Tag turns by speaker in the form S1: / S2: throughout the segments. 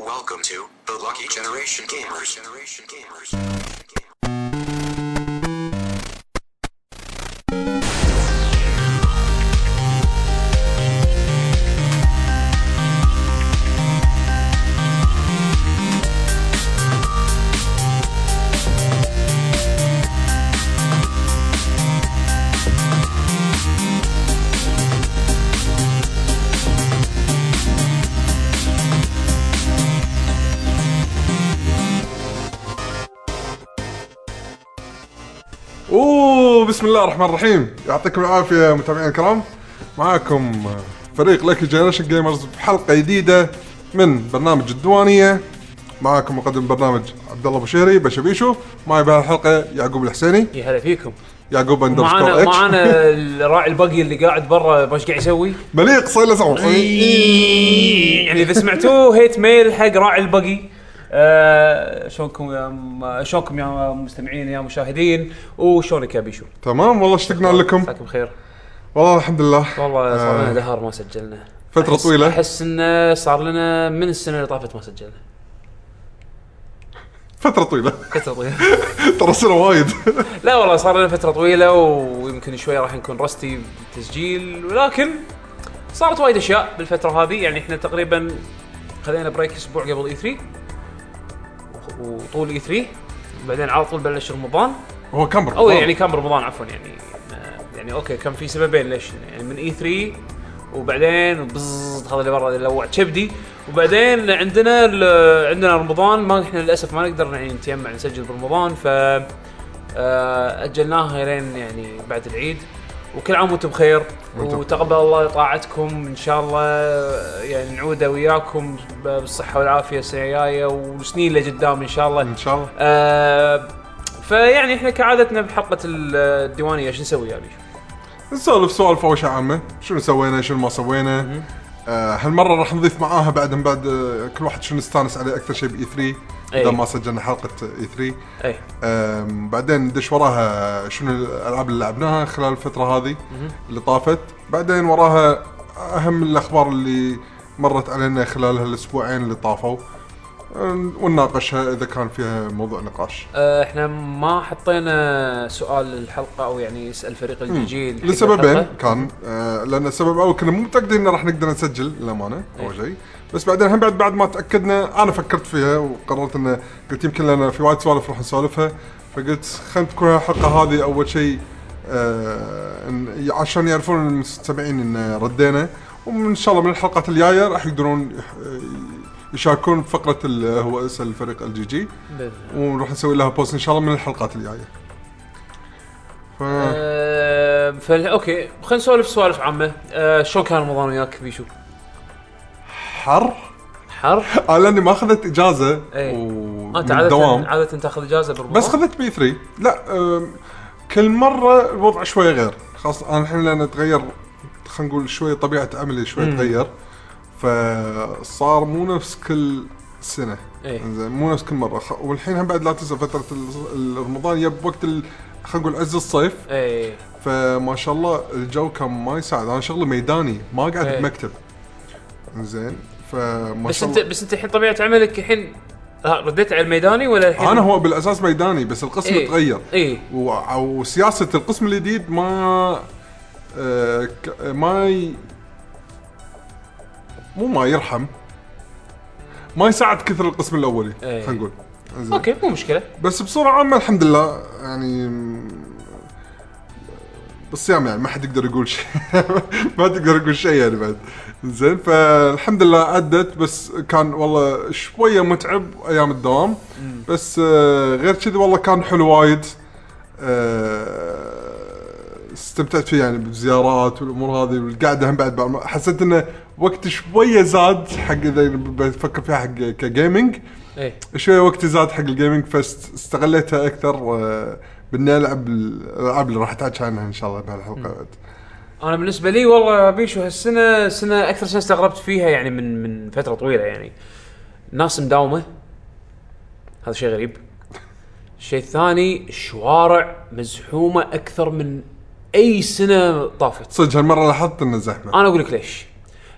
S1: Welcome to the Lucky Generation Gamers. Generation Gamers.
S2: اوه بسم الله الرحمن الرحيم يعطيكم العافيه متابعينا الكرام معاكم فريق لك جنريشن جيمرز بحلقه جديده من برنامج الديوانيه معاكم مقدم البرنامج عبد الله بشيري بشبيشو معي بهالحلقه يعقوب الحسيني
S3: يا هلا فيكم
S2: يعقوب اندرسكور
S3: معانا
S2: اتش
S3: معانا الراعي البقي اللي قاعد برا ما ايش قاعد يسوي
S2: مليق صيلة
S3: يعني اذا سمعتوه هيت ميل حق راعي البقي آه شلونكم يا م- شلونكم يا مستمعين يا مشاهدين وشلونك يا بيشو
S2: تمام والله اشتقنا لكم
S3: مساكم بخير
S2: والله الحمد لله
S3: والله صار لنا
S2: آه.
S3: دهر ما سجلنا
S2: فترة
S3: أحس-
S2: طويلة.
S3: احس انه صار لنا من السنه اللي طافت ما سجلنا
S2: فتره طويله
S3: فتره طويله
S2: ترى سنه وايد
S3: لا والله صار لنا فتره طويله ويمكن شوي راح نكون رستي بالتسجيل ولكن صارت وايد اشياء بالفتره هذه يعني احنا تقريبا خذينا بريك اسبوع قبل اي 3 وطول اي 3 بعدين على طول بلش رمضان
S2: هو كم
S3: او يعني كان برمضان عفوا يعني آه، يعني اوكي كان في سببين ليش يعني من اي 3 وبعدين بزز هذا اللي برا لوع كبدي وبعدين عندنا ال- عندنا رمضان ما احنا للاسف ما نقدر يعني نتيمع نسجل برمضان ف آه، اجلناها لين يعني بعد العيد وكل عام وانتم بخير
S2: وأنتم
S3: وتقبل الله طاعتكم ان شاء الله يعني نعود وياكم بالصحه والعافيه السنه الجايه والسنين اللي قدام ان شاء الله
S2: ان شاء الله
S3: آه، فيعني احنا كعادتنا بحلقه الديوانيه شو نسوي يا بيشو؟
S2: نسولف سوالف اول شيء عامه شنو سوينا شنو ما سوينا آه هالمره راح نضيف معاها بعد من بعد آه كل واحد شنو استانس عليه اكثر شيء باي 3
S3: أي.
S2: اذا ما سجلنا حلقه اي 3
S3: اي
S2: آم، بعدين ندش وراها شنو الالعاب اللي لعبناها خلال الفتره هذه اللي طافت بعدين وراها اهم الاخبار اللي مرت علينا خلال هالاسبوعين اللي طافوا آم، ونناقشها اذا كان فيها موضوع نقاش
S3: آه، احنا ما حطينا سؤال للحلقه او يعني يسال فريق الجيل حق
S2: لسببين
S3: الحلقة.
S2: كان آه لان السبب الاول كنا مو متاكدين انه راح نقدر نسجل للامانه اول شيء بس بعدين هم بعد بعد ما تاكدنا انا فكرت فيها وقررت انه قلت يمكن لان في وايد سوالف راح نسولفها فقلت خلينا تكون الحلقه هذه اول شيء آه إن- عشان يعرفون المستمعين ان ردينا وان شاء الله من الحلقات الجايه راح يقدرون يح- يشاركون في فقره ال- هو اسال فريق الجي جي
S3: بال-
S2: ونروح نسوي لها بوست ان شاء الله من الحلقات الجايه. ف...
S3: آه، فال اوكي خلينا نسولف سوالف عامه آه، شلون كان رمضان وياك بيشو؟
S2: حر
S3: حر؟
S2: آه، لاني ما اخذت اجازه
S3: إيه.
S2: و-
S3: انت
S2: من
S3: عاده
S2: الدوام
S3: عاده تاخذ اجازه برمضان
S2: بس خذت بي 3 لا آم، كل مره الوضع شوي غير خاص انا الحين لان تغير خلينا نقول شوي طبيعه عملي شوي تغير فصار مو نفس كل سنه
S3: إيه.
S2: زين مو نفس كل مره خ- والحين هم بعد لا تنسى فتره ال- رمضان يب وقت ال- خلينا نقول عز الصيف
S3: اي
S2: فما شاء الله الجو كان ما يساعد انا شغلي ميداني ما قاعد
S3: إيه.
S2: بمكتب زين فما
S3: بس
S2: شاء
S3: انت
S2: الله
S3: بس انت الحين طبيعه عملك الحين آه، رديت على الميداني ولا الحين؟
S2: انا هو بالاساس ميداني بس القسم
S3: إيه.
S2: تغير
S3: اي
S2: و- وسياسه القسم الجديد ما آه، ك- ما ي... مو ما يرحم ما يساعد كثر القسم الاولي
S3: إيه.
S2: خلينا نقول زين.
S3: اوكي مو مشكله
S2: بس بصوره عامه الحمد لله يعني م- بالصيام يعني ما حد يقدر يقول شيء ما تقدر يقول شيء يعني بعد زين فالحمد لله عدت بس كان والله شويه متعب ايام الدوام بس آه، غير كذي والله كان حلو وايد آه، استمتعت فيه يعني بالزيارات والامور هذه والقعده هم بعد بعد ما- حسيت انه وقت شويه زاد حق اذا بفكر فيها حق كجيمنج
S3: اي
S2: شوي وقت زاد حق الجيمنج فاستغليتها اكثر آه، باني العب الالعاب اللي راح احتاج عنها ان شاء الله بهالحلقه
S3: انا بالنسبه لي والله بيشو هالسنه سنه اكثر سنه استغربت فيها يعني من من فتره طويله يعني ناس مداومه هذا شيء غريب الشيء الثاني الشوارع مزحومه اكثر من اي سنه طافت آه.
S2: صدق هالمره لاحظت انه زحمه
S3: انا اقول لك ليش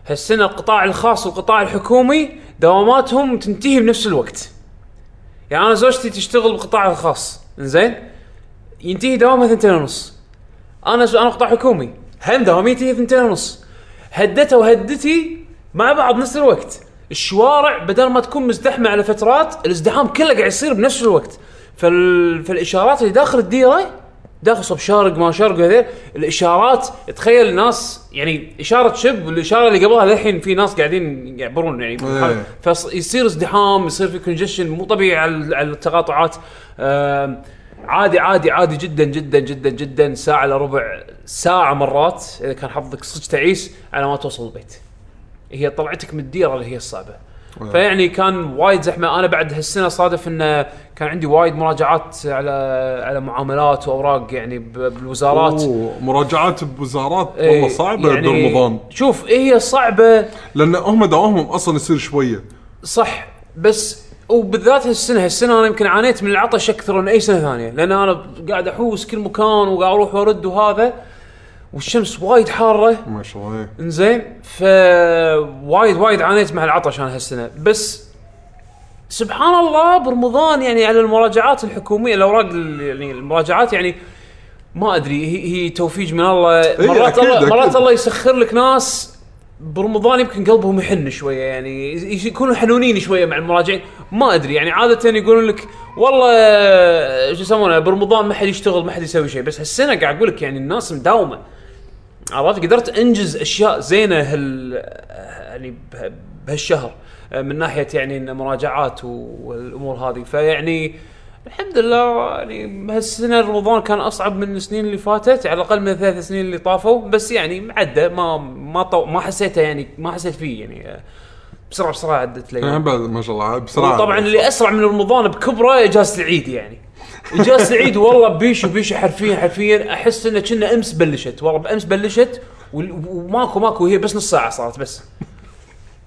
S3: هالسنه القطاع الخاص والقطاع الحكومي دواماتهم تنتهي بنفس الوقت يعني انا زوجتي تشتغل بقطاعها الخاص زين ينتهي دوامها ثنتين ونص انا س- انا قطاع حكومي هم دواميتي ثنتين ونص هدته وهدتي مع بعض نفس الوقت الشوارع بدل ما تكون مزدحمه على فترات الازدحام كله قاعد يصير بنفس الوقت فال... فالاشارات اللي داخل الديره داخل صوب شرق ما شرق وهذيل الاشارات تخيل الناس يعني اشاره شب والاشاره اللي قبلها للحين في ناس قاعدين يعبرون يعني
S2: إيه.
S3: فيصير ازدحام يصير في كونجشن مو طبيعي على على التقاطعات آم، عادي عادي عادي جدا جدا جدا جدا ساعه الا ربع ساعه مرات اذا كان حظك صدق تعيس على ما توصل البيت هي طلعتك من الديره اللي هي الصعبه فيعني كان وايد زحمه انا بعد هالسنه صادف انه كان عندي وايد مراجعات على على معاملات واوراق يعني ب- بالوزارات
S2: أوه، مراجعات بوزارات
S3: إيه،
S2: والله صعبه يعني برمضان
S3: شوف إيه هي صعبه
S2: لان هم دواهمهم اصلا يصير شويه
S3: صح بس وبالذات هالسنه هالسنه انا يمكن عانيت من العطش اكثر من اي سنه ثانيه لان انا قاعد احوس كل مكان وقاعد اروح وارد وهذا والشمس وايد حاره
S2: ما شاء الله إيه.
S3: انزين ف وايد وايد عانيت مع العطش انا هالسنه بس سبحان الله برمضان يعني على المراجعات الحكوميه الاوراق ال- يعني المراجعات يعني ما ادري هي, هي توفيق من الله مرات
S2: إيه، أكيد-
S3: الله
S2: أكيد.
S3: مرات الله يسخر لك ناس برمضان يمكن قلبهم يحن شويه يعني يس- يكونوا حنونين شويه مع المراجعين ما ادري يعني عاده يقولون لك والله شو يسمونه برمضان ما حد يشتغل ما حد يسوي شيء بس هالسنه قاعد اقول لك يعني الناس مداومه عرفت قدرت انجز اشياء زينه هال يعني به- بهالشهر آه، من ناحيه يعني إن مراجعات و- والامور هذه فيعني الحمد لله يعني هالسنه رمضان كان اصعب من السنين اللي فاتت على الاقل من الثلاث سنين اللي طافوا بس يعني معدى ما ما طو ما حسيته يعني ما حسيت فيه يعني آه، بسرعه بسرعه عدت
S2: أنا
S3: لي
S2: هم إيه، بعد ما شاء الله بسرعه
S3: طبعا اللي اسرع من رمضان بكبره اجازه العيد يعني اجازه العيد والله بيشو بيشو حرفيا حرفيا احس انه كنا امس بلشت والله بامس بلشت وال- وماكو ماكو هي بس نص ساعه صارت بس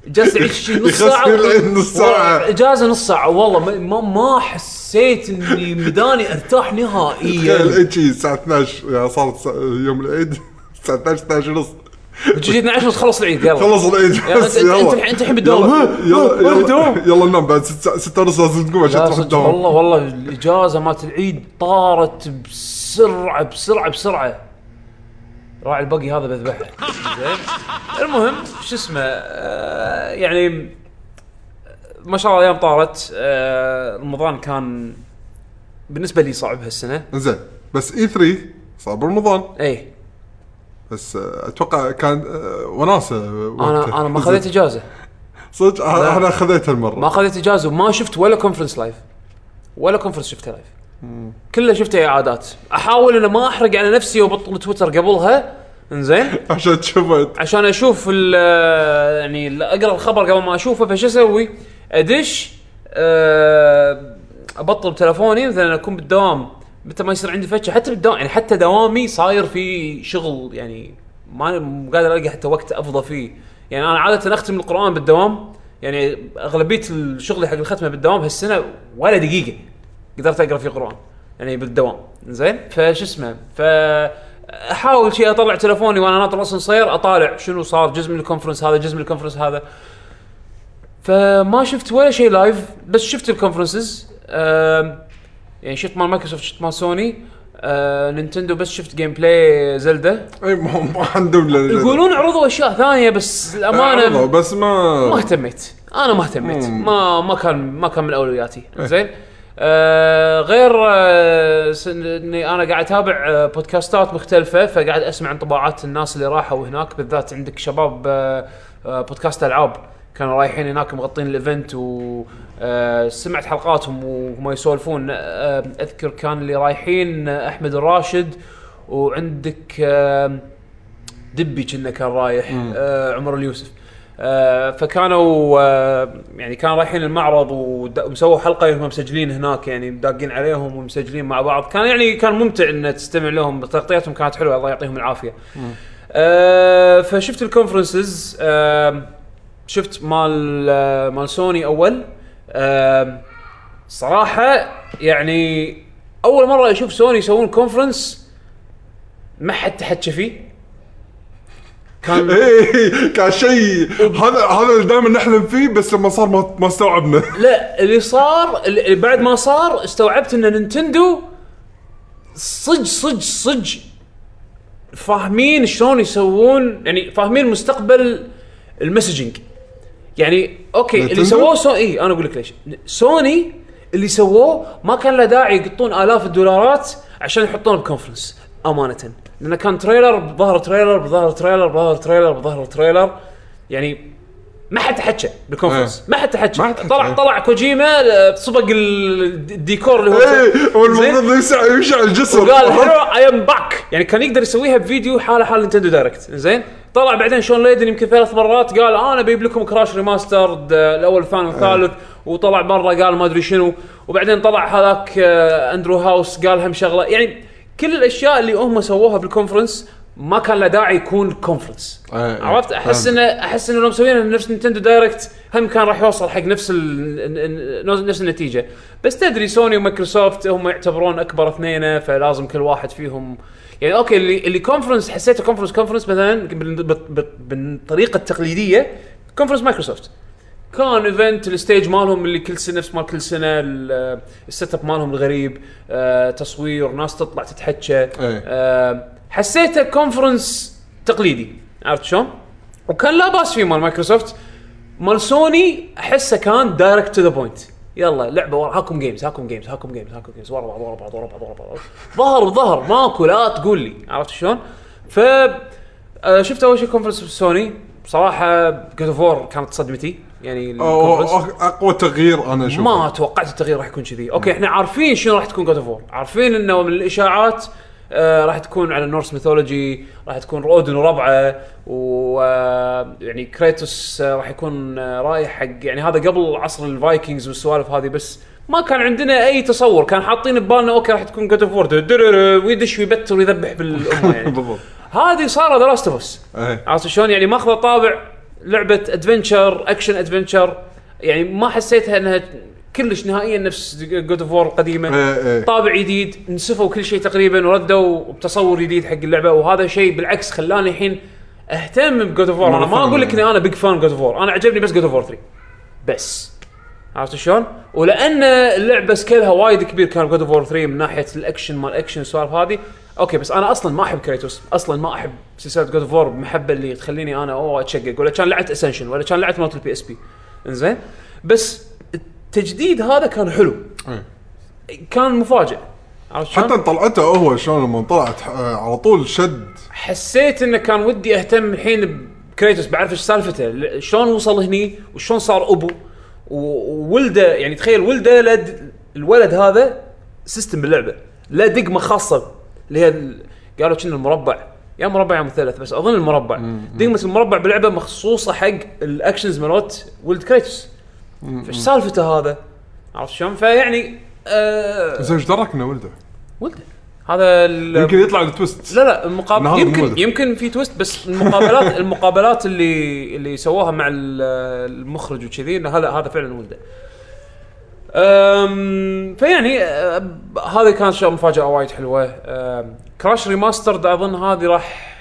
S3: اجازه العيد شي نص ساعه
S2: يخسر العيد نص ساعة.
S3: والله اجازه نص ساعه والله ما- ما, ما حسيت اني مداني ارتاح نهائيا
S2: العيد شي الساعه 12 يعني صارت الساعة- يوم العيد الساعه 12 12 ونص
S3: جيت 12 تخلص العيد يلا
S2: خلص العيد
S3: يلا،
S2: بس
S3: أنت-
S2: يلا
S3: أنت الحين- أنت الحين بالدوام.
S2: يلا، يلا
S3: روح
S2: يلا
S3: دوام.
S2: يلا ننام بعد 6 ونص لازم تقوم عشان
S3: لا
S2: تروح
S3: صدق
S2: الدوام
S3: والله والله الاجازه مالت العيد طارت بسرعه بسرعه بسرعه راعي البقي هذا بذبحه زين المهم شو اسمه آه يعني ما شاء الله الايام طارت آه رمضان كان بالنسبه لي صعب هالسنه
S2: زين بس E اي 3 صار برمضان
S3: اي
S2: بس آه، اتوقع كان آه، وناسه
S3: انا
S2: وقتها.
S3: انا ما
S2: زين.
S3: خذيت اجازه
S2: صدق أنا- انا خذيتها
S3: ما
S2: المره
S3: اخذت اجازه وما شفت ولا كونفرنس لايف ولا كونفرنس شفته لايف كله شفته اعادات احاول ان ما احرق على نفسي وابطل تويتر قبلها انزين
S2: عشان تشوفت
S3: عشان اشوف ال يعني ال- اقرا الخبر قبل ما اشوفه فش اسوي؟ ادش آه، ابطل تلفوني مثلا اكون بالدوام متى ما يصير عندي فتشه حتى بالدوام يعني حتى دوامي صاير في شغل يعني ما مو قادر الاقي حتى وقت افضى فيه يعني انا عاده اختم القران بالدوام يعني اغلبيه الشغل حق الختمه بالدوام هالسنه ولا دقيقه قدرت اقرا فيه قران يعني بالدوام زين فش اسمه ف احاول شيء اطلع تلفوني وانا ناطر اصلا صير اطالع شنو صار جزء من الكونفرنس هذا جزء من الكونفرنس هذا فما شفت ولا شيء لايف بس شفت الكونفرنسز أم، يعني شفت مال مايكروسوفت شفت مال سوني أه، نينتندو بس شفت جيم بلاي زلدة
S2: اي ما ما عندهم لا-
S3: يقولون عرضوا اشياء ثانيه بس
S2: عرضوا،
S3: الامانه
S2: بس ما
S3: ما اهتميت انا ما اهتميت
S2: مم.
S3: ما ما كان ما كان من اولوياتي زين آه غير آه سن- اني انا قاعد اتابع آه بودكاستات مختلفه فقاعد اسمع انطباعات الناس اللي راحوا هناك بالذات عندك شباب آه آه بودكاست العاب كانوا رايحين هناك مغطين الايفنت و آه، سمعت حلقاتهم وهم يسولفون آه، اذكر كان اللي رايحين آه، احمد الراشد وعندك آه، دبي كنا كان رايح آه عمر اليوسف آه فكانوا آه يعني كانوا رايحين المعرض ود- وسووا حلقه هم مسجلين هناك يعني داقين عليهم ومسجلين مع بعض كان يعني كان ممتع ان تستمع لهم تغطيتهم كانت حلوه الله يعطيهم العافيه آه فشفت الكونفرنسز آه شفت مال آه مال سوني اول آه صراحه يعني اول مره اشوف سوني يسوون كونفرنس ما حد تحكى فيه كان
S2: ايه كان شيء هذا هذا اللي دائما نحلم فيه بس لما صار ما ما استوعبنا
S3: لا اللي صار اللي بعد ما صار استوعبت ان نينتندو صج صج صج فاهمين شلون يسوون يعني فاهمين مستقبل المسجنج يعني اوكي اللي
S2: نينتندو؟
S3: سووه سو اي انا اقول لك ليش سوني اللي سووه ما كان له داعي يقطون الاف الدولارات عشان يحطونه بكونفرنس امانه لانه كان تريلر بظهر تريلر بظهر تريلر بظهر تريلر بظهر تريلر يعني ما حد حكى بالكونفرنس
S2: إيه.
S3: ما حد حكى
S2: ما حد حكى،
S3: طلع
S2: إيه.
S3: طلع كوجيما صبق ال- الديكور اللي هو
S2: ايه والمفروض
S3: زين؟
S2: يوسع يوسع الجسر
S3: وقال هلو اي ام باك يعني كان يقدر يسويها بفيديو حاله حال نينتندو دايركت زين طلع بعدين شون ليدن يمكن ثلاث مرات قال انا بجيب لكم كراش ريماسترد آه، الاول الثاني
S2: إيه.
S3: والثالث وطلع مره قال ما ادري شنو وبعدين طلع هذاك آه، اندرو هاوس قال هم شغله يعني كل الاشياء اللي هم سووها بالكونفرنس ما كان له داعي يكون كونفرنس
S2: إيه، إيه.
S3: عرفت احس انه احس انه لو مسوينها نفس نينتندو دايركت هم كان راح يوصل حق نفس ال... ن- ن- نفس النتيجه بس تدري سوني ومايكروسوفت هم يعتبرون اكبر اثنين فلازم كل واحد فيهم يعني اوكي اللي اللي كونفرنس حسيته كونفرنس كونفرنس مثلا بال- بال- بال- بالطريقه التقليديه كونفرنس مايكروسوفت كان ايفنت الستيج مالهم اللي كل سنه نفس مال كل سنه ال- السيت اب مالهم الغريب آه، تصوير ناس تطلع تتحكى آه، حسيته كونفرنس تقليدي عرفت شلون؟ وكان لا باس فيه مال مايكروسوفت مال سوني احسه كان دايركت تو ذا بوينت يلا لعبه ورا هاكم جيمز هاكم جيمز هاكم جيمز هاكم جيمز ورا بعض ورا بعض ورا بعض ورا بعض ظهر ظهر ماكو لا تقول لي عرفت شلون؟ ف آه، شفت اول شيء كونفرنس في سوني بصراحه جود اوف وور كانت صدمتي يعني
S2: أو-
S3: الكونفرنس.
S2: أو- اقوى تغيير انا اشوفه
S3: ما توقعت التغيير راح يكون كذي اوكي احنا عارفين شنو راح تكون جود اوف وور عارفين انه من الاشاعات آه راح تكون على النورس ميثولوجي راح تكون اودن وربعه و آه، يعني كريتوس آه راح يكون آه رايح حق يعني هذا قبل عصر الفايكنجز والسوالف هذه بس ما كان عندنا اي تصور كان حاطين ببالنا اوكي راح تكون جود اوف وور ويدش ويبتر ويذبح بالامه يعني
S2: بالضبط
S3: هذه صار ذا لاست اوف اس
S2: ايه
S3: عرفت شلون يعني ماخذه طابع لعبه ادفنشر اكشن ادفنشر يعني ما حسيتها انها كلش نهائيا نفس جود اوف وور القديمه
S2: ايه ايه
S3: طابع جديد نسفوا كل شيء تقريبا وردوا بتصور جديد حق اللعبه وهذا شيء بالعكس خلاني الحين اهتم بجود اوف وور انا ما
S2: مرة
S3: اقول لك
S2: ثانية.
S3: اني انا بيج فان جود اوف وور انا عجبني بس جود اوف وور 3 بس عرفت شلون؟ ولان اللعبه سكيلها وايد كبير كان جود اوف وور 3 من ناحيه الاكشن مال الاكشن والسوالف هذه اوكي بس انا اصلا ما احب كريتوس اصلا ما احب سلسله جود اوف وور بمحبه اللي تخليني انا اوه اتشقق ولا كان لعبت اسنشن ولا كان لعبت مالت البي اس بي انزين بس التجديد هذا كان حلو
S2: إيه.
S3: كان مفاجئ عرفت شلون؟
S2: حتى طلعته هو شلون لما طلعت آه، على طول شد
S3: حسيت انه كان ودي اهتم الحين بكريتوس بعرف ايش سالفته ل- شلون وصل هني وشلون صار ابو و- وولده يعني تخيل ولده لد الولد هذا سيستم باللعبه لا دقمه خاصه اللي هي ال- قالوا كنا المربع يا مربع يا مثلث بس اظن المربع دقمه المربع باللعبه مخصوصه حق الاكشنز مالت ولد كريتوس فايش سالفته هذا عرفت شلون فيعني آه
S2: زين ايش دركنا ولده؟
S3: ولده هذا ال-
S2: يمكن يطلع التويست
S3: لا لا
S2: إن
S3: المقابل
S2: هذا مو
S3: يمكن
S2: هدف.
S3: يمكن في تويست بس المقابلات المقابلات اللي اللي سووها مع ال- المخرج وكذي انه هذا هذا فعلا ولده. أم، فيعني أه، هذه كانت شيء مفاجاه وايد حلوه أم، كراش ريماسترد اظن هذه راح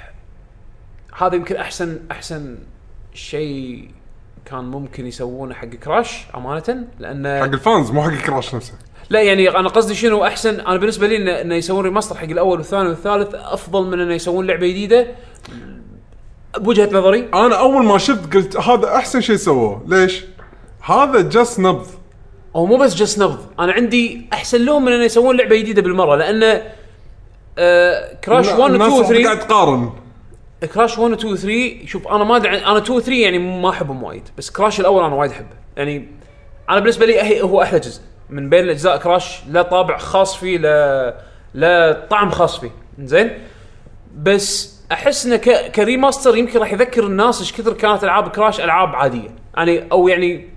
S3: هذا يمكن احسن احسن شيء كان ممكن يسوونه حق كراش امانه لانه
S2: حق الفانز مو حق كراش نفسه
S3: لا يعني انا قصدي شنو احسن انا بالنسبه لي انه إنه يسوون ريماستر حق الاول والثاني والثالث افضل من انه يسوون لعبه جديده بوجهه نظري
S2: انا اول ما شفت قلت هذا احسن شيء سووه ليش؟ هذا جس نبض
S3: هو مو بس جس نبض انا عندي احسن لهم من انه يسوون لعبه جديده بالمره لان آه كراش 1
S2: الناس
S3: 2 3
S2: قاعد تقارن
S3: كراش 1 و 2 و 3 شوف انا ما ادري انا 2 و 3 يعني ما احبهم وايد بس كراش الاول انا وايد احبه يعني انا بالنسبه لي هي- هو احلى جزء من بين الاجزاء كراش لا طابع خاص فيه لا لا طعم خاص فيه زين بس احس انه ك- كريماستر يمكن راح يذكر الناس ايش كثر كانت العاب كراش العاب عاديه يعني او يعني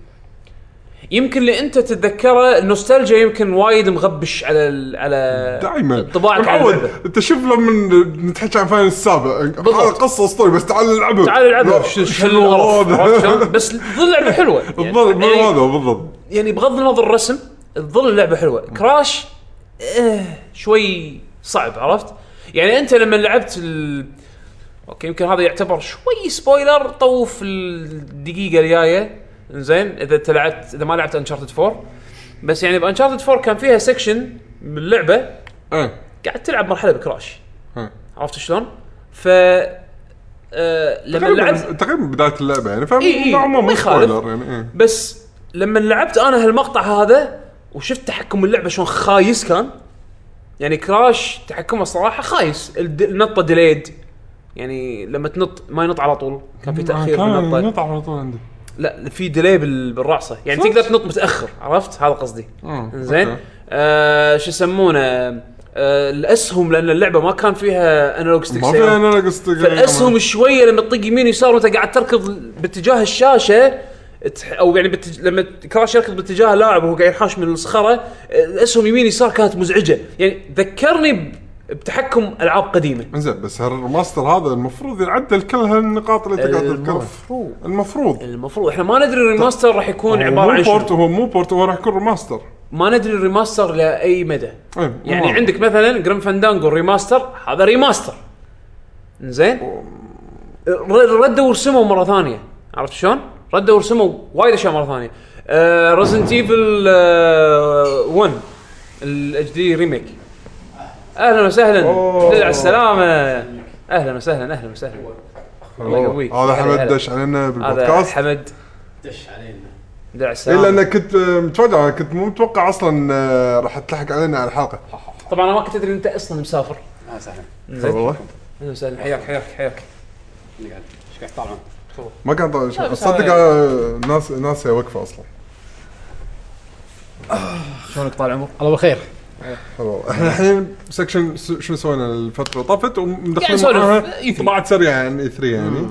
S3: يمكن اللي انت تتذكره النوستالجيا يمكن وايد مغبش على ال- على
S2: دائما
S3: انطباعك على
S2: معود
S3: اللعبة.
S2: انت شوف لما نتحكي عن فاينل السابع
S3: بالضبط.
S2: هذا قصه اسطوري بس تعال نلعبها
S3: تعال العبها
S2: لا،
S3: شو- شو
S2: شو
S3: القرف
S2: هذا؟
S3: عرفت شلون؟ بس تظل لعبه حلوه يعني-
S2: بالضبط مو
S3: يعني-
S2: هذا بالضبط
S3: يعني بغض النظر الرسم تظل اللعبه حلوه كراش إيه، آه شوي صعب عرفت يعني انت لما لعبت ال... اوكي يمكن هذا يعتبر شوي سبويلر طوف الدقيقه الجايه زين اذا انت لعبت اذا ما لعبت انشارتد 4 بس يعني بانشارتد 4 كان فيها سكشن من اللعبه
S2: ايه
S3: قاعد تلعب مرحله بكراش
S2: إيه.
S3: عرفت شلون؟ ف آه، لما لعبت
S2: تقريبا تقريبا بدايه اللعبه يعني فاهم
S3: إي إي،
S2: نوعاً ما
S3: إيه، ما
S2: مو
S3: يخالف.
S2: سبويلر يعني ايه
S3: بس لما لعبت انا هالمقطع هذا وشفت تحكم اللعبه شلون خايس كان يعني كراش تحكمه صراحه خايس الد- النطه ديليد يعني لما تنط ما ينط على طول آه، كان في تاخير بالنطه
S2: كان نطع على طول عندي
S3: لا في ديلي بال- بالرعصه يعني
S2: صح.
S3: تقدر تنط متاخر عرفت هذا قصدي
S2: آه،
S3: زين
S2: أوكي.
S3: آه شو يسمونه آه الاسهم لان اللعبه ما كان فيها انالوج ستيك
S2: ما في
S3: سيارة.
S2: انا قصدي
S3: فالاسهم شويه لما تطق يمين يسار وانت قاعد تركض باتجاه الشاشه تح- او يعني باتج... لما كراش يركض باتجاه لاعب وهو قاعد ينحاش من الصخره آه، الاسهم يمين يسار كانت مزعجه يعني ذكرني ب... بتحكم العاب قديمه
S2: زين بس هالريماستر هذا المفروض يعدل كل هالنقاط اللي انت قاعد تذكرها
S3: المفروض
S2: المفروض
S3: المفروض احنا ما ندري الريماستر راح يكون
S2: هو
S3: عباره
S2: مو
S3: عن
S2: بورت
S3: شنو
S2: هو مو بورت هو راح يكون ريماستر
S3: ما ندري الريماستر لاي مدى
S2: إيه، مو
S3: يعني
S2: عارف.
S3: عندك مثلا جرام فاندانجو ريماستر هذا ريماستر زين ردوا ورسموا مره ثانيه عرفت شلون؟ ردوا ورسموا وايد اشياء مره ثانيه آه ريزنت ايفل 1 الاتش دي ريميك اهلا وسهلا
S2: أوه.
S3: دل على السلامه اهلا وسهلا اهلا وسهلا الله يقويك.
S2: هذا
S3: هلا،
S2: حمد
S3: هلا.
S2: دش علينا
S3: هذا
S2: بالبودكاست
S3: حمد
S4: دش علينا
S3: دل على
S2: اي
S3: السلامه
S2: لان كنت آه، متفاجئ انا كنت مو متوقع اصلا آه، راح تلحق علينا على الحلقه
S3: طبعا انا ما كنت ادري إن انت اصلا مسافر
S4: اهلا وسهلا
S3: زين
S2: والله
S3: اهلا وسهلا حياك حياك حياك
S4: اللي قاعد ايش قاعد تطالعون؟
S2: ما كان طالع
S3: لا،
S2: شيء
S3: بس
S2: صدق
S3: هذا-
S2: آه، ناس ناس واقفه اصلا
S3: شلونك طال عمرك؟
S5: الله بالخير
S2: حلو والله. احنا الحين سكشن س- شنو سوينا الفتره اللي طافت
S3: قاعد
S2: ومدخلين
S3: نسولف
S2: معاها
S3: E3.
S2: طبعات سريعه عن اي 3 يعني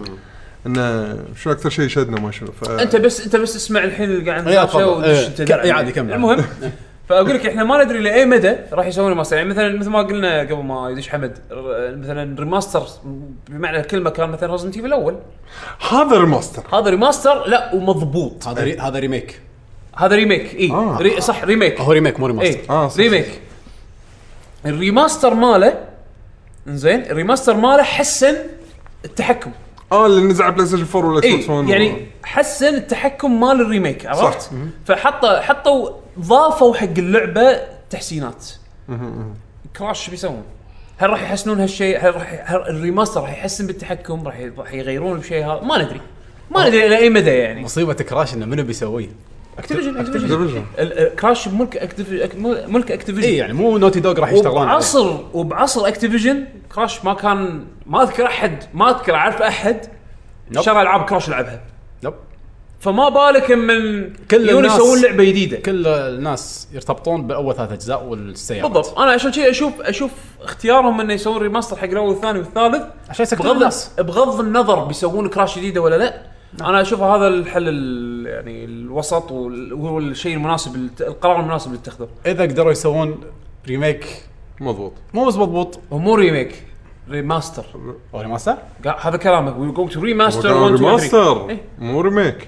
S2: انه شنو اكثر شيء شدنا ما شنو ف...
S3: انت بس انت بس اسمع الحين اللي قاعد
S2: إيه،
S5: يا تفضل. ايه.
S3: ودش
S5: ك- ايه عادي كمل.
S3: المهم فاقول لك احنا ما ندري لاي مدى راح يسوون ريماستر يعني مثلا مثل ما قلنا قبل ما يدش حمد ر- مثلا ريماستر بمعنى الكلمه كان مثلا رزنت ايفل الاول
S2: هذا الماستر
S3: هذا ريماستر لا ومضبوط
S5: هذا ري- هذا ريميك
S3: هذا ريميك اي
S2: آه.
S3: ري صح إيه، ريميك
S5: هو ريميك مو
S3: اي
S5: ريماستر
S2: آه، صح، صح.
S3: ريميك الريماستر ماله انزين الريماستر ماله حسن التحكم
S2: اه اللي نزل على بلاي ستيشن 4 ولا
S3: اي
S2: اكس بوكس
S3: يعني حسن التحكم مال الريميك عرفت؟
S2: صح. مهم.
S3: فحطوا حطوا ضافوا حق اللعبه تحسينات كراش شو بيسوون؟ هل راح يحسنون هالشيء؟ هل راح ي- هل الريماستر راح يحسن بالتحكم؟ راح ي- راح يغيرون بشيء هذا؟ ما ندري ما ندري الى اي مدى يعني
S5: مصيبه كراش انه منو بيسويه؟
S3: اكتيفيجن
S2: Activision.
S3: اكتيفيجن كراش ملك اكتيفيجن ملك
S5: اي
S3: اكتيفيجن
S5: يعني مو نوتي دوغ راح يشتغلون عليه.
S3: وبعصر وبعصر اكتيفيجن كراش ما كان ما اذكر احد ما اذكر اعرف احد
S5: Nope.
S3: شرى العاب كراش لعبها
S5: نوب.
S3: فما بالك من
S5: كل
S3: كل يجون
S5: الناس-
S3: يسوون لعبه جديده
S5: كل الناس يرتبطون باول ثلاث اجزاء والسيارات
S3: بالضبط انا عشان كذي اشوف اشوف اختيارهم انه يسوون ريماستر حق الاول والثاني والثالث
S5: عشان يسكتون
S3: بغض
S5: الناس.
S3: بغض النظر بيسوون كراش جديده ولا لا انا اشوف هذا الحل ال- يعني الوسط وال- وهو الشيء المناسب الت- القرار المناسب اللي اتخذه
S5: اذا قدروا يسوون ريميك
S2: مضبوط
S5: مو بس مضبوط
S3: هو مو ريميك ريماستر
S5: هو ريماستر
S3: قا- هذا كلامه وي جو تو ريماستر 1 2 3
S2: ريماستر مو ريميك
S3: إيه.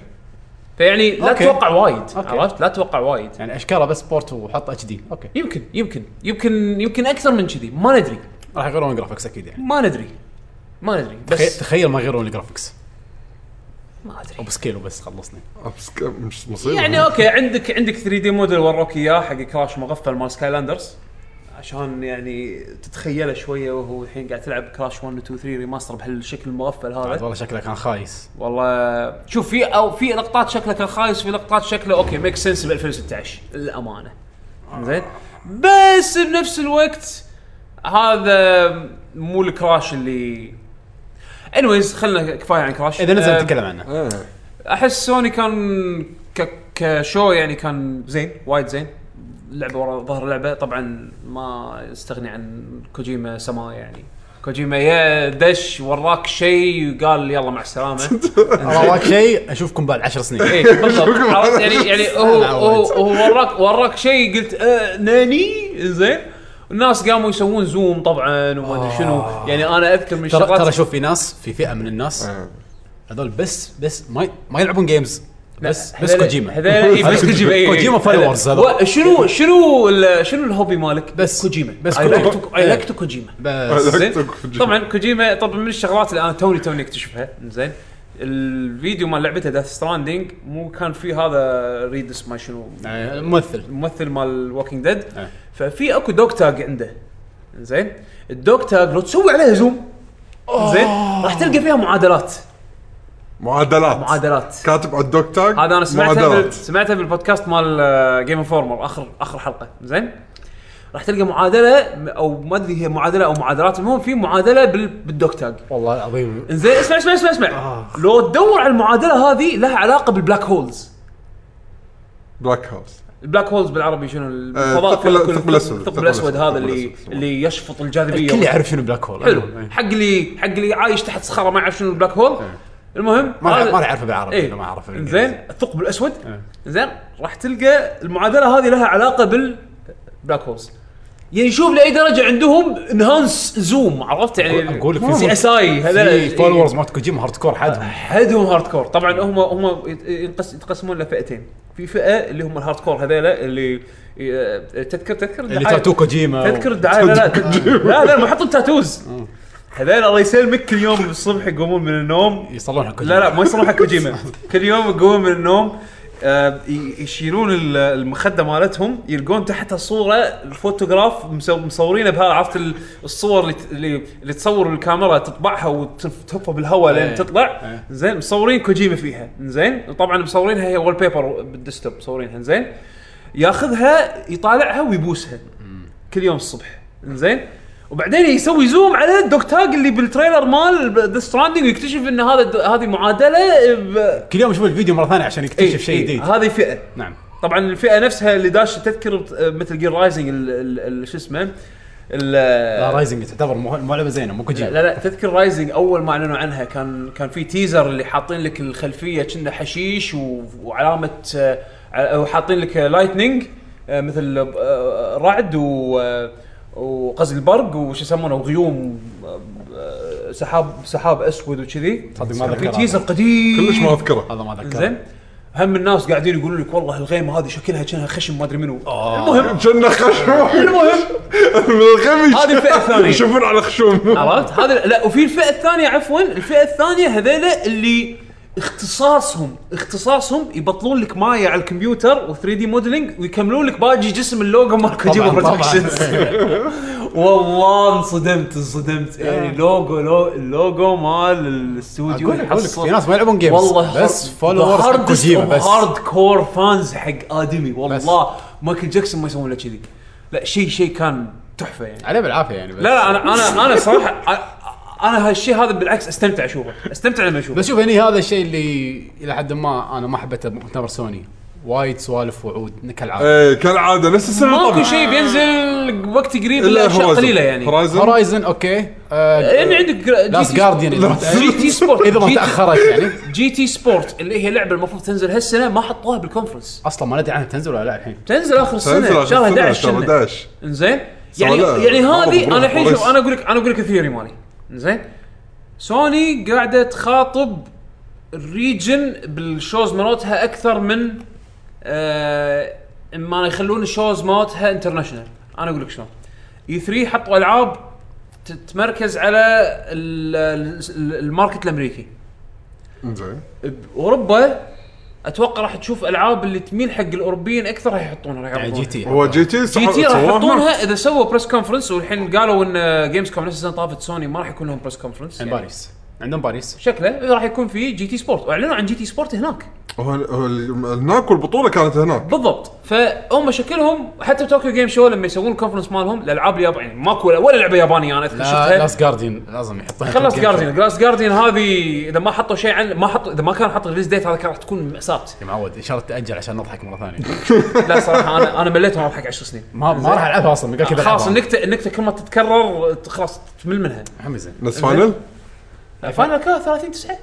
S3: فيعني لا
S5: أوكي.
S3: تتوقع وايد
S5: أوكي.
S3: عرفت لا تتوقع وايد
S5: يعني اشكاله بس بورت وحط اتش دي اوكي
S3: يمكن يمكن يمكن يمكن اكثر من كذي ما ندري
S5: راح يغيرون الجرافكس اكيد يعني
S3: ما ندري ما ندري
S5: تخيل-
S3: بس
S5: تخيل ما يغيرون الجرافكس
S3: ما ادري
S5: وبسكيل وبس خلصني
S2: أبس- مش إيه. مصيبه
S3: يعني اوكي عندك عندك 3 دي موديل وروك اياه حق كراش مغفل مال سكاي لاندرز عشان يعني تتخيله شويه وهو الحين قاعد تلعب كراش 1 2 3 ريماستر بهالشكل المغفل
S5: بعد
S3: هذا
S5: والله شكله كان خايس
S3: والله شوف في او في لقطات شكله كان خايس في لقطات شكله اوكي ميك سنس ب 2016 للامانه زين بس بنفس الوقت هذا مو الكراش اللي انويز خلينا كفايه عن كراش
S5: اذا نزل
S3: أه،
S5: نتكلم عنه
S2: ايه
S3: احس سوني كان ك... كشو يعني كان زين وايد زين لعبه ورا ظهر لعبه طبعا ما استغني عن كوجيما سما يعني كوجيما يا دش وراك شيء وقال يلا مع السلامه
S5: وراك شيء اشوفكم بعد عشر سنين
S3: اي إيه، بالضبط عرفت؟ يعني يعني هو
S5: أنا
S3: هو
S5: عودت.
S3: هو وراك وراك شيء قلت آه ناني زين الناس قاموا يسوون زوم طبعا وما ادري شنو يعني انا اذكر من
S5: آه. ترى ترى
S3: الشغلات
S5: شوف في ناس في فئه من الناس
S2: آه.
S5: هذول بس بس ما ي- ما يلعبون جيمز بس بس كوجيما
S3: هذول إي،
S5: هذا
S3: بس كوجيما إيه، إي، إي.
S5: كوجيما فولورز
S3: هذا-
S5: هذا
S3: و- شنو شنو ال- شنو الهوبي مالك؟
S5: بس كوجيما بس
S3: اي
S5: كوجيما
S3: لايك تو كوجيما
S5: بس
S2: لا
S3: زين؟
S2: تترك كوجيما.
S3: طبعا كوجيما طبعا من الشغلات اللي انا توني توني اكتشفها زين الفيديو مال لعبته داث ستراندنج مو كان في هذا ريدس ما شنو
S5: آه، ممثل
S3: الممثل مال ووكينج ديد
S5: إيه.
S3: ففي اكو دوج تاج عنده زين الدوج تاج لو تسوي عليها زوم
S5: آه.
S3: زين راح تلقى فيها معادلات
S2: معادلات
S3: معادلات
S2: كاتب على الدوك تاج
S3: هذا انا سمعتها بال...
S2: معادلات
S3: سمعتها بالبودكاست مال آه، جيم انفورمر اخر اخر حلقه زين راح تلقى معادله م- او ما ادري هي معادله او معادلات المهم في معادله بال... بالدوك تاج
S5: والله العظيم آه.
S3: انزين اسمع اسمع اسمع اسمع لو تدور على المعادله هذه لها علاقه بالبلاك هولز
S2: بلاك هولز
S3: البلاك هولز بالعربي شنو
S2: الثقب-
S3: كله-
S2: الثقب آه، الأسود.
S3: الثقب الاسود هذا
S2: الثقب
S3: اللي
S2: الأسود.
S3: اللي يشفط الجاذبيه
S5: الكل يعرف شنو إيه. بلاك هول
S3: أيوه. حلو حق اللي حق اللي عايش تحت صخره ما يعرف شنو البلاك هول المهم
S5: إيه. ما
S3: هذا-
S5: ما اعرفه بالعربي
S3: ايه
S5: انا ما إيه. اعرفه
S3: زين الثقب الاسود زين راح تلقى المعادله هذه لها علاقه بالبلاك هولز يعني شوف لاي درجه عندهم انهانس زوم عرفت يعني
S5: اقول لك في
S3: سي اس اي
S5: في فولورز مالت كوجيما هارد كور
S3: آه.
S5: حدهم
S3: حدهم هارد كور طبعا هم هم يت- ينقس- يتقسمون لفئتين في فئه اللي هم الهارد كور هذيلا اللي ي- تذكر تذكر
S5: اللي
S3: الدعاية-
S5: تاتو كوجيما
S3: آه. تذكر الدعايه لا لا لا هذول محطين تاتوز
S5: آه.
S3: هذول الله يسلمك كل يوم الصبح يقومون من النوم
S5: يصلون حق
S3: لا لا ما يصلون حق كوجيما كل يوم يقومون من النوم آه، ي- يشيلون ال- المخده مالتهم يلقون تحتها صوره الفوتوغراف مسو- مصورينه بها عرفت ال- الصور اللي ت- اللي, اللي تصور الكاميرا تطبعها وتهفها بالهواء لين
S5: إيه.
S3: تطلع
S5: إيه.
S3: زين مصورين كوجيما فيها زين وطبعا مصورينها هي وول بيبر بالديسكتوب مصورينها زين ياخذها يطالعها ويبوسها كل يوم الصبح زين وبعدين يسوي زوم على الدوك تاج اللي بالتريلر مال ذا ستراندنج ويكتشف ان هذا الد- هذه معادله ب...
S5: كل يوم يشوف الفيديو مره ثانيه عشان
S3: إيه،
S5: يكتشف شيء
S3: إيه،
S5: جديد
S3: هذه فئه
S5: نعم
S3: طبعا الفئه نفسها اللي داش تذكر بت- مثل جير رايزنج ال- ال- ال- شو اسمه ال-
S5: لا رايزنج تعتبر مو مو لعبه زينه مو
S3: لا
S5: كوجيما
S3: لا, لا تذكر رايزنج اول ما اعلنوا عنها كان كان في تيزر اللي حاطين لك الخلفيه كنا حشيش و... وعلامه آه، ع- وحاطين لك لايتنينج مثل آه، رعد و آه، وقصد البرق وش يسمونه وغيوم آه، آه، سحاب سحاب اسود وكذي
S5: تصدق ما
S3: في
S5: أذكرها.
S3: تيزر قديم
S2: كلش ما اذكره
S5: هذا ما اذكر
S3: زين هم الناس قاعدين يقولوا لك والله الغيمه هذه شكلها كانها خشم ما ادري منو
S2: آه.
S3: المهم
S2: جنة خشوم
S3: المهم
S2: من الغبي
S3: هذه الفئة الثانية.
S2: يشوفون على خشوم
S3: عرفت هذا لا وفي الفئه الثانيه عفوا الفئه الثانيه هذيلا اللي اختصاصهم اختصاصهم يبطلون لك مايا على الكمبيوتر و3 دي موديلينج ويكملون لك باجي جسم اللوجو مال كوجيما
S5: طبعاً، طبعاً.
S3: برودكشنز والله انصدمت انصدمت يعني لوجو لو اللوجو مال الاستوديو
S5: اقول لك اقول لك في ناس ما يلعبون جيمز
S3: والله
S5: بس فولورز حق كوجيما بس
S3: هارد كور فانز حق ادمي والله مايكل جاكسون ما يسوون له كذي لا شيء شيء كان تحفه يعني
S5: عليه بالعافيه يعني بس
S3: لا لا انا انا انا صراحه أ- انا هالشيء هذا بالعكس استمتع اشوفه استمتع لما اشوفه
S5: بس شوف هني هذا الشيء اللي الى حد ما انا ما حبيته بمؤتمر سوني وايد سوالف وعود كالعاده
S2: ايه كالعاده نفس السنه
S3: ماكو شيء بينزل وقت قريب الا اشياء قليله يعني
S2: هورايزن
S5: هورايزن اوكي آه،
S3: يعني عندك
S5: لاست جارديان إذا ما
S3: جي تي سبورت
S5: اذا ما
S3: جي-
S5: تاخرت يعني
S3: جي تي سبورت اللي هي لعبه المفروض تنزل هالسنه ما حطوها بالكونفرنس
S5: اصلا ما ندري عنها تنزل ولا لا الحين
S3: تنزل اخر السنه
S2: تنزل
S3: شهر 11
S2: شهر
S3: شنة.
S2: 11
S3: انزين يعني
S2: لا،
S3: يعني
S2: مرة
S3: هذه
S2: مبروك،
S3: انا الحين شوف
S2: مبروك.
S3: انا اقول لك انا اقول لك الثيوري مالي انزين سوني قاعده تخاطب الريجن بالشوز مالتها اكثر من آه ما يخلون الشوز مالتها انترناشونال انا اقول لك شلون اي 3 حطوا العاب ت- تتمركز على ال- ال- الماركت الامريكي
S2: زين
S3: باوروبا اتوقع راح تشوف العاب اللي تميل حق الاوروبيين اكثر راح يحطونها راح
S5: يعني
S3: يعرضونها.
S5: جي تي
S2: هو جي تي
S3: جي تي راح يحطونها اذا سووا بريس كونفرنس والحين قالوا ان جيمز كوم نفس السنه طافت سوني ما راح يكون لهم بريس كونفرنس
S5: عند
S3: يعني.
S5: باريس عندهم باريس
S3: شكله راح يكون في جي تي سبورت واعلنوا عن جي تي سبورت هناك
S2: هو هو ال- هناك والبطوله كانت هناك
S3: بالضبط فهم شكلهم حتى طوكيو جيم شو لما يسوون الكونفرنس مالهم الالعاب اليابانيه يعني ماكو ولا, ولا لعبه يابانيه انا اذكر
S5: لا
S3: شفتها
S5: لاست جارديان لازم يحطها
S3: خلص جارديان جلاس جارديان هذه اذا ما حطوا شيء عن ما حطوا اذا ما كان حط ريليز ديت هذا كان راح تكون مأساة
S5: يا معود ان شاء الله تاجل عشان نضحك مره ثانيه
S3: لا صراحه انا انا مليت وانا اضحك 10 سنين
S5: ما ما راح العبها اصلا من قبل كذا
S3: خلاص
S5: ألعبها.
S3: النكته النكته كل ما تتكرر خلاص تمل منها
S5: محمد زين
S2: نص فاينل
S3: فاينل كان 30 9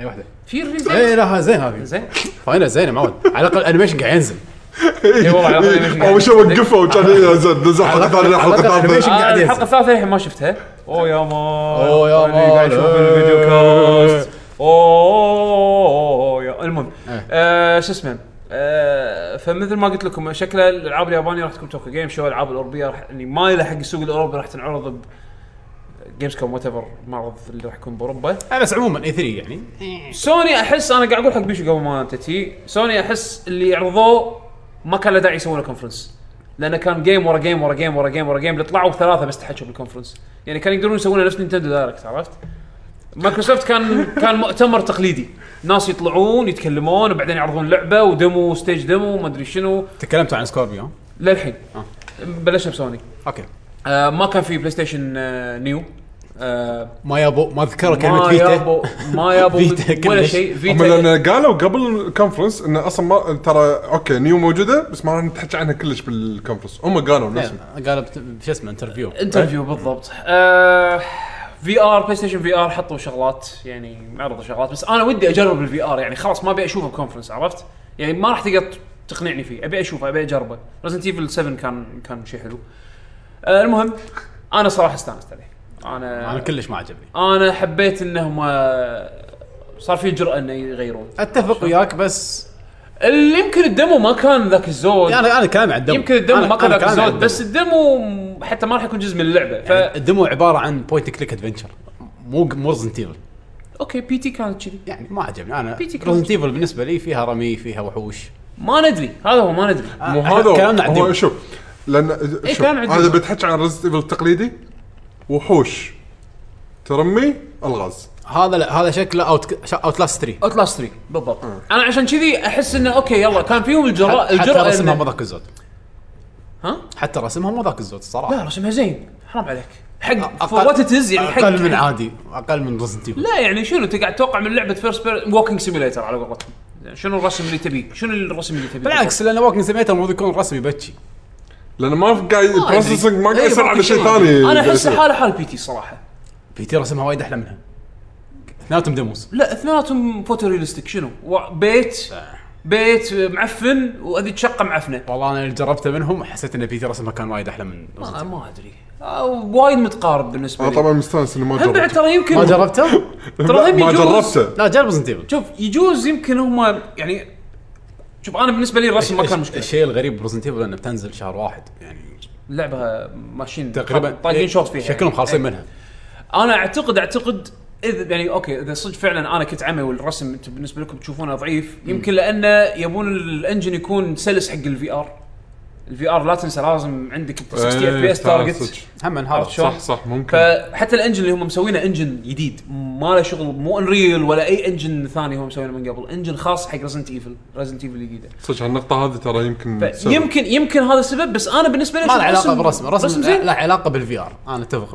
S5: اي واحده
S3: في ريليز ديت
S5: اي إيه، لا ها، زين هذه
S3: زين
S5: فاينل زين يا معود على الاقل انيميشن قاعد ينزل
S3: اي والله على الأقل animation قاعد
S2: اول شيء
S3: ينزل.
S2: وقفه وكان ينزل نزل حلقه ثانيه حلقه
S5: animation
S2: ثالثه
S5: قاعد
S3: آه،
S5: ينزل.
S3: الحلقه الثالثه الحين ما شفتها اوه يا مال
S5: أوه يا
S3: أنا قاعد
S5: مال.
S3: اشوف الفيديو كاست اوه يا المهم
S5: إيه.
S3: آه، شو اسمه آه، فمثل ما قلت لكم شكله الالعاب اليابانيه راح تكون توكو جيم شو الالعاب الاوروبيه راح يعني مايله حق السوق الاوروبي راح تنعرض ب جيمز كوم وات ايفر معرض اللي راح يكون باوروبا
S5: آه، بس عموما اي 3 يعني
S3: سوني احس انا قاعد اقول حق بيشو قبل ما تتي سوني احس اللي عرضوه ما كان له داعي يسوون له كونفرنس لانه كان جيم ورا جيم ورا جيم ورا جيم ورا جيم اللي طلعوا ثلاثه بس تحكوا بالكونفرنس يعني كانوا يقدرون يسوون نفس نينتندو دايركت عرفت؟ مايكروسوفت كان كان مؤتمر تقليدي ناس يطلعون يتكلمون وبعدين يعرضون لعبه ودمو ستيج دمو ما ادري شنو
S5: تكلمت عن سكوربيو ها؟
S3: للحين
S5: آه.
S3: بلشنا بسوني
S5: اوكي
S3: آه ما كان في بلاي ستيشن آه نيو آه
S5: ما يابو ما اذكر كلمه
S3: ما يابو
S5: فيتا
S3: ما يابو
S5: فيتا
S3: ولا
S5: كلش.
S3: شيء
S2: هم لان قالوا قبل الكونفرنس انه اصلا ما ترى اوكي نيو موجوده بس ما راح نتحكي عنها كلش بالكونفرنس هم قالوا نفسهم
S5: قال بت- شو اسمه انترفيو
S3: انترفيو بالضبط آه في ار بلاي ستيشن في ار حطوا شغلات يعني عرضوا شغلات بس انا ودي اجرب الفي ار يعني خلاص ما ابي اشوفه بكونفرنس عرفت؟ يعني ما راح تقدر تقنعني فيه ابي اشوفه ابي اجربه ريزنت ايفل 7 كان كان شيء حلو آه المهم انا صراحه استانست عليه انا
S5: انا كلش ما عجبني
S3: انا حبيت انهم آه، صار في جرأة انه يغيرون
S5: اتفق وياك بس
S3: اللي يمكن الدمو ما كان ذاك الزود
S5: انا انا كلامي عن الدمو
S3: يمكن الدمو
S5: يعني أنا-
S3: ما كان
S5: أنا
S3: ذاك
S5: كلامي عن
S3: الزود بس
S5: الدمو.
S3: الدمو م- حتى ما راح يكون جزء من اللعبه ف
S5: يعني الدمو عباره عن بوينت كليك ادفنشر مو مو رزنت ايفل
S3: اوكي بي تي كانت كذي
S5: يعني ما عجبني انا
S3: بيتي كليك.
S5: رزنت ايفل بالنسبه لي فيها رمي فيها وحوش
S3: ما ندري هذا هو ما ندري
S2: مو
S5: إحنا
S2: هذا
S5: كلامنا عن
S2: هو- هو
S5: الدمو.
S2: شوف لان شوف
S3: إيه، كلام عن
S2: هذا
S3: الدمو.
S2: بتحكي عن ريزنت ايفل التقليدي وحوش ترمي الغاز
S5: هذا لا هذا شكله اوت اوت لاست 3
S3: اوتلاست 3 بالضبط انا عشان كذي احس انه اوكي يلا كان فيهم الجراء
S5: آه. حتى
S3: الجرأة
S5: رسمها
S3: إنه-
S5: مو ذاك الزود
S3: ها؟
S5: حتى رسمها مو ذاك الزود الصراحه
S3: لا رسمها زين حرام عليك حق
S5: أقل-
S3: فور وات اتز يعني حق
S5: اقل من عادي اقل من رزنت ايفل
S3: لا يعني شنو انت قاعد تتوقع من لعبه فيرست بير... ووكينج سيميليتر على قولتهم شنو الرسم اللي تبيه؟ شنو الرسم اللي تبيه؟
S5: بالعكس لان ووكينج سيميتر المفروض يكون رسمي بتشي
S2: لان ما في قاعد بروسيسنج ما
S3: إيه،
S2: قاعد يصير على شيء ثاني يعني
S3: انا
S2: قاعد
S3: احس
S2: يصير.
S3: حاله حال بي تي صراحه
S5: بيتي رسمها وايد احلى منها اثنيناتهم ديموز
S3: لا اثنيناتهم فوتوريالستيك شنو؟ و- بيت
S5: آه.
S3: بيت معفن وهذيك شقه معفنه
S5: والله انا اللي جربته منهم حسيت ان بيتي رسمها كان وايد احلى من Resident
S3: ما,
S5: Evil.
S3: ما ادري أو وايد متقارب بالنسبه
S2: انا
S3: لي
S2: طبعا مستانس اني ما
S3: هم بعد
S2: جربت
S3: ترى يمكن
S5: ما جربته؟
S3: ترى هم
S2: ما
S3: يجوز-
S2: جربته
S5: لا جرب رزنت ايفل
S3: شوف يجوز يمكن هم يعني شوف انا بالنسبه لي الرسم ما كان مشكله
S5: الشيء الغريب برزنت ايفل انه بتنزل شهر واحد يعني
S3: اللعبه ماشيين
S5: تقريبا
S3: طاقين شوط فيها
S5: إيه، شكلهم
S3: يعني.
S5: خالصين منها
S3: انا اعتقد اعتقد اذا يعني اوكي اذا صدق فعلا انا كنت عمي والرسم انت بالنسبه لكم تشوفونه ضعيف يمكن لانه يبون الانجن يكون سلس حق الفي ار الفي ار لا تنسى لازم عندك 60 اف بي
S2: إيه،
S3: اس
S2: فعلاً
S3: تارجت
S2: صدق.
S3: عرفت
S5: هم انهارت
S3: شلون؟
S2: صح صح ممكن
S3: فحتى الانجن اللي هم مسوينه انجن جديد ما له شغل مو انريل ولا اي انجن ثاني هم مسوينه من قبل انجن خاص حق ريزنت ايفل ريزنت ايفل الجديده
S2: صدق هالنقطه هذه ترى يمكن سبب.
S3: يمكن يمكن هذا السبب بس انا بالنسبه لي
S5: ما له
S3: أشوف
S5: علاقه بالرسم الرسم
S3: رسم
S5: لا
S3: زين
S5: لا علاقه بالفي ار انا اتفق 100%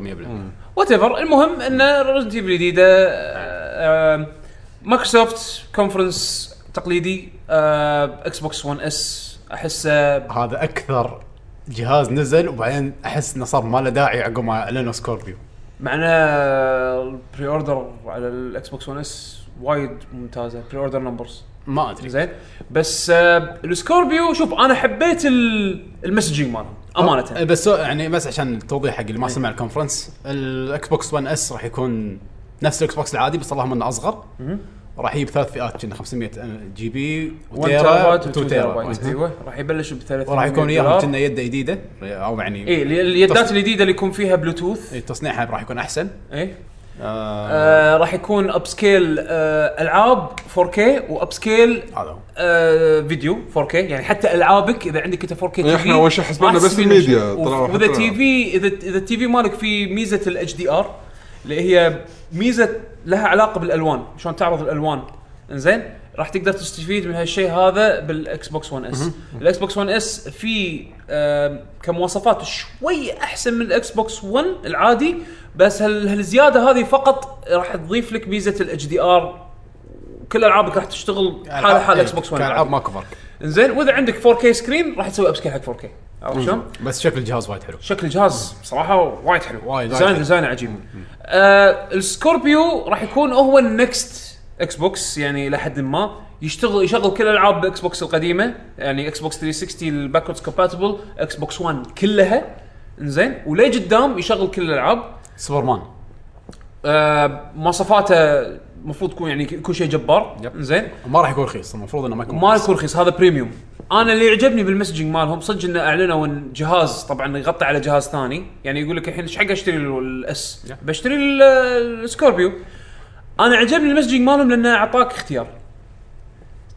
S3: وات ايفر المهم ان ريزنت ايفل الجديده آه، آه، مايكروسوفت كونفرنس تقليدي آه، اكس بوكس 1 اس احسه
S5: هذا اكثر جهاز نزل وبعدين احس انه صار ما له داعي عقب ما اعلنوا سكوربيو
S3: معنا البري اوردر على الاكس بوكس 1 اس وايد ممتازه بري اوردر نمبرز
S5: ما ادري
S3: زين بس آه، السكوربيو شوف انا حبيت ال- المسجنج مالهم امانه
S5: بس سو- يعني بس عشان التوضيح حق اللي
S3: إيه.
S5: ما سمع الكونفرنس الاكس بوكس 1 اس راح يكون نفس الاكس بوكس العادي بس اللهم انه اصغر راح يجيب ثلاث فئات كنا 500 جي بي
S3: 1 تيرابايت
S5: و2
S3: و2 تيرابايت
S5: تيرا
S3: ايوه راح يبلش ب 3
S5: وراح يكون وياهم كنا يده جديده او
S3: اي
S5: يعني
S3: إيه، اليدات
S5: تص-
S3: الجديده اللي يكون فيها بلوتوث
S5: إيه، تصنيعها راح يكون احسن
S3: اي
S5: آه،
S3: آه راح يكون اب سكيل آه العاب 4K واب سكيل
S5: هذا هو
S3: آه فيديو 4K يعني حتى العابك اذا عندك انت 4K تي
S2: إحنا أول شي حسبنا بس الميديا، طلعوا
S3: واذا
S2: حتى
S3: تي في اذا اذا التي في مالك في ميزه الاتش دي ار اللي هي ميزه لها علاقه بالالوان شلون تعرض الالوان انزين راح تقدر تستفيد من هالشيء هذا بالاكس بوكس 1 اس الاكس بوكس 1 اس في آه كمواصفات شوي احسن من الاكس بوكس 1 العادي بس هال- هالزياده هذه فقط راح تضيف لك ميزه الاتش دي ار كل العابك راح تشتغل
S5: يعني
S3: حالها حال اكس بوكس 1
S5: كالعاب
S3: العادي.
S5: إيه، ماكو فرق
S3: انزين واذا عندك 4K سكرين راح تسوي ابسكيل حق 4K عرفت شلون؟
S5: بس شكل الجهاز وايد حلو
S3: شكل الجهاز بصراحه وايد حلو
S5: وايد- وايد
S3: ديزاين
S5: حلو.
S3: ديزاين عجيب آه السكوربيو راح يكون هو النكست اكس بوكس يعني الى حد ما يشتغل يشغل كل العاب اكس بوكس القديمه يعني اكس بوكس 360 الباكوردز كومباتبل اكس بوكس 1 كلها انزين وليه قدام يشغل كل الالعاب
S5: سوبرمان
S3: آه، مواصفاته المفروض يكون يعني كل شيء جبار
S5: يب.
S3: زين
S5: ما راح يكون رخيص المفروض انه ما يكون
S3: ما يكون رخيص هذا بريميوم انا اللي عجبني بالمسجنج مالهم صدق انه اعلنوا ان جهاز طبعا يغطي على جهاز ثاني يعني يقول لك الحين ايش حق اشتري ال- الاس
S5: Yeah.
S3: بشتري ال- السكوربيو انا عجبني المسجنج مالهم لانه اعطاك اختيار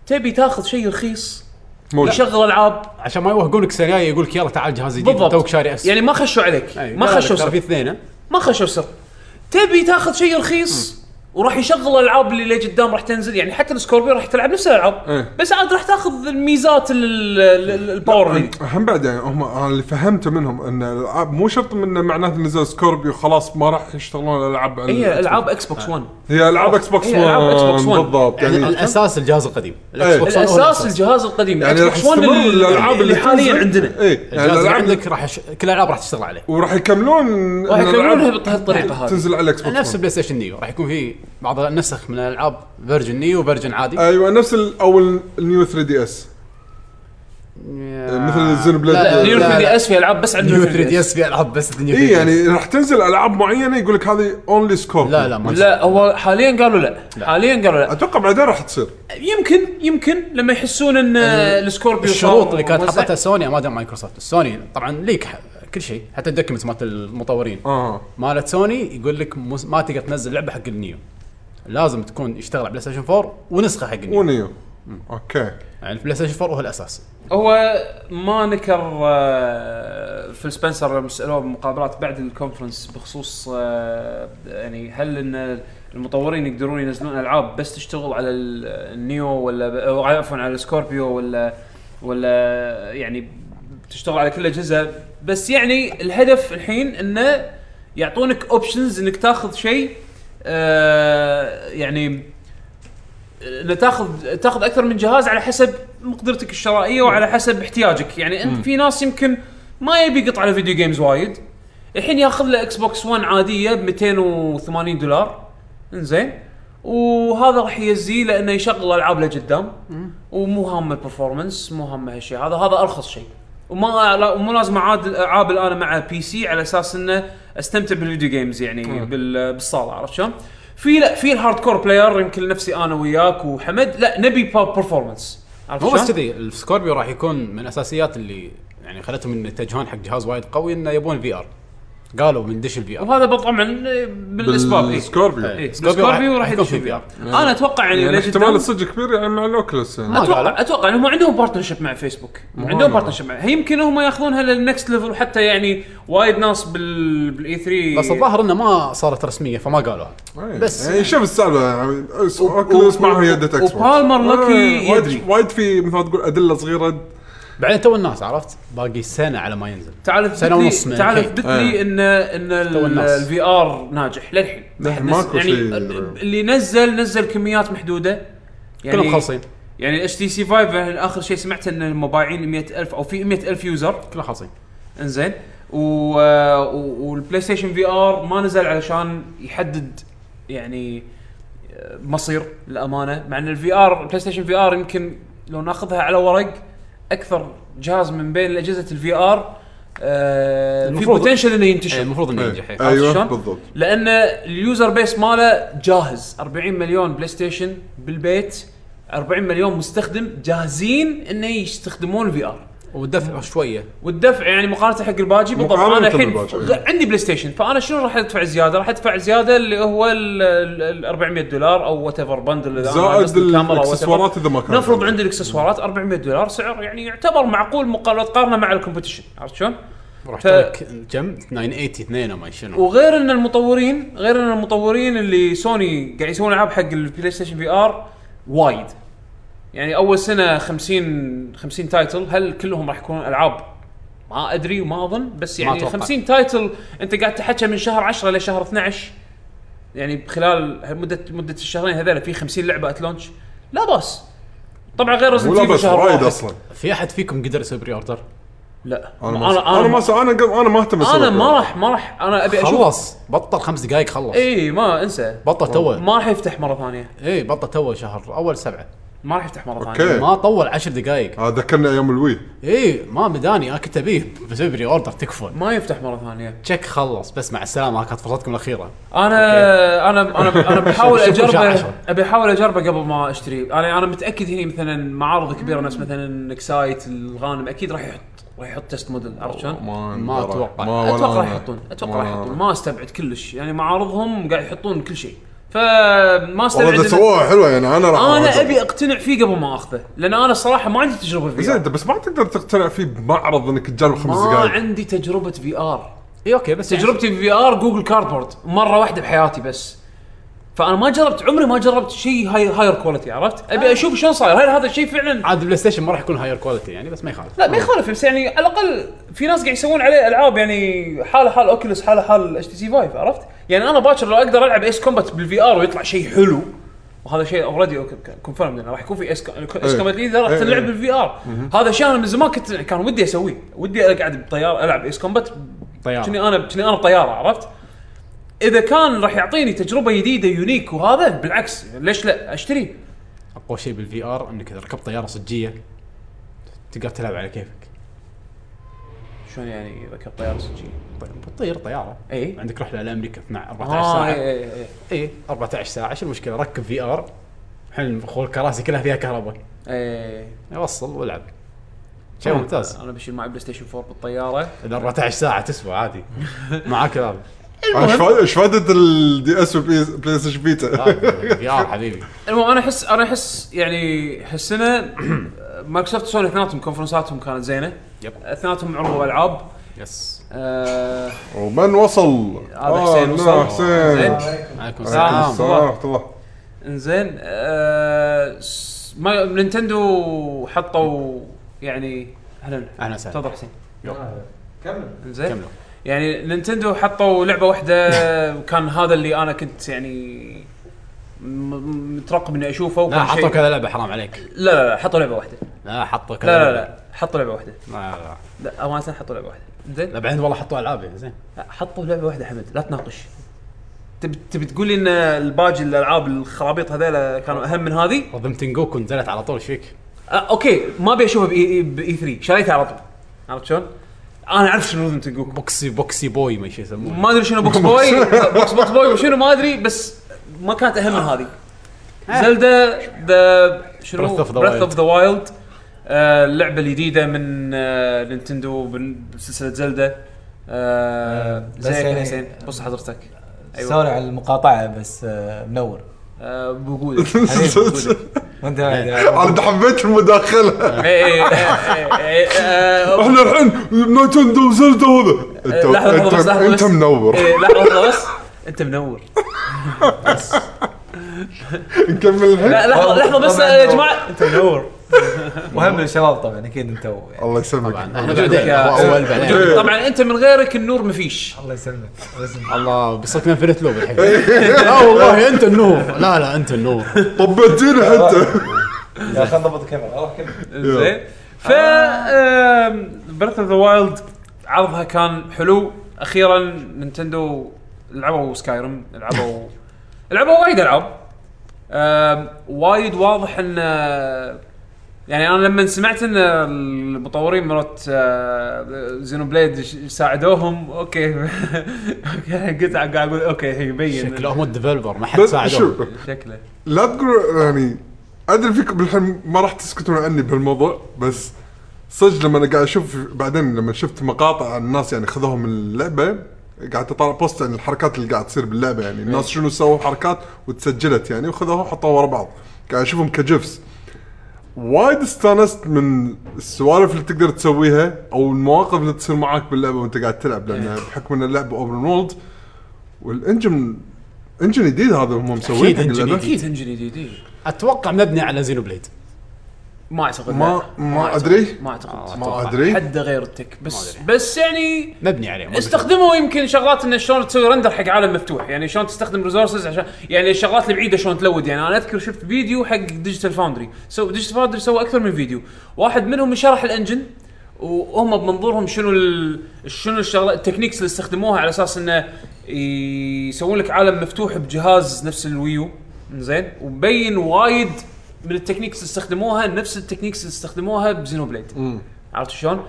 S3: تبي تاخذ شيء رخيص
S2: موجود
S3: يشغل العاب
S5: عشان ما يوهقونك سريع يقول لك يلا تعال جهاز جديد
S3: بالضبط
S5: توك شاري اس
S3: يعني ما خشوا عليك
S5: أي،
S3: ما
S5: قال لك
S3: خشوا
S5: ترى في
S3: سر
S5: اثنين
S3: ما خشوا سر تبي تاخذ شيء رخيص وراح يشغل الالعاب اللي اللي قدام راح تنزل يعني حتى السكوربيو راح تلعب نفس الالعاب
S2: إيه.
S3: بس عاد راح تاخذ الميزات ال- ال- ال- الباور ليج
S2: هم بعد يعني هم أنا اللي فهمته منهم ان الالعاب مو شرط انه معناته نزل سكوربيو خلاص ما راح يشتغلون الالعاب على
S3: هي
S2: الإكس
S3: العاب اكس بوكس 1
S2: بوكس. هي العاب اكس بوكس
S3: هي ألعاب إكس
S2: 1
S3: بوكس One.
S2: بالضبط
S5: يعني
S2: يعني
S5: الاساس الجهاز القديم
S2: إيه.
S5: Xbox One هو
S3: الاساس
S5: الأساس.
S3: الجهاز القديم
S2: يعني راح
S3: الاكس بوكس 1
S2: يستمر الالعاب
S3: اللي حاليا
S2: تنزل.
S3: عندنا
S2: ايه يعني
S5: الجهاز اللي
S2: الالعاب
S5: عندك راح يش... كل الالعاب راح تشتغل عليه
S2: وراح يكملون إن
S3: راح يكملونها
S2: الألعاب
S3: بهالطريقة هذه.
S2: تنزل على الاكس بوكس
S5: نفس
S2: 1.
S5: البلاي ستيشن نيو راح يكون في بعض النسخ من الالعاب فيرجن نيو وفيرجن عادي
S2: ايوه نفس ال- اول النيو 3 دي اس مثل الزين بلاد-
S3: نيو
S2: لا،
S3: 3 دي اس في العاب بس عندنا
S5: نيو 3 دي اس في العاب بس نيو 3
S2: اي يعني راح تنزل العاب معينه يقول لك هذه اونلي سكور
S5: لا لا ما
S3: لا هو حاليا قالوا لا حاليا قالوا لا
S2: اتوقع بعدين راح تصير
S3: يمكن يمكن لما يحسون ان السكوربيو
S5: الشروط
S3: صار
S5: اللي كانت
S3: موزع.
S5: حطتها سوني ما دام مايكروسوفت سوني طبعا ليك ح- كل شيء حتى الدوكيمنت مالت المطورين
S3: آه.
S2: اه
S5: مالت سوني يقول لك مس- ما تقدر تنزل لعبه حق النيو لازم تكون يشتغل على بلاي ستيشن 4 ونسخه حق النيو
S2: ونيو اوكي
S3: إيه،
S5: يعني البلاي ستيشن 4 هو الاساس
S3: هو ما نكر آه، فيل سبنسر لما سالوه بمقابلات بعد الكونفرنس بخصوص آه، يعني هل ان المطورين يقدرون ينزلون العاب بس تشتغل على ال- النيو ولا أو عفوا على السكوربيو ولا ولا يعني تشتغل على كل الاجهزه بس يعني الهدف الحين انه يعطونك اوبشنز انك تاخذ شيء آه، يعني انه تاخذ تاخذ اكثر من جهاز على حسب مقدرتك الشرائيه وعلى حسب احتياجك يعني انت في ناس يمكن ما يبي قطع على فيديو جيمز وايد الحين ياخذ له اكس بوكس 1 عاديه ب 280 دولار انزين وهذا راح يزيه لانه يشغل العاب لقدام ومو هامه البرفورمانس مو هامه هالشيء هذا هذا ارخص شيء وما لا- مو لازم اعاد العاب الان مع بي سي على اساس انه استمتع بالفيديو جيمز يعني بال- بالصاله عرفت شلون؟ في لا في الهارد كور بلاير يمكن نفسي انا وياك وحمد لا نبي برفورمانس
S5: مو بس كذي السكوربيو راح يكون من الاساسيات اللي يعني خلتهم ان يتجهون حق جهاز وايد قوي انه يبون في ار قالوا بندش الفي ار
S3: وهذا طبعا بالاسباب إيه.
S2: بالسكوربيو
S3: إيه.
S5: سكوربيو
S3: سكوربيو راح
S5: راح- راح يكون
S3: يدش
S5: في
S3: في
S5: VR.
S3: انا اتوقع يعني
S2: يعني
S3: لجدام-
S2: احتمال صدق كبير يعني مع الاوكلس يعني
S3: اتوقع اتوقع انهم عندهم بارتنرشيب مع فيسبوك عندهم بارتنرشيب مع هي يمكن هم ياخذونها للنكست ليفل حتى يعني وايد ناس بال E بالاي 3
S5: بس الظاهر انه ما صارت رسميه فما قالوها
S2: إيه.
S5: بس
S2: يعني شوف السالفه يعني أس- اوكلس معها يدة اكس بوكس
S3: وبالمر لكي
S2: إيه، وايد-
S3: يدري.
S2: وايد في مثل ما تقول ادله صغيره
S5: بعدين تو الناس عرفت باقي سنه على ما ينزل
S3: تعال اثبت
S5: سنة
S3: لي
S5: ونص من
S3: تعال
S5: الحين.
S3: اثبت لي
S2: آه.
S3: ان ان
S5: تو الناس.
S3: الفي ار ناجح للحين ما حد
S2: للحين
S3: نزل-
S2: ماكو
S3: يعني
S2: شيء.
S3: اللي نزل نزل كميات محدوده يعني
S5: كلهم خالصين
S3: يعني اتش تي سي 5 اخر شيء سمعت ان هم بايعين 100000 او في 100000 يوزر
S5: كلهم خالصين
S3: انزين و... آه، و- والبلاي ستيشن في ار ما نزل علشان يحدد يعني آه، مصير للامانه مع ان الفي ار بلاي ستيشن في ار يمكن لو ناخذها على ورق اكثر جهاز من بين اجهزه الفي ار آه، في
S5: المفروض-
S3: بوتنشل انه ينتشر
S5: إيه، المفروض انه
S2: إيه.
S5: ينجح إيه.
S3: عرفت
S2: ايوه
S3: شلون؟
S2: بالضبط
S3: لان اليوزر بيس ماله جاهز 40 مليون بلاي ستيشن بالبيت 40 مليون مستخدم جاهزين انه يستخدمون الفي ار
S5: والدفع شويه
S3: والدفع يعني مقارنه حق الباجي بالضبط
S2: مقارنة إيه.
S3: انا الحين
S2: بالباجي.
S3: غ- عندي بلاي ستيشن فانا شنو راح ادفع زياده؟ راح ادفع زياده اللي هو ال- ال ال- 400 دولار او وات ايفر بندل
S2: زائد الاكسسوارات اذا ما كان
S3: نفرض عندي الاكسسوارات 400 دولار سعر يعني يعتبر معقول مقارنه تقارنه مع الكومبetition عرفت شلون؟
S5: رحت
S3: ف-
S5: لك كم 980 2 ما شنو
S3: وغير ان المطورين غير ان المطورين اللي سوني قاعد يسوون العاب حق البلاي ستيشن في ار وايد يعني اول سنه 50 50 تايتل هل كلهم راح يكونون العاب ما ادري وما اظن بس يعني
S5: أتوقع.
S3: 50 تايتل انت قاعد تحكي من شهر 10 لشهر 12 يعني خلال مده مده الشهرين هذول في 50 لعبه اتلونش لا باس طبعا غير
S2: ولا
S3: رزنت
S2: بس
S3: شهر
S2: وايد
S3: واحد
S2: اصلا
S5: في احد فيكم قدر يسوي بري اوردر؟
S3: لا
S2: انا ما انا ما س- انا ق- انا ما اهتم
S3: انا
S2: أسوي
S3: ما
S2: كذا.
S3: راح ما راح انا ابي اشوف
S5: خلص بطل خمس دقائق خلص
S3: اي إيه. ما انسى
S5: بطل تو
S3: ما راح يفتح مره ثانيه
S5: اي بطل تو شهر اول سبعه
S3: ما راح يفتح مره ثانيه
S2: أوكي.
S5: ما طول عشر دقائق
S2: هذا آه، ذكرني ايام الوي
S5: اي ما مداني انا كنت ابيه بسوي بري اوردر تكفى
S3: ما يفتح مره ثانيه
S5: تشيك خلص بس مع السلامه ها كانت فرصتكم الاخيره
S3: انا انا انا انا بحاول
S5: شوف- شوف الساعة
S3: اجربه
S5: عشرة.
S3: ابي احاول اجربه قبل ما اشتري انا انا متاكد هني مثلا معارض كبيره نفس مثلا اكسايت الغانم اكيد راح يحط راح يحط تست موديل عرفت شلون؟
S5: ما أتوقع.
S2: ولا
S3: اتوقع راح
S2: أنا.
S3: يحطون اتوقع
S2: ولا
S3: راح يحطون
S2: أنا.
S3: ما استبعد كلش يعني معارضهم قاعد يحطون كل شيء فما استبعد
S2: والله اذا
S3: إن-
S2: سووها حلوه يعني انا راح
S3: انا
S2: أجرب.
S3: ابي اقتنع فيه قبل ما اخذه لان انا الصراحه ما عندي تجربه في
S2: زين بس ما تقدر تقتنع فيه بمعرض انك تجرب خمس
S3: ما
S2: دقائق
S3: عندي تجربه في ار
S5: اي اوكي إيه، بس
S3: تجربتي في في ار جوجل كاردبورد مره واحده بحياتي بس فانا ما جربت عمري ما جربت شيء هاي هاير كواليتي عرفت؟ ابي اشوف شلون صاير هل هذا الشيء فعلا
S5: عاد البلاي ستيشن ما راح يكون هاير كواليتي يعني بس ما يخالف
S3: لا ما يخالف بس يعني على الاقل في ناس قاعد يسوون عليه العاب يعني حاله حال اوكيلس حاله حال اتش تي سي 5 عرفت؟ يعني انا باكر لو اقدر العب ايس كومبات بالفي ار ويطلع شيء حلو وهذا شيء اوريدي كونفيرم راح يكون في اس
S2: إيه.
S3: كومبات ليدر راح
S2: إيه.
S3: تلعب بالفي ار هذا شيء انا من زمان كنت كان ودي اسويه ودي اقعد بطياره العب ايس كومبات
S5: طيارة.
S3: كني انا كني انا طياره عرفت؟ اذا كان راح يعطيني تجربه جديده يونيك وهذا بالعكس ليش لا اشتري
S5: اقوى شيء بالفي ار انك اذا ركبت طياره صجيه تقدر تلعب على كيفك
S3: شلون يعني اذا كانت طياره صجيه
S5: طيب بتطير طياره
S3: إي.
S5: عندك رحله لامريكا 12 14
S3: اه
S5: ساعه
S3: اي اي اي
S5: اي 14 ساعه شو المشكله ركب في ار الحين خو الكراسي كلها فيها كهرباء
S3: اي
S5: وصل والعب شيء
S3: آه.
S5: ممتاز
S3: انا بشيل معي بلاي ستيشن 4 بالطياره
S5: اذا 14 ساعه تسوى عادي معاك هذا
S2: أنا إيش فايدة- ايش فائده الدي اس والبلاي ستيشن
S3: آه.
S2: بيتا
S5: في ار آه، حبيبي
S3: المهم انا احس انا احس يعني حسنا مايكروسوفت وسوني اثنيناتهم كونفرنساتهم كانت زينه
S5: يب.
S3: اثنيناتهم عرضوا العاب
S5: يس
S3: آه
S2: ومن وصل
S3: هذا حسين وصل.
S2: وصل حسين
S3: زين.
S5: عليكم
S3: آه.
S5: السلام
S2: السلام ورحمه الله
S3: انزين آه س- ما نينتندو حطوا يعني اهلا
S5: أهلاً وسهلاً.
S3: تفضل حسين
S6: كمل
S3: انزين
S5: كملوا.
S3: يعني نينتندو حطوا لعبه واحده وكان هذا اللي انا كنت يعني م- م- مترقب اني اشوفه وكان
S5: لا حطوا
S3: طيب، شيء-
S5: كذا لعبه حرام عليك
S3: لا لا لا حطوا لعبه واحده
S5: لا حطوا كذا
S3: لا لا
S5: لعبة.
S3: لا حطوا لعبه واحده
S5: لا لا
S3: لا امانه حطوا لعبه واحده زين
S5: لا بعدين والله حطوا العاب يعني زين
S3: حطوا لعبه واحده حمد لا تناقش تبي تبي تقول لي ان الباجي الالعاب الخرابيط هذيلا كانوا اهم من هذه
S5: رضمت نجوكو نزلت على طول ايش فيك؟
S3: آه، اوكي ما ابي اشوفها باي باي 3 شريتها على طول عرفت شلون؟ انا اعرف شنو لازم تقول
S5: بوكسي بوكسي بوي ما شي يسمونه
S3: ما ادري شنو بوكس بوي بوكس بوكس بوي وشنو ما ادري بس ما كانت اهم من هذه زلدا ذا شنو
S5: Breath of the
S3: بريث
S5: Wild.
S3: اوف ذا وايلد اللعبه الجديده آه، من آه، نينتندو بن- بسلسله زلدا آه
S6: بس
S3: زيك يا
S6: يعني-
S3: حسين بص حضرتك أيوة.
S6: أيوة. سوري على المقاطعه بس آه، منور
S3: آه، بوجودك
S6: حبيبي، وجودك. وانت بعد.
S2: انا دا حبيت المداخله
S3: إيه، إيه، إيه، إيه، آه،
S2: احنا الحين نينتندو وزلدا هذا انت
S3: لحظة لحظة بس
S2: انت
S3: لحظة بس
S2: انت منور
S3: إيه، لحظة لحظة بس انت منور
S2: نكمل الحين
S3: لا لحظة لحظة بس
S6: طبعاً
S3: يا
S6: منور.
S3: جماعة انت منور
S6: مهم للشباب طبعا اكيد انت و- يعني.
S2: الله يسلمك
S5: طبعا احنا بعدين هو اول بعدين
S2: إيه.
S3: طبعا انت من غيرك النور مفيش
S6: الله يسلمك بس-
S5: الله بصك انفنت لوب الحين لا والله انت النور لا لا انت النور
S2: طبتيني حتى
S6: يا خلينا نضبط الكاميرا روح كمل
S3: زين ف بريث اوف ذا وايلد عرضها كان حلو اخيرا نينتندو لعبوا سكايرم لعبوا لعبوا وايد العاب آم، وايد واضح ان آه، يعني انا لما سمعت ان المطورين مرات زينو بليد ساعدوهم اوكي أوكي، قلت قاعد اقول اوكي هي يبين
S5: شكله هم الديفلوبر ما حد
S2: بس شوف
S5: ساعدوه
S3: شكله
S2: لا تقول يعني ادري فيكم بالحين ما راح تسكتون عني بهالموضوع بس صدق لما انا قاعد اشوف بعدين لما شفت مقاطع عن الناس يعني خذوهم من اللعبه قاعد اطالع بوست عن الحركات اللي قاعد تصير باللعبه
S5: إيه.
S2: يعني الناس شنو سووا حركات وتسجلت يعني وخذوها وحطوها ورا بعض قاعد اشوفهم كجفس وايد استانست من السوالف اللي تقدر تسويها او المواقف اللي تصير معاك باللعبه وانت قاعد تلعب
S5: إيه.
S2: لان بحكم ان اللعبه اوبن وولد والانجن انجن جديد هذا هم مسوين
S5: أكيد
S2: حق
S5: engine
S2: اللعبة.
S5: جديد.
S3: اكيد انجن جديد
S5: اتوقع مبني على زينو بليد
S3: ما اعتقد
S2: ما-
S3: لا.
S2: ما
S3: أعتقد.
S2: أدري.
S3: ما اعتقد
S5: أتوقع.
S2: ما ادري
S3: حد غير التك بس
S5: ما
S3: بس يعني
S5: مبني عليه ما
S3: استخدموا يمكن شغلات انه شلون تسوي رندر حق عالم مفتوح يعني شلون تستخدم ريسورسز عشان يعني الشغلات البعيده شلون تلود يعني انا اذكر شفت فيديو حق ديجيتال فاوندري سو ديجيتال فاوندري سوى اكثر من فيديو واحد منهم شرح الانجن وهم بمنظورهم شنو ال... شنو الشغلات التكنيكس اللي استخدموها على اساس انه يسوون لك عالم مفتوح بجهاز نفس الويو زين ومبين وايد من التكنيكس اللي استخدموها نفس التكنيكس اللي استخدموها بزينو بليد عرفت شلون؟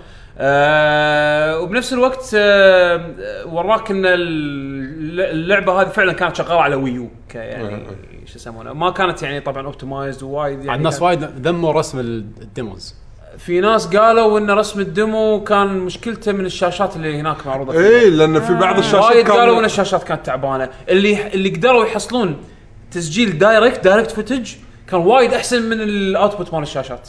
S3: آه وبنفس الوقت آه وراك ان الل- اللعبه هذه فعلا كانت شغاله على ويو ك- يعني شو يسمونه ما كانت يعني طبعا اوبتمايزد وايد يعني
S5: يعني الناس
S3: كانت-
S5: وايد ذموا رسم الديموز
S3: في ناس قالوا ان رسم الديمو كان مشكلته من الشاشات اللي هناك معروضه فيها.
S2: اي لان إيه، في بعض الشاشات
S3: آه. وايد قالوا ان
S2: كان
S3: الشاشات كانت تعبانه اللي اللي قدروا يحصلون تسجيل دايركت دايركت فوتج كان وايد احسن من الاوتبوت مال الشاشات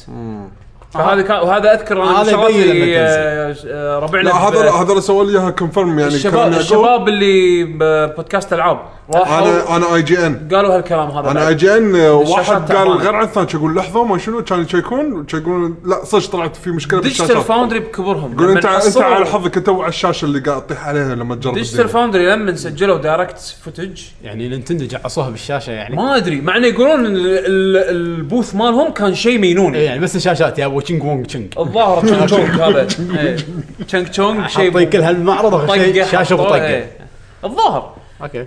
S3: فهذا كان وهذا اذكر انا
S5: هذا
S3: من الشغلات
S5: يبين لما
S3: اللي،
S5: تنزل.
S3: آه، آه، ربعنا
S2: لا هذا
S3: ب-
S2: هذا اللي سوى لي اياها كونفيرم يعني
S3: الشباب
S2: كلام يعقوب.
S3: الشباب اللي ببودكاست العاب راحوا
S2: انا انا اي جي ان
S3: قالوا هالكلام هذا
S2: انا اي
S3: بعد.
S2: جي ان آه، واحد
S3: طيب. الشاشات
S2: قال
S3: تعبانة.
S2: غير عن الثاني شو يقول لحظه ما شنو كانوا يشيكون يقولون لا صدق طلعت في مشكله
S3: ديجيتال
S2: بالشاشات
S3: فاوندري بكبرهم
S2: يقول
S3: لما
S2: انت انت
S3: حصلوا-
S2: على حظك انت وعلى الشاشه اللي قاعد تطيح عليها لما تجرب
S3: ديجيتال
S2: الديمو.
S3: فاوندري لما سجلوا دايركت فوتج
S5: يعني نينتندو جعصوها بالشاشه يعني
S3: ما ادري مع انه يقولون إن ال- ال- البوث مالهم كان شيء مينوني
S5: إيه يعني بس الشاشات يا ابو تشنج وونج تشنج
S3: الظاهر تشونغ تشونغ هذا إيه. تشونغ تشونغ شيء
S5: حاطين كل هالمعرض وآخر شيء
S3: طقه
S5: شاشه
S3: حطوه،
S5: بطقه
S3: إيه. الظاهر
S5: اوكي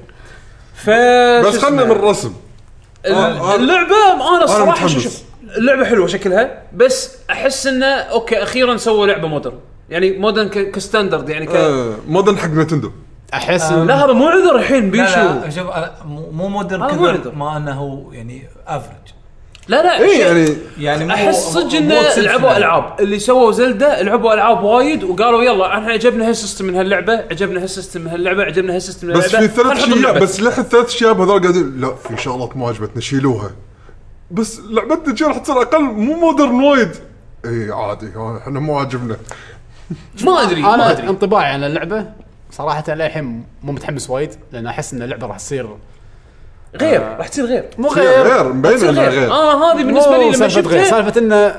S3: ف
S2: بس
S3: شو اسمه؟
S2: خلنا من الرسم
S3: ال-
S2: آه، آه.
S3: اللعبه انا صراحه
S2: متحمس.
S3: شوف شوف، اللعبه حلوه شكلها بس احس انه اوكي اخيرا سووا لعبه مودرن يعني مودرن ك- كستاندرد يعني ك...
S2: آه، مودرن حق نتندو
S5: احس
S3: لا
S5: إن-
S3: هذا مو عذر الحين بيشو
S6: لا لا شوف أنا مو مو مودرن
S3: هذا
S6: كذا
S3: مودرن.
S6: ما انه يعني افرج
S3: لا لا
S2: اي
S3: شيء-
S2: يعني
S6: يعني مو
S3: احس صدق انه
S6: مو exceptional.
S3: لعبوا العاب اللي سووا زلدة لعبوا العاب وايد وقالوا يلا احنا عجبنا هالسيستم من هاللعبه عجبنا هالسيستم من هاللعبه عجبنا هالسيستم من
S2: بس
S3: هاللعبه
S2: في ثلاث
S3: خلينا نحطهم
S2: شياب
S3: لعبة.
S2: بس لحد ثلاث شياب هذول قاعدين لا في شغلات ما عجبتنا شيلوها بس لعبتنا شي راح تصير اقل مو مودرن وايد اي عادي ها، احنا مو عاجبنا
S3: ما ادري ما
S5: انا
S3: ادري
S5: انطباعي عن اللعبه صراحه للحين مو متحمس وايد لان احس ان اللعبه راح تصير
S3: غير راح تصير غير آه،
S5: مو
S2: غير مبين انها غير
S3: انا هذه بالنسبه لي لما شفتها
S5: سالفه انه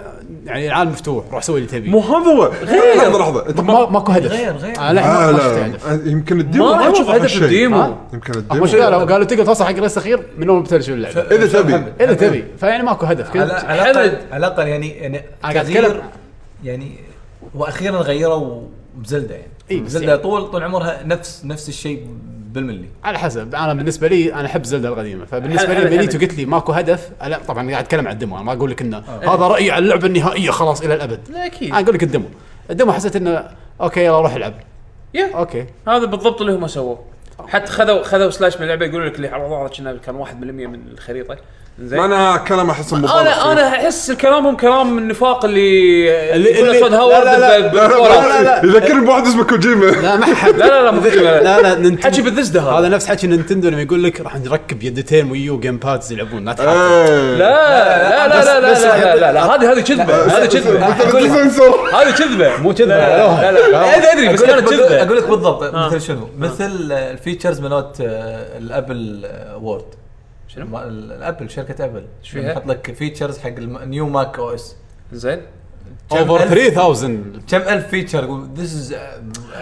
S5: يعني العالم مفتوح روح سوي اللي تبي
S2: مو هذا هو لحظه لحظه انت ما
S5: ما- ماكو هدف
S6: غير- غير.
S5: آه لا
S2: آه
S5: ما- ما شفت هدف
S2: لا يمكن الديمو
S3: ما
S2: ما
S3: راح
S2: اشوف
S3: اشوف
S2: هذا
S3: هدف
S2: الشيء
S3: الديمو
S5: ها؟
S2: يمكن
S5: هم
S2: الديمو
S5: شو قالوا قالوا تقدر توصل حق الرئيس الاخير من اول بتبلش اللعبه
S2: اذا تبي
S5: اذا تبي فيعني ماكو هدف
S6: على
S5: كذا
S6: على
S3: حمد.
S6: الاقل على الاقل يعني يعني
S5: قاعد
S6: كثير
S5: أتكلم.
S6: يعني واخيرا غيروا بزلده يعني
S5: إي، بس
S6: بزلده
S5: يعني-
S6: طول طول عمرها نفس نفس الشيء بالملي
S5: على حسب انا بالنسبه لي انا احب زلده القديمه فبالنسبه
S3: حلو،
S5: لي
S3: حلو،
S5: بنيتو
S3: حلو.
S5: قلت لي ماكو هدف لا طبعا قاعد اتكلم عن الدمو انا ما اقول لك انه هذا رايي عن اللعبه النهائيه خلاص الى الابد
S3: لا اكيد
S5: انا اقول لك الدمو الدمو حسيت انه اوكي يلا روح العب
S3: يا.
S5: اوكي
S3: هذا بالضبط اللي هم سووه حتى خذوا خذوا سلاش من اللعبه يقولون لك اللي عرضوه هذا كنا- كان 1% من الخريطه زين
S2: ما انا كلام احس مبالغ
S3: انا
S2: فيه.
S3: انا احس كلامهم كلام النفاق اللي
S5: اللي-
S3: يقول
S5: اللي-
S3: أسود
S5: لا،
S3: هاورد
S5: لا، لا.
S3: ب-
S2: لا
S3: بالكورة.
S2: لا لا يذكرني بواحد اسمه كوجيما
S5: لا ما حد
S3: لا لا لا مو كذا، لا
S5: لا لا ننتندو-
S3: حكي بالذزدة هذا
S5: هذا نفس حكي نينتندو لما يقول لك راح نركب يدتين ويو جيم بادز يلعبون لا تحاول
S2: إيه.
S3: لا لا
S5: بس-
S3: لا لا
S5: بس
S3: لا لا
S5: يحط-
S3: لا لا هذه هذه كذبه هذه كذبه
S2: بس لا تسنسر.
S3: هذه كذبه مو كذبه لا لا لا أدري- ادري بس آه.
S6: أقول لك-
S3: كانت
S6: بقول-
S3: كذبه
S6: اقول لك بالضبط مثل شنو مثل آه، الفيتشرز مالت آه، الابل آه، وورد
S3: شنو؟
S6: ما- ال- الابل شركه ابل شو
S3: فيها؟
S6: يحط لك فيتشرز حق النيو ماك او اس
S3: زين
S5: اوفر 3000
S6: كم الف فيتشر يقول ذيس از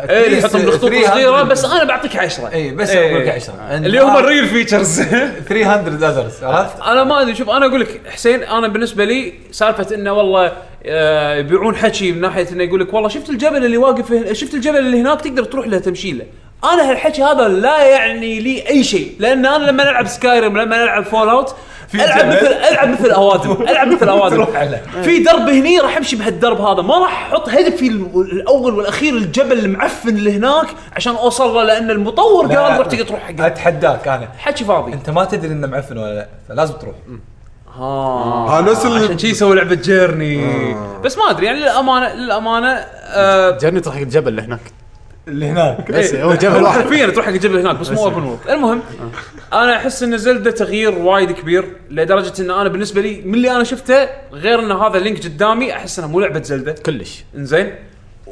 S3: ايه اللي يحطهم بخطوط صغيره بس انا بعطيك 10
S6: اي بس
S3: إيه.
S6: اقول لك 10
S3: اللي هم الريل فيتشرز
S6: 300 اذرز عرفت؟
S3: انا ما ادري شوف انا اقول لك حسين انا بالنسبه لي سالفه انه والله آه، يبيعون حكي من ناحيه انه يقول لك والله شفت الجبل اللي واقف هنا- شفت الجبل اللي هناك تقدر تروح له تمشي له انا هالحكي هذا لا يعني لي اي شيء لان انا لما العب سكايريم لما العب فول اوت العب
S6: جبل.
S3: مثل العب مثل اوادم العب مثل اوادم
S6: تروح عليه.
S3: في درب هني راح امشي بهالدرب هذا ما راح احط هدفي ال- الاول والاخير الجبل المعفن اللي هناك عشان اوصل له لان المطور
S6: لا،
S3: قال راح تقدر تروح حقه
S6: اتحداك انا
S3: حكي فاضي
S6: انت ما تدري انه معفن ولا لا فلازم تروح
S3: ها
S2: ها نفس
S3: عشان
S2: اللي
S3: شي يسوي لعبه جيرني بس ما ادري يعني للامانه للامانه آه
S5: جرني تروح حق الجبل اللي هناك
S6: اللي هناك
S5: بس
S3: إيه،
S5: هو جبل واحد
S3: حرفيا تروح حق الجبل هناك بس مو اوبن وورد المهم انا احس ان زلدة تغيير وايد كبير لدرجه ان انا بالنسبه لي من اللي انا شفته غير ان هذا لينك قدامي احس انه مو لعبه زلدة
S5: كلش
S3: انزين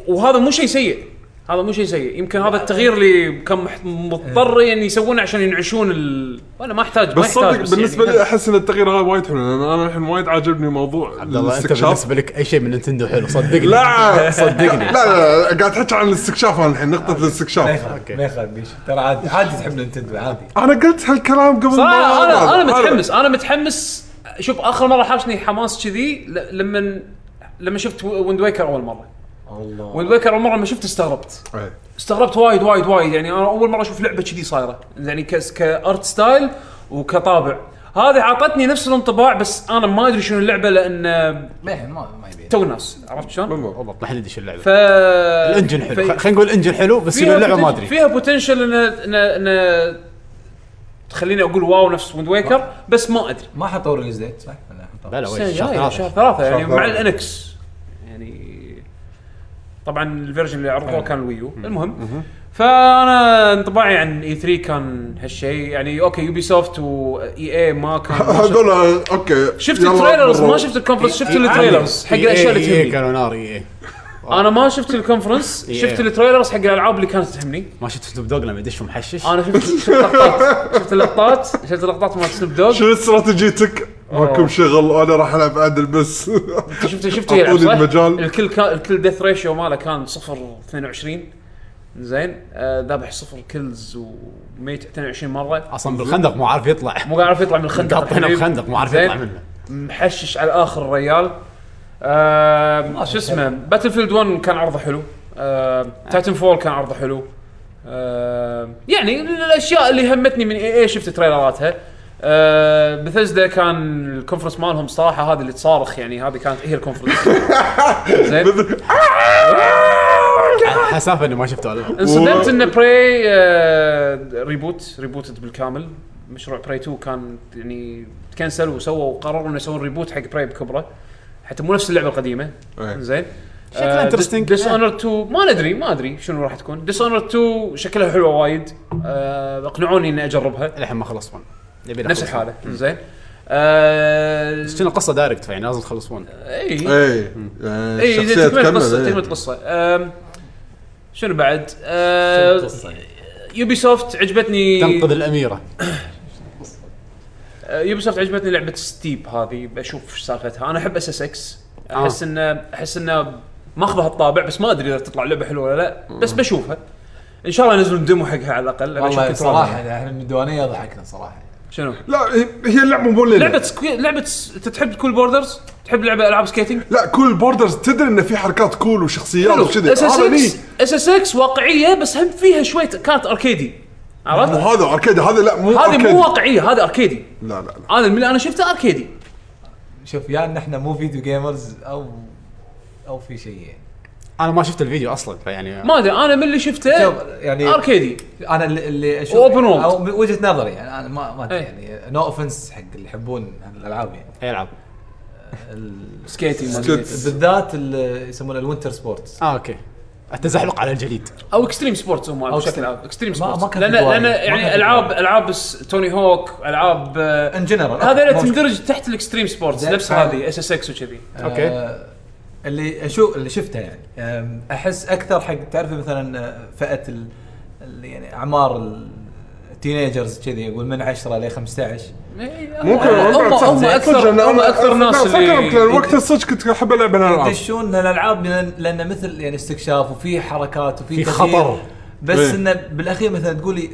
S3: وهذا مو شيء سيء هذا مو شيء سيء يمكن هذا التغيير اللي كان مح- مضطر يعني يسوونه عشان ينعشون ال... وانا ما احتاج ما
S2: بس
S3: يحتاج
S2: صدق بالنسبه
S3: يعني
S2: لي احس ان التغيير هذا وايد حلو لان انا الحين وايد عاجبني موضوع
S5: عبد الله انت
S2: الاستكشاف
S5: بالنسبه لك اي شيء من نينتندو حلو صدقني
S2: لا
S5: صدقني.
S2: لا لا لا، قاعد تحكي عن الاستكشاف انا الحين نقطه
S6: ما
S2: الاستكشاف
S5: طيب.
S6: يخالف ما يخالف بيش. ترى عادي عادي تحب نينتندو عادي
S2: انا قلت هالكلام قبل
S3: صراحه انا انا
S2: أعرف.
S3: متحمس انا متحمس شوف اخر مره حاشني حماس كذي ل- لما لما شفت ويند ويكر اول مره الله ويند ويكر اول مره لما شفت استغربت
S2: إيه.
S3: استغربت وايد وايد وايد يعني انا اول مره اشوف لعبه كذي صايره يعني كس كارت ستايل وكطابع هذه عطتني نفس الانطباع بس انا ما ادري شنو اللعبه لان آه،
S6: للحين ما ما يبين
S3: تو ناس عرفت شلون؟
S2: بالضبط
S5: بالضبط ما حد يدش اللعبه
S3: ف
S5: الانجن حلو
S3: في-
S5: خ- خلينا نقول الانجن حلو بس
S3: فيها
S5: اللعبه ما
S3: بوتن-
S5: ادري
S3: فيها بوتنشل ان ان ان تخليني اقول واو نفس ويند ويكر بس ما ادري
S6: ما حطوا ريليز ديت صح؟ ولا حطوا؟
S5: لا لا
S3: السنة
S5: وين
S3: الجاية، شهر
S5: شهر ثلاثة.
S3: ثلاثة يعني
S2: شهر
S3: مع
S2: ثلاثة.
S3: الانكس يعني طبعا الفيرجن اللي عرضوه كان الويو المهم فانا انطباعي عن اي 3 كان هالشيء يعني اوكي يوبي سوفت واي اي إيه ما كان
S2: هذول اوكي
S3: شفت
S2: آه، يلا
S3: التريلرز ما
S2: مرة.
S3: شفت الكونفرنس شفت
S5: إيه،
S3: التريلرز حق
S5: إيه،
S3: الاشياء
S5: إيه، إيه،
S3: اللي تهمني
S5: كانوا نار اي اي
S3: انا ما شفت الكونفرنس
S5: إيه.
S3: شفت التريلرز حق الالعاب اللي كانت تهمني
S5: ما شفت سنوب دوغ لما يدش محشش
S3: انا شفت شفت لقطات شفت اللقطات شفت اللقطات مالت سنوب دوغ
S2: شنو استراتيجيتك؟ ماكم شغل انا راح العب عدل بس
S3: شفت شفت يلعب
S2: أعطوني
S3: صح؟
S2: المجال.
S3: الكل كان الكل ديث ريشيو ماله كان 0 22 زين آه، ذابح صفر كلز وميت 22 مره
S5: اصلا بالخندق مو عارف يطلع
S3: مو عارف يطلع من الخندق
S5: حطينا
S3: الحبيب.
S5: بخندق مو عارف
S3: زين؟
S5: يطلع منه
S3: محشش على اخر الريال آه، شو اسمه باتل فيلد 1 كان عرضه حلو تايتن فول كان عرضه حلو آه، يعني الاشياء اللي همتني من اي اي شفت تريلراتها آه بثزدا كان الكونفرنس مالهم صراحه هذه اللي تصارخ يعني هذه كانت هي الكونفرنس زين
S5: حسافه اني ما شفته ولا
S3: انصدمت ان براي ريبوت ريبوتد بالكامل مشروع براي 2 كان يعني تكنسل وسووا قرروا انه يسوون ريبوت حق براي بكبره حتى مو نفس اللعبه القديمه
S2: إيه.
S3: زين آه،
S5: شكلها interesting.
S3: ديس اونر 2 ما ندري ما ادري شنو راح تكون ديس اونر 2 شكلها حلوه وايد آه، اقنعوني اني اجربها
S5: الحين ما خلص 1 نبي
S3: نفس
S5: نخلص
S3: الحاله زين آه،
S5: بس كنا قصه دايركت فيعني لازم تخلص 1
S3: اي
S2: اي
S3: اي
S2: اي
S3: إيه، إذا تكمله
S2: إيه.
S3: قصه تكمله قصه آم، شنو بعد؟ آه، يوبي سوفت عجبتني
S5: تنقذ الاميره
S3: آه، يوبي سوفت عجبتني لعبه ستيب هذه بشوف ايش سالفتها انا احب اس اس اكس احس انه احس انه ماخذ هالطابع بس ما ادري اذا تطلع لعبه حلوه ولا لا بس بشوفها ان شاء الله ينزلون ديمو حقها على الاقل أبي أشوف
S6: والله
S3: كنترول.
S6: صراحه احنا يعني من الديوانيه ضحكنا صراحه
S3: شنو؟
S2: لا هي هي اللعبه مو لنا.
S3: لعبه سكوي... لعبه س- انت تحب كول بوردرز؟ تحب لعبه العاب سكيتنج؟
S2: لا كل بوردرز تدري انه في حركات كول وشخصيات وكذي
S3: اس اس
S2: هذا ني.
S3: اكس اس اس اكس واقعيه بس هم فيها شويه كانت اركيدي عرفت؟
S2: مو هذا اركيد هذا لا مو
S3: هذه
S2: أركيدي.
S3: مو واقعيه هذا اركيدي
S2: لا لا لا
S3: انا من اللي انا شفته اركيدي
S6: شوف يا ان احنا مو فيديو جيمرز او او في شيء يعني.
S5: انا ما شفت الفيديو اصلا فيعني
S3: ما ادري انا من اللي شفته
S6: شوف، يعني-
S3: اركيدي
S6: انا اللي, اللي اشوف
S3: إيه، Open world.
S6: او من وجهه نظري يعني انا ما ما ادري
S3: إيه.
S6: يعني نو اوفنس حق اللي يحبون الالعاب يعني
S5: اي العاب
S6: ال-
S3: سكيتنج ما
S2: سكيت.
S3: أدري.
S6: بالذات اللي يسمونه الوينتر سبورتس
S5: اه اوكي التزحلق على الجليد
S3: او اكستريم سبورتس هم
S6: أو
S3: بشكل
S6: extreme.
S3: عام اكستريم
S6: ما- ما
S3: سبورتس
S6: كان
S3: لان
S6: في دواعي.
S3: لان
S6: ما كان
S3: يعني
S6: في
S3: العاب
S6: دواعي.
S3: العاب س- توني هوك العاب
S6: ان جنرال
S3: آه، هذا تندرج تحت الاكستريم سبورتس
S6: زين،
S3: نفس
S6: فا-
S3: هذه اس اس اكس وكذي
S5: اوكي
S6: آه، اللي اشوف اللي شفته يعني أم، احس اكثر حق تعرف مثلا أه، فئه ال- اللي يعني اعمار التينيجرز كذي اقول من 10 ل 15
S2: ممكن
S3: هم
S2: والله
S3: هم
S2: صدق.
S3: اكثر
S2: صدق،
S3: هم اكثر ناس
S2: اللي
S3: اللي
S2: وقت الصدق كنت احب العب هالالعاب
S6: يدشون الالعاب لان لأن مثل يعني استكشاف وفي حركات وفي
S5: في
S6: تغيير.
S5: خطر.
S6: بس
S2: إيه.
S6: انه بالاخير مثلا تقولي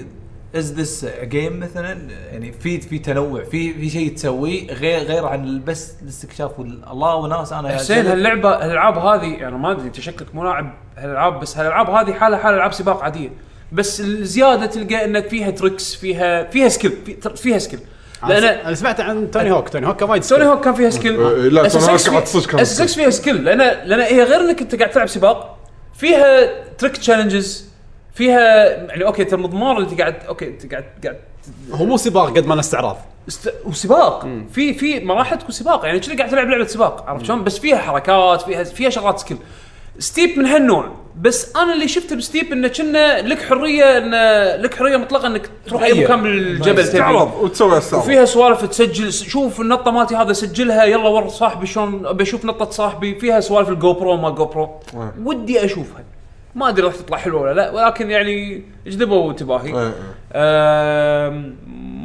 S6: از ذس جيم مثلا يعني في في تنوع في في شيء تسويه غير غير عن بس الاستكشاف وال- الله وناس انا
S3: حسين هاللعبه هالالعاب هذه انا ما ادري انت شكلك مو لاعب هالالعاب بس هالالعاب هذه حالها حال العاب سباق عاديه بس الزياده تلقى انك فيها تريكس فيها فيها سكيل في تر- فيها سكيل لان
S5: انا سمعت عن توني هوك توني هوك كان وايد
S3: توني هوك كان فيها سكيل
S2: إيه، لا،
S3: اس
S2: توني هوك قاعد
S3: اس
S2: صدق كان
S3: اس
S2: سكيل.
S3: فيها سكيل لان لان هي غير انك انت قاعد تلعب سباق فيها تريك تشالنجز فيها يعني اوكي انت المضمار اللي انت قاعد اوكي انت قاعد قاعد
S5: هو مو سباق قد ما انا استعراض
S3: است... وسباق في في مراحل تكون سباق يعني كذا قاعد تلعب لعبه سباق عرفت شلون بس فيها حركات فيها فيها شغلات سكيل ستيب من هالنوع بس انا اللي شفته بستيب انه كنا لك حريه انه لك حريه مطلقه انك تروح اي
S6: تغير.
S3: مكان بالجبل تبي
S2: تعرض وتسوي استعراض
S3: وفيها سوالف تسجل س- شوف النطه مالتي هذا سجلها يلا ور صاحبي شلون ابي اشوف نطه صاحبي فيها سوالف الجو برو ما جو برو
S2: إيه.
S3: ودي اشوفها ما ادري راح تطلع حلوه ولا لا ولكن يعني جذبوا انتباهي
S2: إيه، إيه.
S3: آم،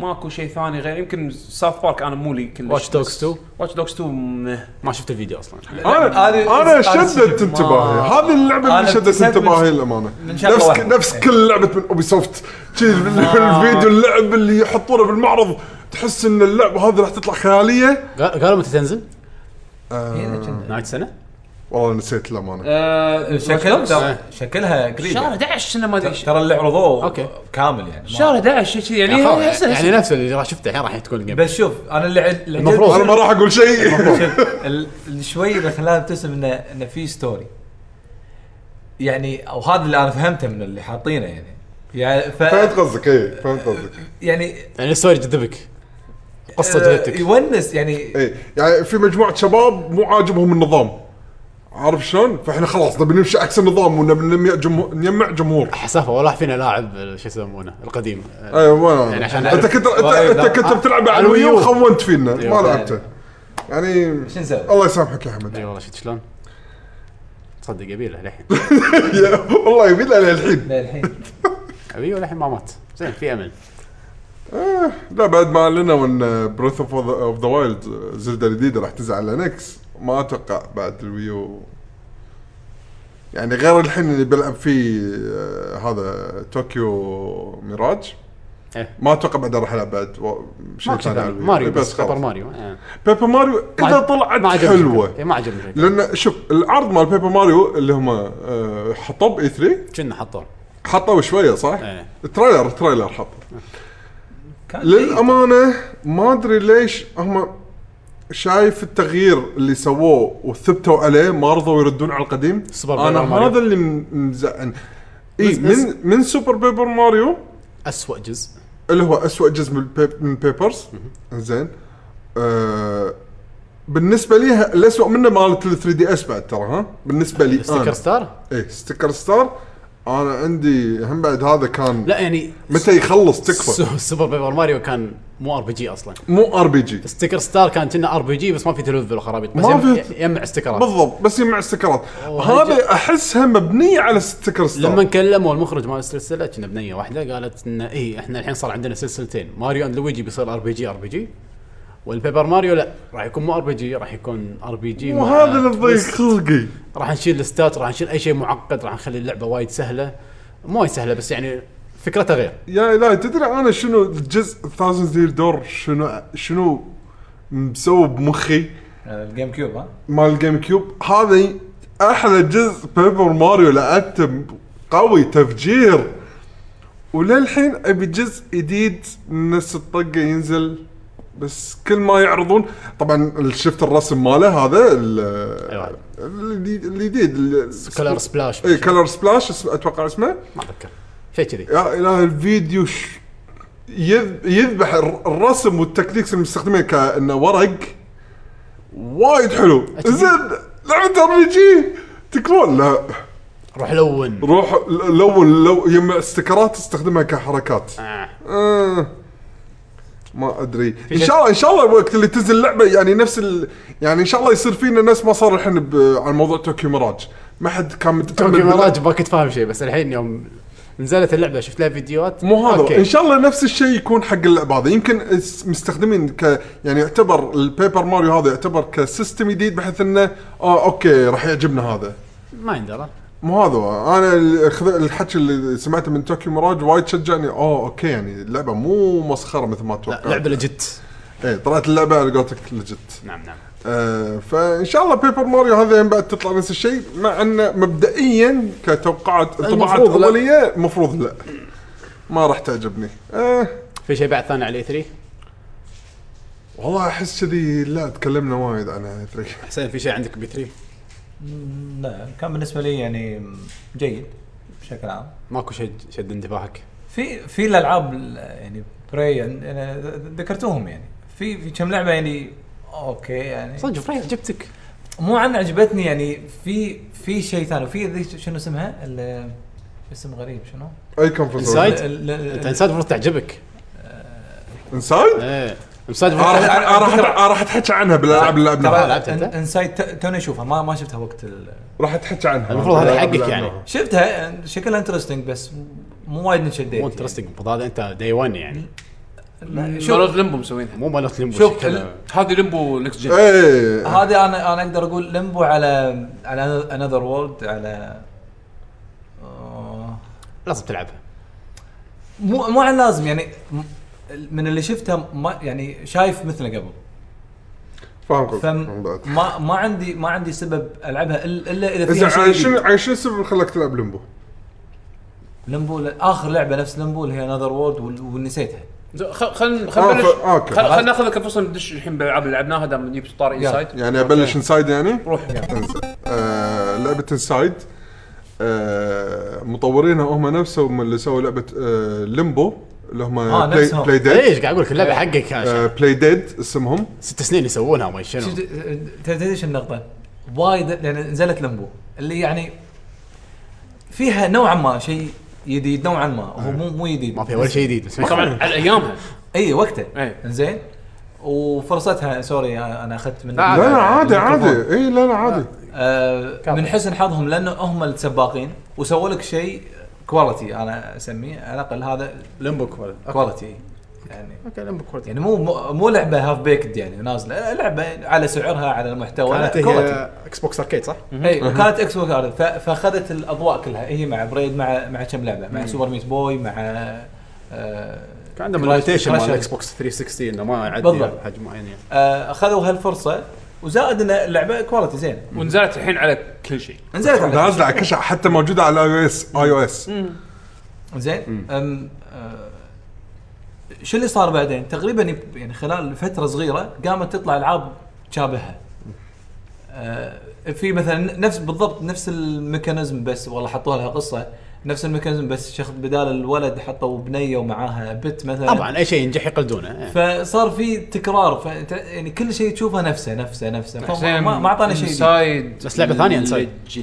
S3: ماكو شيء ثاني غير يمكن ساوث بارك انا مو لي كلش
S5: Watch Dogs 2.
S3: واتش دوغز 2 مه.
S5: ما شفت الفيديو اصلا
S2: انا انا شدت انتباهي هذه اللعبه اللي
S6: أنا
S2: شدت
S6: ابتسمت
S2: انتباهي للامانه
S6: من شغلة
S2: نفس
S6: واحدة.
S2: نفس كل لعبه من اوبي سوفت
S3: آه.
S2: الفيديو اللعب اللي يحطونه بالمعرض تحس ان اللعبه هذه راح تطلع خياليه
S5: قال- قالوا متى تنزل؟
S6: هنا كنا-
S5: نهايه السنه؟
S2: والله نسيت للامانه
S3: آه،
S5: إيه.
S6: شكلها شكلها
S3: شهر
S6: قريب
S3: 11 سنه ما ادري إيش.
S6: ترى اللي عرضوه
S5: أوكي.
S6: كامل يعني ما-
S3: شهر 11 شيء يعني
S5: يعني,
S3: هسه- هسه-
S5: يعني نفس اللي راح شفته الحين راح تكون الجيم
S6: بس شوف انا اللي عج- اللي
S5: المفروض.
S2: انا ما راح اقول شيء
S6: شوف، ال- اللي شوي اللي خلاني ابتسم انه انه في ستوري يعني او هذا اللي انا فهمته من اللي حاطينه يعني يعني ف
S2: فهمت قصدك اي فهمت قصدك
S6: يعني
S5: يعني الستوري جذبك قصه
S6: آه،
S5: جذبتك
S6: يونس يعني
S2: اي يعني في مجموعه شباب مو عاجبهم النظام عارف شلون؟ فاحنا خلاص نبي نمشي عكس النظام ونبي نجمع جمهور نجمع جمهور
S5: حسافه ولا واحد فينا لاعب آه، شو يسمونه القديم آه،
S2: ايوه ما
S5: يعني
S2: يعني
S5: عشان
S2: عشان
S5: نعرف.
S2: انت كنت انت,
S6: والله
S2: انت
S6: لا.
S2: كنت بتلعب على
S5: على
S2: الويو
S5: الويو.
S2: وخونت فينا ما
S5: أيوة.
S2: لعبته يعني
S6: شو نسوي؟
S2: الله يسامحك يا
S5: اي
S2: حمد
S5: إيه، والله شفت شلون؟ تصدق يبيله للحين
S2: يا- والله يبي لها للحين
S6: للحين
S5: ابي للحين ما مات زين في امل
S2: لا بعد ما اعلنوا ان بريث اوف ذا وايلد زلده جديده راح تنزل على نكس ما اتوقع بعد الويو يعني غير الحين اللي بلعب فيه آه، هذا طوكيو ميراج
S5: إيه.
S2: ما اتوقع بعد راح العب بعد و- شيء
S5: ماكو شيء
S2: ثاني على
S5: ثاني
S2: الويو.
S5: ماريو بس
S2: خلاص.
S5: سوبر ماريو إيه.
S2: بيبر ماريو
S5: ما
S2: اذا
S5: عجب- ما
S2: طلعت
S5: عجبني
S2: حلوه
S5: شكله. إيه، ما عجبني شكله.
S2: لان شوف العرض مال بيبر ماريو اللي هم آه، حطوه باي 3
S5: كنا حطوه
S2: حطوا شويه صح؟
S5: إيه.
S2: تريلر تريلر حط
S6: كان
S2: للامانه ما ادري ليش هم شايف التغيير اللي سووه وثبتوا عليه ما رضوا يردون على القديم
S5: سوبر
S2: انا
S5: بيبر ماريو.
S2: هذا اللي م- مزعن اي
S5: بس- بس-
S2: من من سوبر بيبر ماريو
S5: اسوء جزء
S2: اللي هو اسوء جزء من, البيب من بيبرز زين آه بالنسبه لي ه- الاسوء منه مالت ال 3 دي اس بعد ترى ها بالنسبه لي إيه،
S5: ستيكر
S2: انا
S5: ستار
S2: اي ستيكر ستار انا عندي هم بعد هذا كان
S5: لا يعني
S2: متى يخلص تكفى
S5: سو- سوبر بيبر ماريو كان مو ار بي جي اصلا
S2: مو ار بي جي
S5: ستيكر ستار كان كنا ار بي جي بس ما في تلفل وخرابيط بس
S2: ما
S5: يم-
S2: في-
S5: يجمع استيكرات
S2: بالضبط بس يجمع استكرات
S5: أوه،
S2: هذا احسها مبنيه على ستيكر ستار
S5: لما كلموا المخرج مال السلسله كنا بنيه واحده قالت ان اي احنا الحين صار عندنا سلسلتين ماريو اند لويجي بيصير ار بي جي ار بي جي والبيبر ماريو لا راح يكون مو ار بي جي راح يكون ار بي جي مع
S2: وهذا اللي تضيق
S5: تويست.
S2: خلقي
S5: راح نشيل الستات راح نشيل اي شيء معقد راح نخلي اللعبه وايد سهله مو وايد سهله بس يعني فكرتها غير
S2: يا الهي تدري انا شنو الجزء ثاوزند يير دور شنو شنو مسوي بمخي
S6: آه، الجيم كيوب ها
S2: مال الجيم كيوب هذا احلى جزء بيبر ماريو لعبته قوي تفجير وللحين ابي جزء جديد نفس الطقه ينزل بس كل ما يعرضون طبعا شفت الرسم ماله هذا ال-
S5: أيوة.
S2: الجديد الجديد ال- إيه،
S5: كلر سبلاش
S2: اي كلر سبلاش اسم- اتوقع اسمه
S5: ما اتذكر شيء كذي
S2: يا الهي الفيديو ش... يذ- يذبح الر- الرسم والتكنيكس اللي مستخدمين كانه ورق وايد حلو
S5: أكيد.
S2: زين لعبه ار بي جي تكفون لا
S5: روح لون
S2: روح ل- لون لو يجمع استكرات استخدمها كحركات
S5: آه.
S2: آه. ما ادري ان شاء الله ان شاء الله الوقت اللي تنزل اللعبه يعني نفس ال... يعني ان شاء الله يصير فينا نفس ما صار الحين ب... على موضوع طوكيو ميراج ما حد كان متامل
S5: توكي
S2: باللعبة.
S5: مراج ما كنت فاهم شيء بس الحين يوم نزلت اللعبه شفت لها فيديوهات
S2: مو هذا
S5: أوكي.
S2: ان شاء الله نفس الشيء يكون حق اللعبه هذه يمكن اس- مستخدمين ك يعني يعتبر البيبر ماريو هذا يعتبر كسيستم جديد بحيث انه اه اوكي راح يعجبنا هذا
S5: ما يندرى
S2: مو هذا هو. انا ال- خذ- الحكي اللي سمعته من توكيو مراج وايد شجعني اه اوكي يعني اللعبه مو مسخره مثل ما
S5: لا
S2: توقعت
S5: لعبه لجت
S2: ايه طلعت اللعبه على قولتك لجت
S5: نعم نعم
S2: آه فان شاء الله بيبر ماريو هذا يم بعد تطلع نفس الشيء مع انه مبدئيا كتوقعات انطباعات
S5: المفروض لا.
S2: اوليه المفروض لا ما راح تعجبني آه
S5: في شيء بعد ثاني على 3
S2: والله احس كذي لا تكلمنا وايد عن ثري
S5: حسين في شيء عندك بي 3
S6: لا كان بالنسبه لي يعني جيد بشكل عام
S5: ماكو شيء شد انتباهك
S6: في في الالعاب ال- يعني براي أنا ذكرتوهم يعني في في كم لعبه يعني اوكي يعني
S5: صدق فري عجبتك
S6: مو عن عجبتني يعني في في شيء ثاني وفي ذيك شنو اسمها؟ ال- اسم غريب شنو؟
S2: اي كونفرنس
S5: Inside.
S6: ال- ال-
S5: انت انسان المفروض تعجبك
S2: انسايد؟
S5: ايه انسان
S2: أنا راح
S5: المفروض
S2: أنا راح أنا راح تحكي عنها بالالعاب اللي لعبناها
S5: ترى-
S6: ترى
S5: لعبتها
S6: إن-
S5: أنت؟
S6: انسايد ت- توني اشوفها ما ما شفتها وقت ال...
S2: راح تحكي عنها
S5: المفروض هذا
S2: بالألعاب اللي
S5: حقك يعني.
S2: لعبناها.
S6: شفتها شكلها انترستنج بس مو وايد انشديت
S5: مو انترستنج المفروض هذا انت داي 1 يعني
S6: يعني. شوف
S3: مالت ليمبو مسوينها
S5: مو مالت ليمبو
S3: شوف
S5: شكلها.
S3: ال- هذه ليمبو نكست جن
S2: ايه
S6: هذه انا انا اقدر اقول لمبو على على انذر وورلد على آه،
S5: لازم تلعبها
S6: مو مو على لازم يعني م- من اللي شفته ما يعني شايف مثله قبل
S2: فاهم قصدك فاهم بعد.
S6: فما ما عندي ما عندي سبب العبها إلا- الا اذا فيها
S2: زين
S6: شيء
S2: عن شنو
S6: جديد.
S2: عن شنو السبب اللي خلاك تلعب ليمبو؟
S6: لمبو اخر لعبه نفس لمبو اللي هي نذر وورد ونسيتها
S3: خلينا
S2: آه،
S3: خلينا
S2: ف- آه، أوكي.
S3: خلينا ناخذ كفصل ندش الحين بالالعاب اللي لعبناها دام نجيب طار انسايد
S2: يعني ابلش انسايد يعني؟
S3: روح
S2: انزين آه لعبه انسايد آه مطورينها هم نفسهم اللي سووا لعبه آه ليمبو اللي هم
S6: آه،
S2: بلاي,
S6: نفسهم.
S2: بلاي ديد
S5: ليش إيه، قاعد اقول لك اللعبه حقك يا
S2: آه
S5: شيخ.
S2: بلاي ديد اسمهم
S5: ست سنين يسوونها ما
S2: نعم.
S5: شنو
S6: شفت- تدري ايش النقطة؟ وايد يعني نزلت لمبو اللي يعني فيها نوعا ما شيء جديد نوعا ما
S2: نعم.
S6: هو مو مو جديد
S5: ما فيها ولا شيء جديد بس
S3: طبعا على ايامها
S6: اي وقته
S3: إيه.
S6: زين وفرصتها سوري انا اخذت من
S2: لا لا عادي عادي اي لا لا عادي
S6: آه من حسن حظهم لانه هم السباقين وسووا لك شيء كواليتي انا اسميه على الاقل هذا
S5: لمبو كواليتي
S6: كواليتي يعني
S5: اوكي لمبو كواليتي
S6: يعني مو مو- مو لعبه هاف بيكد يعني نازله لعبه على سعرها على المحتوى لا،
S5: كانت
S6: quality. إيه،
S5: هي اكس بوكس اركيد صح؟
S6: اي وكانت اكس بوكس ارض فاخذت الاضواء كلها هي مع بريد مع مع كم لعبه مع سوبر ميت بوي مع آه،
S5: كان عندهم
S6: كراش-
S5: ليميتيشن
S6: كراش
S5: مال اكس بوكس 360 انه ما يعدي
S6: بالضبط.
S5: حجم معين يعني
S6: آه، اخذوا هالفرصه وزائد ان اللعبه كواليتي زين
S3: ونزلت الحين على كل شيء
S6: نزلت على
S2: نازله على كل شيء حتى موجوده على اي او اس اي او اس
S6: زين أم، آه، شو اللي صار بعدين؟ تقريبا يب- يعني خلال فتره صغيره قامت تطلع العاب تشابهها آه، في مثلا نفس بالضبط نفس الميكانيزم بس والله حطوا لها قصه نفس الميكانيزم بس شخص بدال الولد حطوا بنيه ومعاها بت مثلا
S5: طبعا اي شيء ينجح يقلدونه إيه.
S6: فصار في تكرار ف... يعني كل شيء تشوفه نفسه نفسه نفسه فما- ما ما اعطانا شيء جديد.
S3: انسايد
S5: بس لعبة ثانية Inside.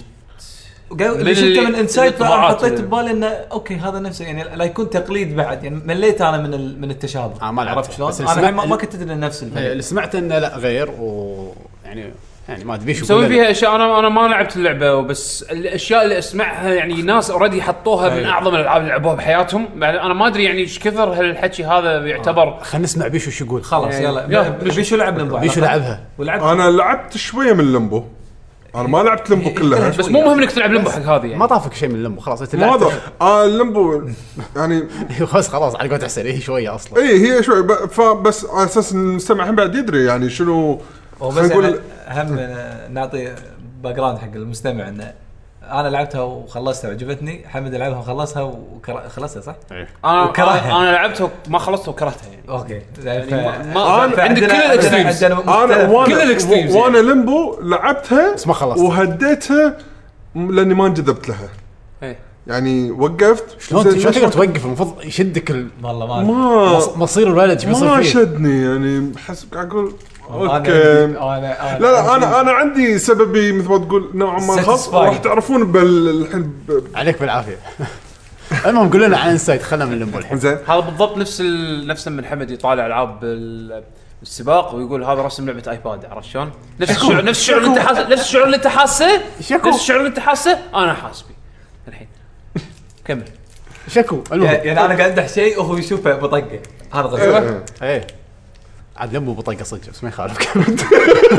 S6: قال-
S3: من
S6: اللي شفته من
S3: اللي-
S6: انسايد
S3: الانطباعات
S6: فحطيت
S3: اللي-
S6: ببالي انه اوكي هذا نفسه يعني لا يكون تقليد بعد يعني مليت انا من ال... من التشابه
S5: آه، ما لعبت.
S6: عرفت شلون؟
S5: بس
S6: انا
S5: السماء-
S6: الحين ما- ما كنت ادري إنه نفس
S5: إيه،
S6: الفيلم
S5: اللي سمعت انه لا غير و يعني يعني ما ادري شو
S3: مسوي
S5: كله-
S3: فيها اشياء انا انا ما لعبت اللعبه بس الاشياء اللي اسمعها يعني ناس اوريدي حطوها من
S6: أيوة.
S3: اعظم الالعاب اللي لعبوها بحياتهم بعد انا ما ادري يعني ايش كثر هالحكي هذا يعتبر
S5: خلينا نسمع بيشو شو يقول
S6: خلاص
S3: إيه.
S6: يلا
S3: يلا،
S6: ب- بيشو لعب لمبو
S5: بيشو لعبها
S3: آه.
S6: ولعبت
S2: انا لعبت شويه من ليمبو انا ما لعبت ليمبو كلها
S3: بس مو مهم انك تلعب لمبو حق هذه يعني
S5: ما طافك شيء من لمبو خلاص انت
S2: مو
S5: لعبت-
S2: هذا آه الليمبو يعني
S5: خلاص خلاص على قولت احسن هي شويه اصلا
S2: اي هي شوي ب- فبس على اساس إن المستمع الحين بعد يدري يعني شنو
S6: وبس
S2: خلينا
S6: يعني
S2: نقول
S6: هم آه، نعطي باك جراوند حق المستمع انه انا لعبتها وخلصتها وعجبتني حمد لعبها وخلصها وخلصتها صح؟
S3: انا
S6: وكرهها.
S3: انا لعبتها ما خلصتها وكرهتها يعني
S6: اوكي
S3: ما- ما-
S2: أنا-
S3: عندك كل الإكستريمز.
S2: انا
S6: وانا
S3: كل
S2: وانا
S3: الإكستريمز
S2: وانا ليمبو لعبتها
S5: بس ما خلصت.
S2: وهديتها م- لاني ما انجذبت لها
S3: إيه.
S2: يعني وقفت
S5: شلون
S2: زين
S5: شلون تقدر
S2: ليش ما-
S5: توقف المفروض يشدك ال-
S6: والله ما أدري.
S2: ما
S5: مص- مصير الولد شو
S2: ما
S5: بيصير فيه
S2: شدني يعني حسب قاعد اقول
S6: أنا
S2: اوكي
S6: عندي- أنا-
S2: لا لا انا انا عندي سببي مثل ما تقول نوعا ما الخاص
S6: Satisfied.
S2: راح تعرفون بال- الحين ب-
S5: عليك بالعافيه المهم قول لنا عن انسايد خلنا من لمبو الحين
S2: زين
S3: هذا بالضبط نفس ال... نفس لما حمد يطالع العاب ال- السباق ويقول هذا رسم لعبه ايباد عرفت شلون؟ نفس الشعور نفس الشعور اللي انت حاسه نفس الشعور اللي انت حاسه
S5: شكو.
S3: نفس الشعور اللي انت حاسه انا حاسس بيه الحين كمل
S5: شكو المهم
S6: يعني يعني انا قاعد امدح شيء وهو يشوفه بطقه هذا غزال
S2: إيه.
S5: ايه عاد لمبو بطاقه صدق بس ما يخالف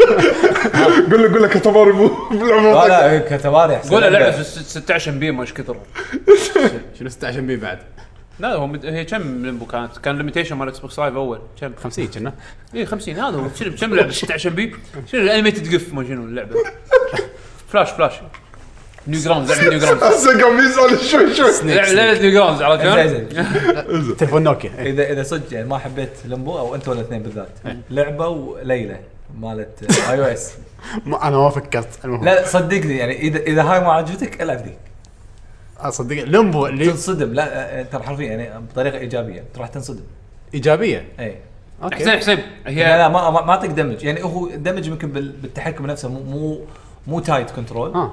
S2: قول له قول له كتبار ابو
S6: لا
S2: بالعمر
S6: لا كتواري احسن
S3: قول له لعبه 16 ام بي ما ايش كثر
S5: شنو 16 بي بعد
S3: لا هو مد... هي كم لمبو كانت؟ كان ليميتيشن مال اكس بوكس لايف اول كم؟
S5: 50 كنا
S3: اي 50 هذا هو شنو كم لعبه 16 ام بي؟ شنو الانيميتد جف ما شنو اللعبه؟ فلاش فلاش نيو جراوندز لعبه نيو جراوندز
S2: هسه قام يسال شوي شوي
S3: لعبه لعبة نيو جراوندز عرفت
S6: زين
S3: شلون؟
S6: زين
S5: تليفون نوكيا إيه.
S6: اذا اذا صدق يعني ما حبيت لمبو او انتم الاثنين بالذات لعبه وليلى مالت اي او اس
S5: ما انا ما فكرت المهم
S6: لا صدقني يعني اذا اذا هاي ما عجبتك العب ذيك
S5: اصدق لمبو اللي
S6: تنصدم لا آه، ترى حرفيا يعني بطريقه ايجابيه راح تنصدم
S5: ايجابيه
S6: اي
S3: حسين
S5: اوكي
S3: حسين
S6: لا
S3: هي
S6: لا ما ما ما اعطيك دمج يعني هو دمج يمكن بال- بالتحكم نفسه مو مو مو تايت كنترول
S3: آه.
S5: اه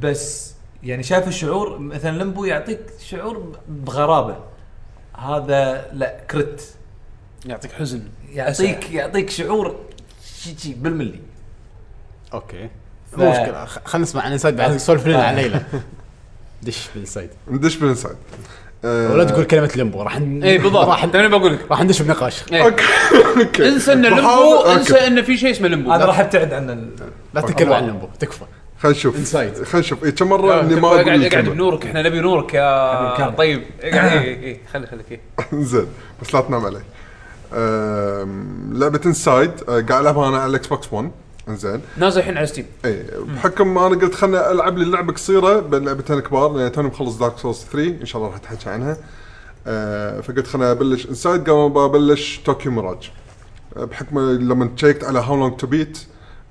S6: بس يعني شايف الشعور مثلا لمبو يعطيك شعور بغرابه هذا لا كرت
S3: يعطيك حزن
S6: يعطيك يعطيك شعور شي شي بالملي
S5: اوكي مو مشكله خ- خلينا نسمع عن انسايد
S3: آه.
S5: بعد سولف لنا عن ليلى دش بالانسايد
S2: ندش بالانسايد آه،
S5: ولا تقول كلمه لمبو راح ن-
S3: اي إيه، بالضبط
S5: راح ن-
S3: توني بقول لك إيه.
S5: راح ندش بنقاش
S2: اوكي اوكي
S3: انسى ان
S2: بحاول-
S3: لمبو
S2: أوكي.
S3: انسى ان في شيء اسمه لمبو
S6: انا راح ابتعد عن ال...
S5: لا تتكلم عن لمبو تكفى
S2: خلينا نشوف
S5: Inside.
S2: خلينا نشوف إيه، كم مره اني ما
S3: قاعد
S2: اقول
S3: قاعد
S2: الكلمة.
S3: بنورك احنا نبي نورك
S6: حبيب
S3: يا إيه،
S6: كامل.
S3: طيب قاعد اي اي خلي خليك اي
S2: زين بس لا تنام علي آم، لعبه انسايد آه، قاعد العبها انا على الاكس بوكس 1 انزين
S3: نازل الحين على ستيم
S2: اي إيه، بحكم انا قلت خلنا العب لي اللعبه قصيره بين لعبتين كبار لان توني مخلص دارك سولز 3 ان شاء الله راح اتحكى عنها آه فقلت خلنا ابلش انسايد قام ببلش طوكيو ميراج آه، بحكم لما تشيكت على هاو لونج تو بيت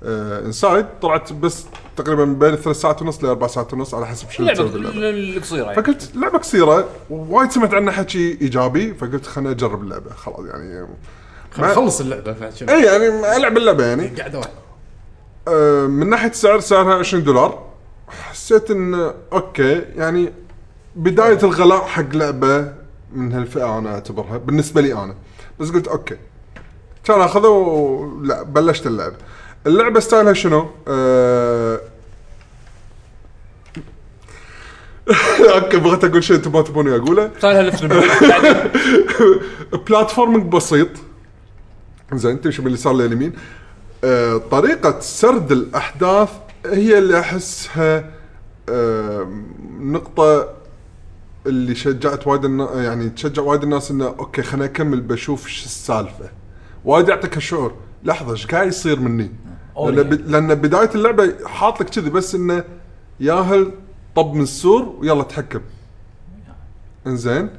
S2: انسايد آه، طلعت بس تقريبا بين ثلاث ساعات ونص لاربع ساعات ونص على حسب شنو
S3: اللعبه
S2: تسوي باللعبة.
S3: ال- القصيره يعني
S2: فقلت لعبه قصيره وايد سمعت عنها حكي ايجابي فقلت خلنا اجرب اللعبه خلاص يعني ما-
S5: خلص اللعبه بعد شنو؟
S2: اي يعني العب اللعبه يعني
S5: قاعده واحده
S2: أه، من ناحيه سعر سعرها 20 دولار حسيت ان اوكي يعني بدايه الغلاء حق لعبه من هالفئه انا اعتبرها بالنسبه لي انا بس قلت اوكي كان اخذه ولا بلشت اللعب اللعبه ستايلها شنو؟ أه... اوكي بغيت اقول شيء انتم ما تبوني اقوله
S3: صار لها لفت بعدين.
S2: بلاتفورمينج بسيط زين تمشي من اليسار لليمين آه، طريقة سرد الأحداث هي اللي أحسها آه، نقطة اللي شجعت وايد النا- يعني تشجع وايد الناس انه اوكي خليني اكمل بشوف شو السالفه وايد يعطيك هالشعور لحظه ايش قاعد يصير مني؟ لان, ب... لأن بدايه اللعبه حاط لك كذي بس انه ياهل طب من السور ويلا تحكم انزين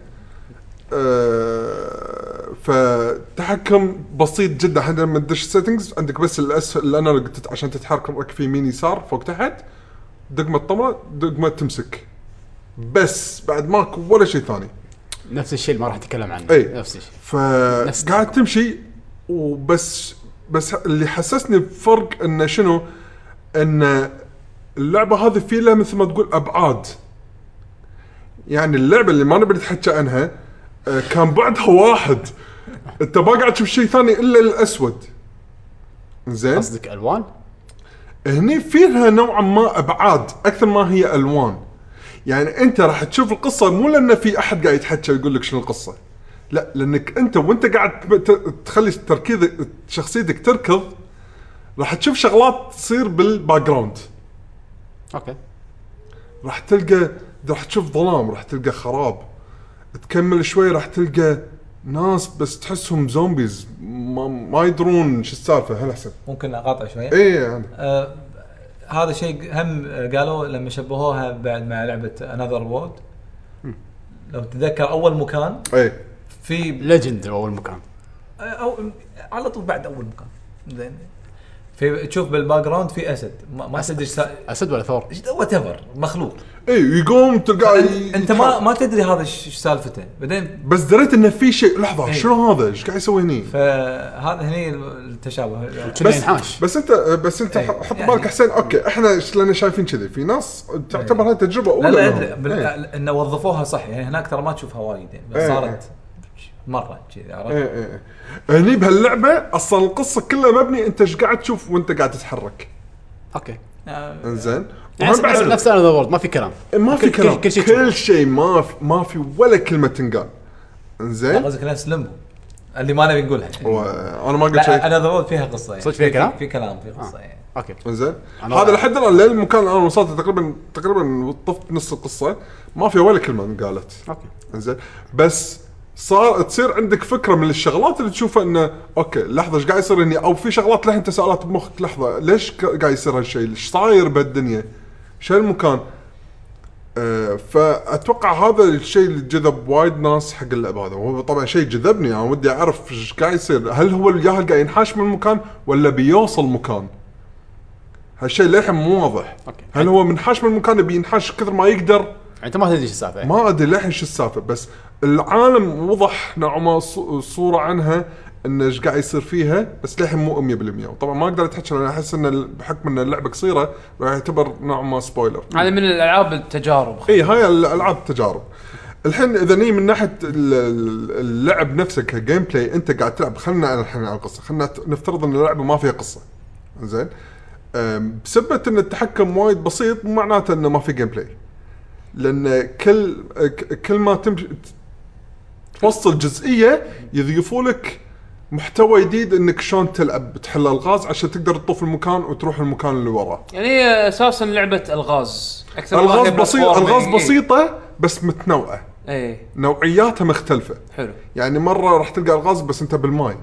S2: آه، فتحكم بسيط جدا حتى لما تدش سيتنجز عندك بس الاسفل الانالوج تت- عشان تتحرك ركب في يمين يسار فوق تحت دقمه طمره دقمه تمسك بس بعد ماكو ولا شيء ثاني
S5: نفس الشيء اللي ما راح اتكلم عنه
S2: إي.
S5: نفس الشيء نفس
S2: فقاعد تمشي وبس بس اللي حسسني بفرق انه شنو ان اللعبه هذه في لها مثل ما تقول ابعاد يعني اللعبه اللي ما نبي نتحكى عنها آه، كان بعدها واحد انت ما قاعد تشوف شيء ثاني الا الاسود زين
S5: قصدك الوان؟
S2: هني فيها نوعا ما ابعاد اكثر ما هي الوان يعني انت راح تشوف القصه مو لان في احد قاعد يتحكى ويقول لك شنو القصه لا لانك انت وانت قاعد تب- ت- تخلي تركيزك شخصيتك تركض راح تشوف شغلات تصير بالباك جراوند
S5: اوكي
S2: راح تلقى راح تشوف ظلام راح تلقى خراب تكمل شوي راح تلقى ناس بس تحسهم زومبيز ما, ما يدرون شو السالفه هل احسن
S6: ممكن اقاطع شويه
S2: اي يعني
S6: آه هذا شيء هم قالوا لما شبهوها بعد مع لعبه انذر وورد لو تتذكر اول مكان
S2: اي
S6: في
S5: ليجند اول مكان
S6: آه، او على طول بعد اول مكان زين في تشوف بالباك جراوند في اسد ما, ما تدري
S5: اسد ولا ثور؟
S6: وات ايفر مخلوق
S2: اي إيه، يقوم تلقاه
S6: أن- انت
S2: يتحرك.
S6: ما ما تدري هذا ش- شو سالفته بعدين
S2: بس دريت انه في شيء لحظه
S6: إيه.
S2: شنو هذا ايش قاعد يسوي هني
S6: فهذا هني التشابه
S5: كنا ينحاش
S2: بس انت بس انت
S6: إيه،
S2: ح- حط
S6: يعني-
S2: بالك حسين اوكي احنا ش- لنا شايفين كذي في ناس تعتبر هاي تجربه
S6: لا
S2: اولى
S6: لا
S2: لهم.
S6: ادري بال-
S2: إيه.
S6: انه وظفوها صح يعني هناك ترى ما تشوفها وايد يعني بس
S2: إيه.
S6: صارت مره كذي عرفت؟
S2: إيه، إيه، إيه. هني بهاللعبه اصلا القصه كلها مبني انت ايش قاعد تشوف وانت قاعد تتحرك
S5: اوكي
S6: آه،
S2: انزين
S5: يعني
S2: وهم
S5: نفس-
S2: بعد-
S5: نفس انا وورد إيه، ما في كلام
S2: ما في
S5: كل- كل-
S2: كلام
S5: كل شيء
S2: كل شيء ما في ما في ولا كلمه تنقال
S6: لا،
S2: انزين
S6: قصدك نفس لمبو اللي ما نبي نقولها
S2: وانا ما قلت
S6: لا
S2: شيء آه.
S6: انا ذا فيها قصه يعني
S5: صدق فيها
S6: في-
S5: كلام؟
S6: في كلام في قصه يعني
S5: اوكي
S2: انزين
S5: أنا-
S2: هذا لحد الان للمكان اللي انا وصلت تقريبا تقريبا طفت نص القصه ما في ولا كلمه انقالت
S5: اوكي
S2: انزين بس صار تصير عندك فكره من الشغلات اللي تشوفها انه اوكي لحظه ايش قاعد يصير هني او في شغلات لها تساؤلات بمخك لحظه ليش ك- قاعد يصير هالشيء؟ ايش صاير بهالدنيا؟ شو المكان؟ آه فاتوقع هذا الشيء اللي جذب وايد ناس حق اللعب هذا وهو طبعا شيء جذبني انا ودي اعرف ايش قاعد يصير هل هو الجاهل قاعد ينحاش من المكان ولا بيوصل مكان؟ هالشيء للحين مو واضح
S5: أوكي.
S2: هل هو منحاش من المكان بينحاش كثر ما يقدر
S5: يعني انت ما تدري ايش السالفه يعني.
S2: ما ادري للحين شو السالفه بس العالم وضح نوعا ما ص- صوره عنها انه ايش قاعد يصير فيها بس للحين مو 100% وطبعا ما اقدر اتحكى لان احس ان ال- بحكم ان اللعبه قصيره راح يعتبر نوعا ما سبويلر
S3: هذا من الالعاب التجارب
S2: اي إيه، هاي الالعاب تجارب الحين اذا نيجي من ناحيه ال- ال- اللعب نفسه كجيم بلاي انت قاعد تلعب خلينا الحين على القصه خلينا نفترض ان اللعبه ما فيها قصه زين أم، بسبه ان التحكم وايد بسيط مو معناته انه ما في جيم بلاي لان كل ك- كل ما تمشي توصل جزئيه يضيفوا لك محتوى جديد انك شلون تلعب تحل الغاز عشان تقدر تطوف المكان وتروح المكان اللي وراه
S3: يعني هي اساسا لعبه الغاز اكثر من
S2: الغاز
S3: هي
S2: بسيط
S3: platforming.
S2: الغاز
S3: إيه.
S2: بسيطه بس متنوعه
S3: اي
S2: نوعياتها مختلفه
S3: حلو
S2: يعني مره راح تلقى الغاز بس انت بالماي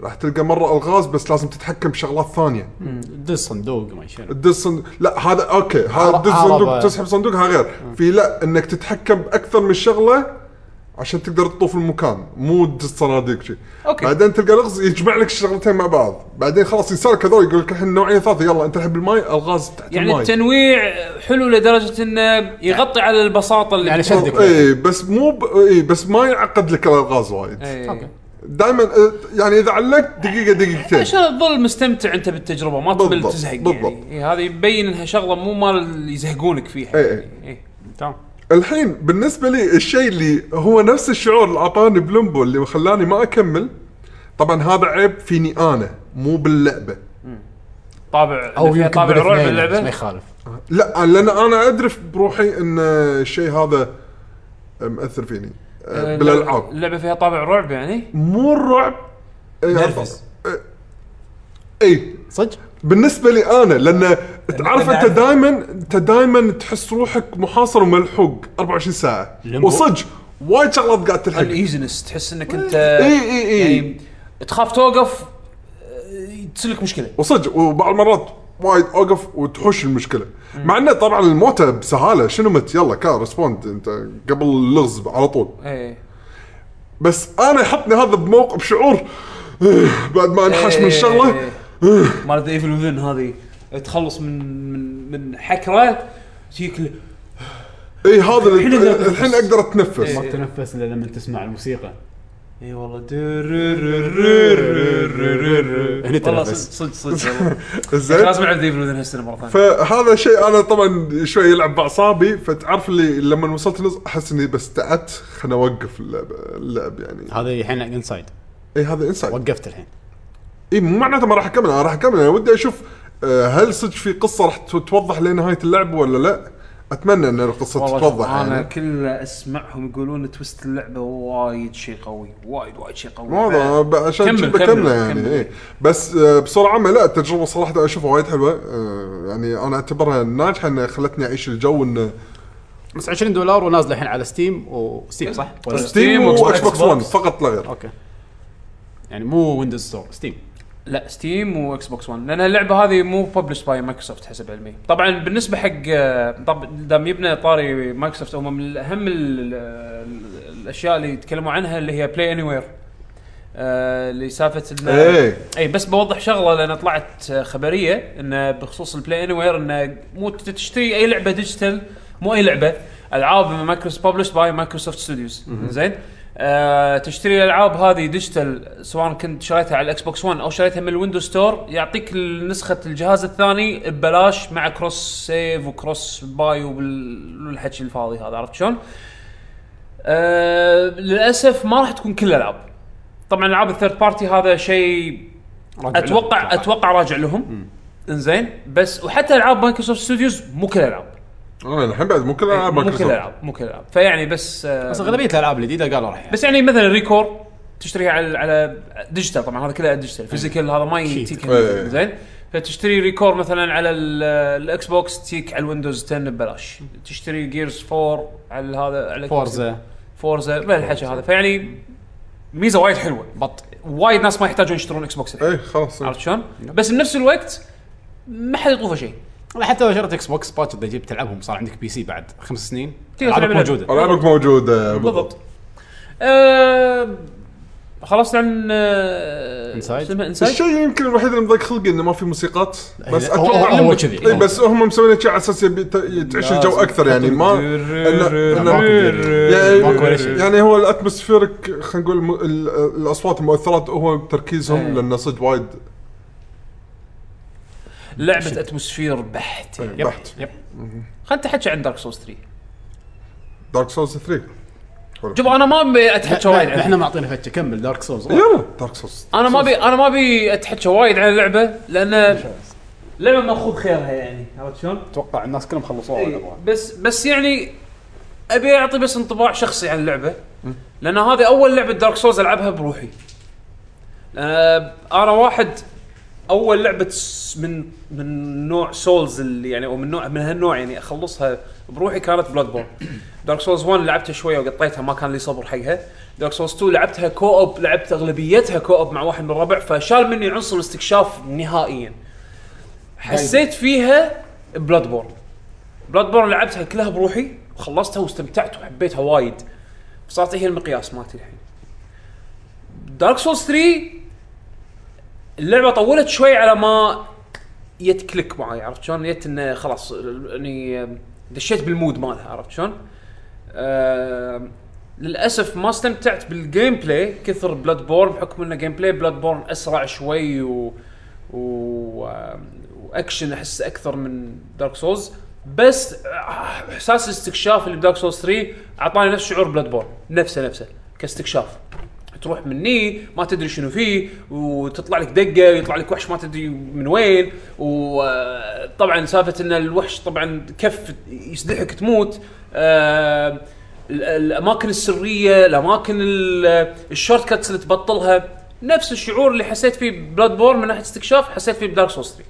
S2: راح تلقى مره الغاز بس لازم تتحكم بشغلات ثانيه
S5: دز صندوق ما شنو
S2: تدز صندوق لا هذا اوكي هذا
S5: عرب-
S2: تدز
S5: عربة.
S2: صندوق تسحب صندوق هذا غير في لا انك تتحكم باكثر من شغله عشان تقدر تطوف المكان مو تدز صناديق شي
S3: أوكي.
S2: بعدين تلقى لغز يجمع لك الشغلتين مع بعض بعدين خلاص يسالك هذول يقول لك الحين نوعيه ثالثه يلا انت الحين بالماي الغاز تحت
S3: يعني
S2: الماي
S3: التنويع حلو لدرجه انه يغطي على البساطه اللي
S5: يعني
S3: بتكون.
S5: شدك
S2: اي إيه، بس مو ب... اي بس ما يعقد لك الالغاز وايد
S3: إيه.
S5: اوكي
S2: دائما يعني اذا علقت دقيقه دقيقتين
S3: عشان تظل مستمتع انت بالتجربه ما تظل
S2: بالضبط،
S3: تزهق
S2: بالضبط.
S3: يعني إيه هذا يبين انها شغله مو مال اللي يزهقونك فيها
S2: إيه إيه.
S3: يعني. إيه.
S5: تمام
S2: الحين بالنسبه لي الشيء اللي هو نفس الشعور اللي اعطاني بلومبو اللي خلاني ما اكمل طبعا هذا عيب فيني انا مو باللعبه
S3: طابع
S5: او
S3: فيها
S5: يمكن
S3: طابع رعب
S5: بالاثنين، بس ما
S3: اللعبه
S5: يخالف
S2: لا لان انا ادري بروحي ان الشيء هذا مأثر فيني أه، بالالعاب
S3: اللعبه آه، فيها طابع رعب يعني
S2: مو الرعب أه،
S6: نرفز.
S2: أه، اي
S5: صدق
S2: بالنسبه إيه، لي انا لان تعرف
S6: أنا
S2: انت
S6: أعرف.
S2: دائما انت دائما تحس روحك محاصر وملحوق 24 ساعه
S5: لمبو.
S2: وصدق وايد شغلات قاعد تلحق
S3: الايزنس تحس انك انت
S2: إيه، إيه، إيه.
S3: يعني تخاف توقف آه، تصير لك مشكله
S2: وصدق وبعض المرات وايد اوقف وتحوش المشكله مع انه طبعا الموتى بسهاله شنو مت يلا كا ريسبوند انت قبل اللغز على طول
S3: ايه
S2: بس انا يحطني هذا بموقف بشعور بعد ما
S3: إيه،
S2: انحش من الشغله
S3: مال ذا ايفل وذن هذه تخلص من من من حكره تجيك ال-
S2: اي هذا
S3: الحين أقدر
S2: ال- الحين اقدر اتنفس
S5: ما تنفس الا لما تسمع الموسيقى
S3: اي والله درررررررررررررررررررررررررررررررر.
S5: هني
S3: والله
S5: تنفس.
S3: صدق صدق صدق
S2: زين
S3: لازم العب ذا ايفل وذن هالسنه مره ثانيه
S2: فهذا شيء انا طبعا شوي يلعب باعصابي فتعرف اللي لما وصلت نص احس اني بس تعبت خلنا اوقف اللعب, اللعب يعني
S5: هذا الحين انسايد
S2: اي هذا انسايد
S5: وقفت الحين
S2: اي إيه، مو معناته ما راح اكمل انا راح اكمل انا ودي اشوف آه، هل صدق في قصه راح تو- توضح لنهايه اللعب ولا لا؟ اتمنى ان القصه
S3: والله
S2: تتوضح
S3: شوف، انا
S2: يعني
S3: كل اسمعهم يقولون تويست اللعبه وايد شيء قوي وايد وايد شيء قوي
S2: مو هذا، ب- عشان
S3: كمل،
S2: كذا
S3: كمل،
S2: بكمله يعني
S3: كمل.
S2: إيه. بس آه، بصوره عامه لا التجربه صراحه اشوفها وايد حلوه آه، يعني انا اعتبرها ناجحه انها خلتني اعيش الجو انه
S5: بس 20 دولار ونازله الحين على ستيم وستيم صح؟ ولا
S3: بس.
S2: ستيم
S3: Steam
S2: واكس
S3: وXbox.
S2: بوكس 1 فقط لا غير
S5: اوكي يعني مو ويندوز ستور ستيم
S3: لا ستيم واكس بوكس 1 لان اللعبه هذه مو ببلش باي مايكروسوفت حسب علمي طبعا بالنسبه حق آه، طب دام يبنى طاري مايكروسوفت هم من اهم ال- ال- الاشياء اللي يتكلموا عنها اللي هي بلاي اني وير اللي سالفه إن-
S2: إيه.
S3: اي بس بوضح شغله لان طلعت آه، خبريه انه بخصوص البلاي اني وير انه مو ت- تشتري اي لعبه ديجيتال مو اي لعبه العاب من مايكروسوفت ببلش باي مايكروسوفت ستوديوز زين آه تشتري الالعاب هذه ديجيتال سواء كنت شريتها على الاكس بوكس 1 او شريتها من الويندوز ستور يعطيك نسخه الجهاز الثاني ببلاش مع كروس سيف وكروس باي والحكي الفاضي هذا عرفت شلون؟ آه للاسف ما راح تكون كل الالعاب طبعا العاب الثيرد بارتي هذا شيء اتوقع اتوقع راجع لهم انزين بس وحتى العاب مايكروسوفت ستوديوز مو كل الالعاب
S2: انا الحين بعد مو كل العاب
S3: إيه، مو كل
S2: مايكروسوفت
S3: الالعاب مو كل الالعاب فيعني بس آه،
S5: بس اغلبيه الالعاب الجديده قالوا راح
S3: بس يعني مثلا ريكور تشتريها على على ديجيتال طبعا هذا كله ديجيتال فيزيكال هذا ما يجيك
S2: إيه.
S3: زين فتشتري ريكور مثلا على ال- الاكس بوكس تيك على الويندوز 10 ببلاش تشتري جيرز 4 على هذا على
S5: فورزا
S3: فورزا ما الحكي هذا فيعني ميزه وايد حلوه بط وايد ناس ما يحتاجون يشترون اكس بوكس الحين
S2: اي إيه، خلاص
S3: عرفت
S5: نعم.
S3: شلون؟ بس بنفس الوقت ما حد يطوفه شيء
S5: لا حتى لو شريت اكس بوكس باتش اذا جبت تلعبهم صار عندك بي سي بعد خمس سنين
S3: تقدر
S5: العابك
S3: تلعب
S5: موجوده
S2: العابك موجوده
S3: بالضبط آه خلصت عن آه
S5: Inside؟
S3: شو اسمه انسايد
S2: الشيء يمكن الوحيد اللي مضيق خلقي انه ما في موسيقات بس
S3: إيه،
S5: لا، هو-
S2: اتوقع
S5: هو كذي.
S2: اي إيه، بس هم مسوين شيء على اساس يبي ت- تعيش الجو اكثر يعني ما إنه-
S5: ماكو
S2: إنه-
S5: ماكو ولا شيء.
S2: يعني يعني هو الاتموسفيرك خلينا نقول الم- ال- الاصوات المؤثرات هو
S3: إيه.
S2: تركيزهم لانه صدق وايد
S3: لعبه اتموسفير بحت
S2: إيه،
S5: يب
S2: بحت
S5: يب
S3: خلنا نتحكى عن دارك سولز 3
S2: دارك سولز 3
S3: شوف انا ما ابي اتحكى وايد
S5: لا،
S3: عنها
S5: احنا معطينا فتشه كمل دارك سولز
S2: يلا دارك سولز
S3: انا ما ابي انا ما ابي اتحكى وايد عن اللعبه لان لعبه ماخوذ خيرها يعني عرفت شلون؟
S5: اتوقع الناس كلهم خلصوها
S3: إيه، بس بس يعني ابي اعطي بس انطباع شخصي عن اللعبه لان هذه اول لعبه دارك سولز العبها بروحي آه، انا واحد اول لعبه س- من من نوع سولز اللي يعني او من نوع من هالنوع يعني اخلصها بروحي كانت بلاد بورن دارك سولز 1 لعبتها شويه وقطيتها ما كان لي صبر حقها دارك سولز 2 لعبتها كو اوب لعبت اغلبيتها كو اوب مع واحد من الربع فشال مني عنصر الاستكشاف نهائيا حسيت فيها بلاد بورن بلاد بورن لعبتها كلها بروحي وخلصتها واستمتعت وحبيتها وايد صارت هي المقياس مالتي الحين دارك سولز 3 اللعبه طولت شوي على ما يت كليك معي عرفت شلون؟ يت انه خلاص اني دشيت بالمود مالها عرفت شلون؟ آه، آم، للاسف ما استمتعت بالجيم بلاي كثر بلاد بورن بحكم انه جيم بلاي بلاد بورن اسرع شوي و, و... آم، واكشن احس اكثر من دارك سولز بس آه، احساس الاستكشاف اللي بدارك سولز 3 اعطاني نفس شعور بلاد بورن نفسه نفسه كاستكشاف تروح مني ما تدري شنو فيه وتطلع لك دقه ويطلع لك وحش ما تدري من وين آه، وطبعا سالفه ان الوحش طبعا كف يسدحك تموت آه، ال- الاماكن السريه الاماكن ال- الشورت كاتس اللي تبطلها نفس الشعور اللي حسيت فيه بلاد بورن من ناحيه استكشاف حسيت فيه بدارك سولز 3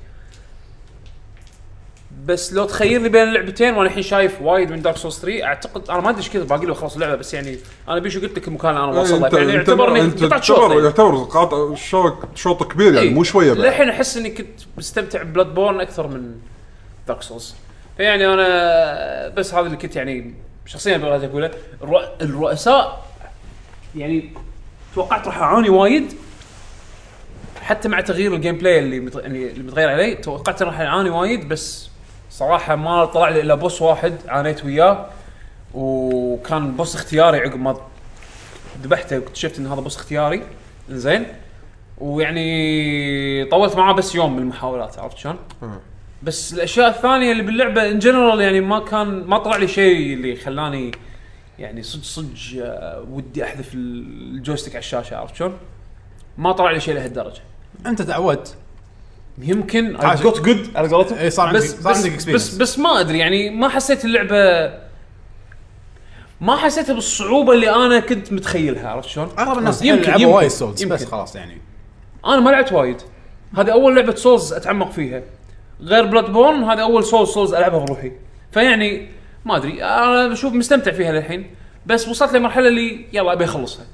S3: بس لو تخيرني بين اللعبتين وانا الحين شايف وايد من دارك سولز 3 اعتقد انا ما ادري ايش كثر باقي له خلاص اللعبه بس يعني انا بيشو قلت لك المكان اللي انا واصل
S2: إيه،
S3: له يعني يعتبرني قطعت شوط
S2: يعتبر
S3: يعني.
S2: يعتبر قاطع شوط شوط كبير يعني
S3: إي.
S2: مو شويه بعد
S3: إيه. للحين احس اني كنت مستمتع ببلاد بورن اكثر من دارك سولز فيعني انا بس هذا اللي كنت يعني شخصيا بغيت اقوله الرؤ- الرؤساء يعني توقعت راح اعاني وايد حتى مع تغيير الجيم بلاي اللي مت... يعني اللي متغير عليه توقعت راح اعاني وايد بس صراحه ما طلع لي الا بوس واحد عانيت وياه وكان بوس اختياري عقب ما ذبحته واكتشفت ان هذا بوس اختياري زين ويعني طولت معاه بس يوم من المحاولات عرفت شلون؟
S2: مم.
S3: بس الاشياء الثانيه اللي باللعبه ان جنرال يعني ما كان ما طلع لي شيء اللي خلاني يعني صدق صدق آه، ودي احذف الجويستيك على الشاشه عرفت شلون؟ ما طلع لي شيء لهالدرجه
S5: انت تعودت
S3: يمكن
S5: عاش.
S3: جود على قولتهم
S5: اي إيه، صار عندك
S3: بس
S5: صار
S3: بس,
S5: عندك
S3: بس
S5: اكسبيرينس
S3: بس ما ادري يعني ما حسيت اللعبه ما حسيتها بالصعوبه اللي انا كنت متخيلها عرفت شلون؟
S5: اغلب الناس
S3: يمكن-
S5: يلعبوا
S3: يمكن-
S5: وايد سولز
S3: يمكن.
S5: بس خلاص يعني
S3: انا ما لعبت وايد هذه اول لعبه سولز اتعمق فيها غير بلاد بورن هذه اول سولز سولز العبها بروحي فيعني ما ادري انا بشوف مستمتع فيها للحين بس وصلت لمرحله اللي يلا ابي اخلصها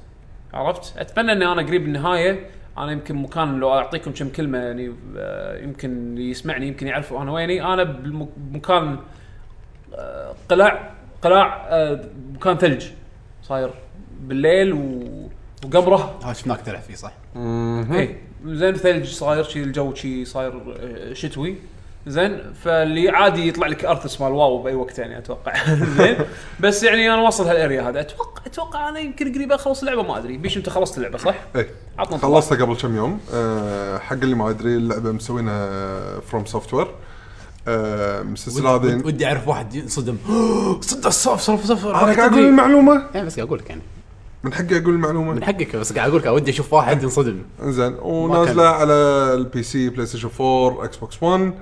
S3: عرفت اتمنى اني انا قريب النهايه انا يمكن مكان لو اعطيكم كم كلمه يعني آه، يمكن اللي يسمعني يمكن يعرف انا ويني انا بالم- بمكان آه، قلاع قلاع آه، مكان ثلج صاير بالليل و... وقمره
S5: ها شفناك تلعب فيه صح
S3: اي إيه. زين ثلج صاير شي الجو شي صاير آه، شتوي زين فاللي عادي يطلع لك ارثس مال واو باي وقت يعني اتوقع زين بس يعني انا واصل هالاريا هذا اتوقع اتوقع انا يمكن قريب اخلص اللعبه ما ادري بيش انت خلصت اللعبه صح؟
S2: إي.
S3: عطنا انطباع.
S2: إيه. خلصتها قبل كم يوم أه حق اللي ما يدري اللعبه مسوينها آه، فروم سوفت وير المسلسل هذا
S5: ود- ودي اعرف واحد ينصدم صدق صف صف صف
S2: انا قاعد اقول المعلومه
S5: يعني بس قاعد اقول لك يعني
S2: من حقي اقول المعلومه
S5: من حقك بس قاعد اقول لك ودي اشوف واحد ينصدم
S2: انزين ونازله على البي سي بلاي ستيشن 4 اكس بوكس 1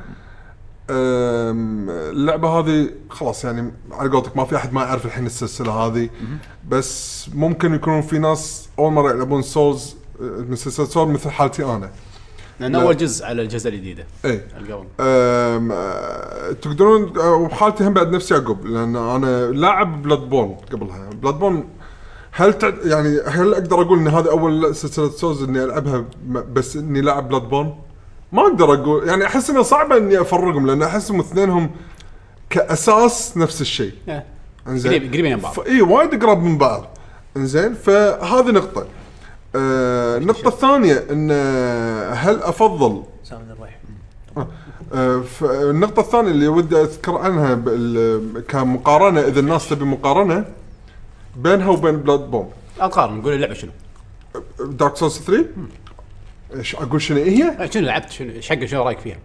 S2: أم، اللعبه هذه خلاص يعني على قولتك ما في احد ما يعرف الحين السلسله هذه بس ممكن يكونون في ناس اول مره يلعبون سولز أه، من سلسله سولز مثل حالتي انا
S5: لان
S2: لا. إيه.
S5: اول جزء على الجزء الجديده
S2: اي
S5: القبل
S2: أم، أه، تقدرون أه، وحالتي هم بعد نفسي عقب لان انا لاعب بلاد بون قبلها بلاد بون هل تع... يعني هل اقدر اقول ان هذا اول سلسله سوز اني العبها م- بس اني لاعب بلاد بون؟ ما اقدر اقول يعني احس انه صعبه اني افرقهم لان احسهم اثنينهم كاساس نفس الشيء
S5: إيه.
S2: انزين
S5: قريب- قريبين من بعض.
S2: اي وايد قراب من بعض انزين فهذه نقطه آه النقطه الثانيه ان آه، هل افضل
S3: سامي الريح
S2: آه، ف- النقطة الثانية اللي ودي أذكر عنها بال- كمقارنة إذا الناس تبي مقارنة بينها وبين بلاد بوم
S5: لا تقارن قول اللعبه شنو
S2: دارك سولز 3 ايش اقول شنو هي؟
S5: إيه، شنو لعبت شنو ايش حق شنو رايك فيها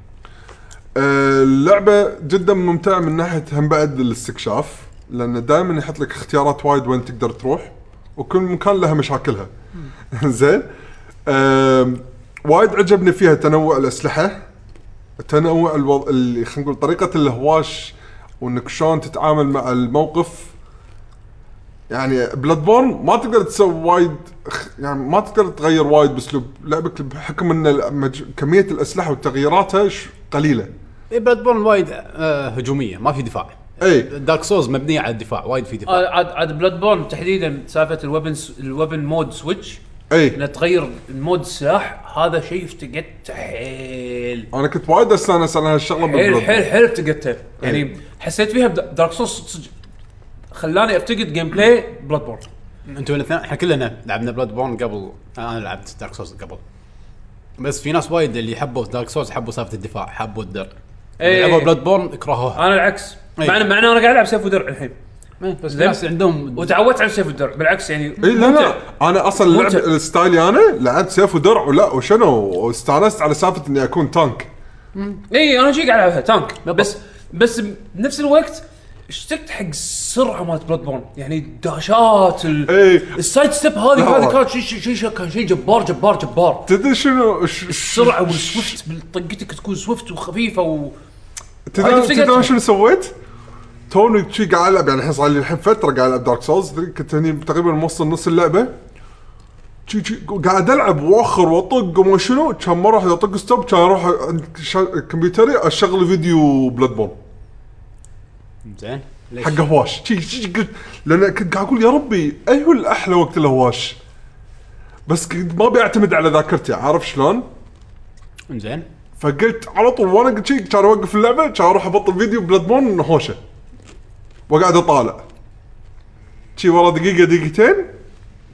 S2: آه، اللعبة جدا ممتعة من ناحية هم بعد الاستكشاف لأنه دائما يحط لك اختيارات وايد وين تقدر تروح وكل مكان لها مشاكلها زين آم، وايد عجبني فيها تنوع الأسلحة تنوع الوض... اللي خلينا نقول طريقة الهواش وانك شلون تتعامل مع الموقف يعني بلاد بورن ما تقدر تسوي وايد خ- يعني ما تقدر تغير وايد باسلوب لعبك بحكم ان المج... كميه الاسلحه وتغييراتها ش- قليله
S5: بلاد بورن إيه، وايد آه هجوميه ما في دفاع
S2: اي
S5: دارك سوز مبنيه على الدفاع وايد في دفاع
S3: آه، عاد عاد بلاد بورن تحديدا سالفه الويبن الويبن مود سويتش
S2: اي
S3: انها تغير المود سلاح هذا شيء افتقدته حيل
S2: انا كنت وايد استانس على هالشغله
S3: حيل
S2: بالبلاد
S3: حيل
S2: بورن
S3: حيل افتقدته يعني حسيت فيها بدارك سوس صدق خلاني افتقد جيم بلاي بلاد بورن
S5: انتم الاثنين احنا كلنا لعبنا بلاد بورن قبل آه، انا لعبت دارك سوز قبل بس في ناس وايد اللي حبوا دارك سوز حبوا سالفه الدفاع حبوا الدرع
S3: إيه. آه،
S5: لعبوا بلاد بورن كرهوها
S3: انا العكس
S5: إيه.
S3: مع إن- مع إن انا قاعد العب سيف ودرع الحين
S2: إيه،
S5: بس
S3: زين.
S5: الناس عندهم
S3: وتعودت على سيف ودرع بالعكس يعني
S2: اي إيه، لا
S3: ممتع.
S2: لا انا اصلا لعب
S3: ممتع.
S2: الستايل انا لعبت سيف ودرع ولا وشنو واستانست على سالفه اني اكون تانك
S3: اي انا إيه، شي قاعد العبها تانك
S5: بالضبط.
S3: بس بس بنفس الوقت اشتقت حق السرعه مالت بلاد بورن يعني الداشات ال...
S2: إيه.
S3: السايد ستيب هذه
S2: لا
S3: هذه
S2: والله.
S3: كانت شيء شيء شيء كان شيء جبار جبار جبار
S2: تدري شنو ش-
S3: السرعه والسويفت طقتك تكون سويفت وخفيفه و
S2: تدري
S3: عادي بتقدر
S2: تدري أنا
S3: تسوي.
S2: شنو سويت؟ توني شي قاعد العب يعني الحين صار لي الحين فتره قاعد العب دارك سولز كنت هني تقريبا موصل نص اللعبه شي شي قاعد العب واخر واطق وما شنو كان مره واحده اطق ستوب كان اروح عند شا- كمبيوتري اشغل فيديو بلاد بون
S5: زين ليش؟
S2: حق هواش شي شي قلت لان كنت قاعد اقول يا ربي اي هو الاحلى وقت الهواش بس كنت ما بيعتمد على ذاكرتي عارف شلون؟
S5: زين
S2: فقلت على طول وانا قلت شيء كان اوقف اللعبه كان اروح ابطل فيديو بلاد بون هوشه وقاعد اطالع شي ورا دقيقه دقيقتين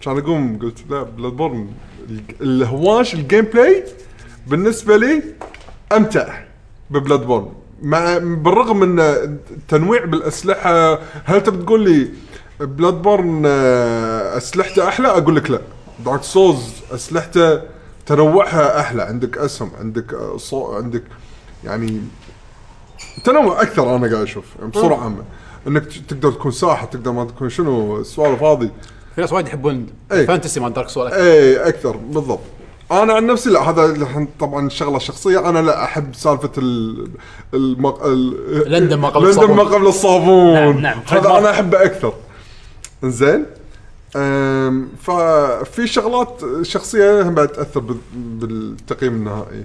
S2: كان اقوم قلت لا بلاد بورن ال- الهواش الجيم بلاي بالنسبه لي امتع ببلاد بورن مع بالرغم ان التنويع بالاسلحه هل انت بتقول لي بلاد بورن آه، اسلحته احلى اقول لك لا دارك سولز اسلحته تنوعها احلى عندك اسهم عندك آه، صو عندك يعني تنوع اكثر انا قاعد اشوف يعني بصوره عامه انك ت- تقدر تكون ساحر تقدر ما تكون شنو السوالف هذه
S5: في ناس وايد يحبون
S2: إيه.
S5: الفانتسي مال دارك سوز
S2: اي اكثر إيه، بالضبط انا عن نفسي لا هذا الحين طبعا شغله شخصيه انا لا احب سالفه ال المق... ال...
S5: لندن ما قبل
S2: لندن
S5: الصابون.
S2: ما قبل الصابون
S3: نعم، نعم.
S2: هذا انا احبه اكثر زين أم، ففي شغلات شخصيه هم بعد تاثر بال- بالتقييم النهائي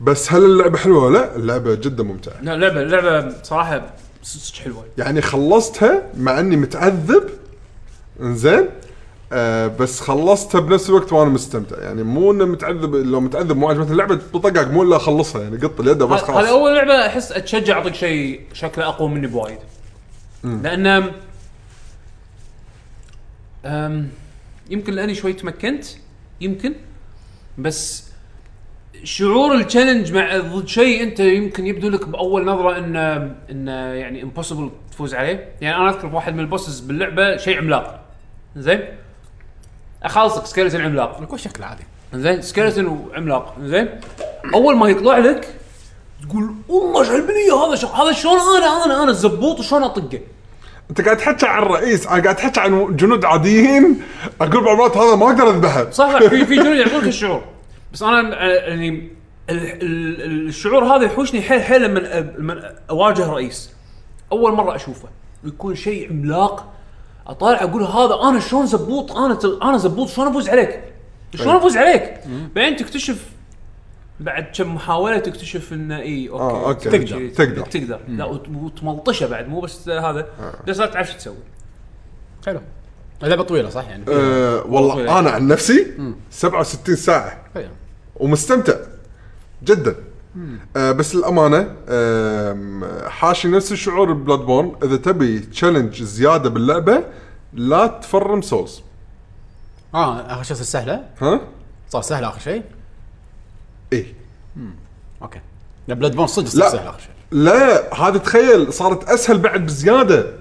S2: بس هل اللعبه حلوه لا اللعبه جدا ممتعه
S3: لا، لعبه لعبه صراحه صدق حلوه
S2: يعني خلصتها مع اني متعذب انزين آه بس خلصتها بنفس الوقت وانا مستمتع يعني مو انه متعذب لو متعذب مو عجبتني اللعبه طقك مو الا اخلصها يعني قط اليد بس
S3: هذا هذا
S2: خلاص
S3: اول لعبه احس اتشجع اعطيك شيء شكله اقوى مني بوايد لان أم، يمكن لاني شوي تمكنت يمكن بس شعور التشالنج مع ضد شيء انت يمكن يبدو لك باول نظره ان ان يعني امبوسيبل تفوز عليه يعني انا اذكر واحد من البوسز باللعبه شيء عملاق زين اخلصك سكيلتون عملاق
S5: كل شكله عادي
S3: زين سكيلتون وعملاق زين اول ما يطلع لك تقول والله شو البنيه هذا شو هذا شلون انا انا انا الزبوط وشلون اطقه
S2: انت قاعد تحكي عن الرئيس انا قاعد تحكي عن جنود عاديين اقول بعض المرات هذا ما اقدر اذبحه
S3: صح في في جنود يعطونك الشعور بس انا أنا- يعني ال- ال- ال- الشعور هذا يحوشني حيل حيل لما أ- لما اواجه رئيس اول مره اشوفه يكون شيء عملاق اطالع اقول هذا انا شلون زبوط انا ت- انا زبوط شلون افوز عليك؟
S2: طيب.
S3: شلون افوز عليك؟ بعدين تكتشف بعد كم محاوله تكتشف انه اي اوكي,
S2: آه، أوكي.
S3: تقدر
S2: تقدر. آه.
S3: تقدر لا وت- وتملطشه بعد مو بس هذا بس لا تعرف شو تسوي
S5: حلو اللعبه طويله صح يعني
S2: أه والله انا عن نفسي 67 ساعه
S5: حلو.
S2: ومستمتع جدا آه بس الامانه آم، حاشي نفس الشعور بلاد بورن اذا تبي تشالنج زياده باللعبه لا تفرم سولز
S5: اه اخر شيء صار سهله
S2: ها؟
S5: صار سهل اخر شيء
S2: ايه
S5: اوكي لا بلاد بورن صدق صار سهل
S2: لا
S5: اخر شيء
S2: لا هذا تخيل صارت اسهل بعد بزياده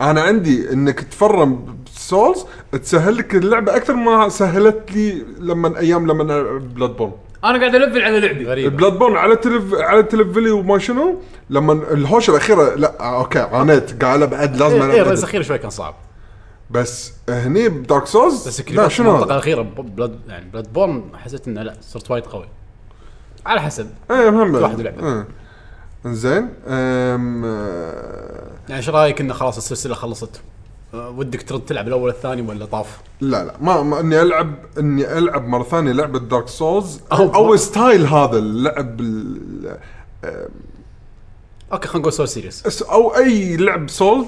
S2: انا عندي انك تفرم سولز تسهل لك اللعبه اكثر ما سهلت لي لما ايام لما ألعب بلاد بورن
S3: انا قاعد الفل على لعبي
S5: غريب
S2: بلاد بورن على تلف على تلفلي وما شنو لما الهوشه الاخيره لا آه، اوكي عانيت قاعد ابعد لازم
S5: ايه
S2: ألعب
S5: بس
S2: أدب.
S5: الاخير شوي كان صعب
S2: بس هني بدارك سولز
S5: بس
S2: لا
S5: كريبات
S2: شنو
S5: المنطقه
S2: هذا؟
S5: الاخيره ب- بلاد يعني بلاد بورن حسيت انه لا صرت وايد قوي على حسب
S2: ايه مهم
S5: كل واحد يلعب.
S2: إيه. انزين أم، آه،
S5: يعني ايش رايك انه خلاص السلسله خلصت آه، ودك ترد تلعب الاول الثاني ولا طاف
S2: لا لا ما, ما اني العب اني العب مره ثانيه لعبه دارك سولز
S5: أو-
S2: او, أو ستايل هذا اللعب ال-
S5: اوكي خلينا نقول سول سيريس
S2: أس- او اي لعب سول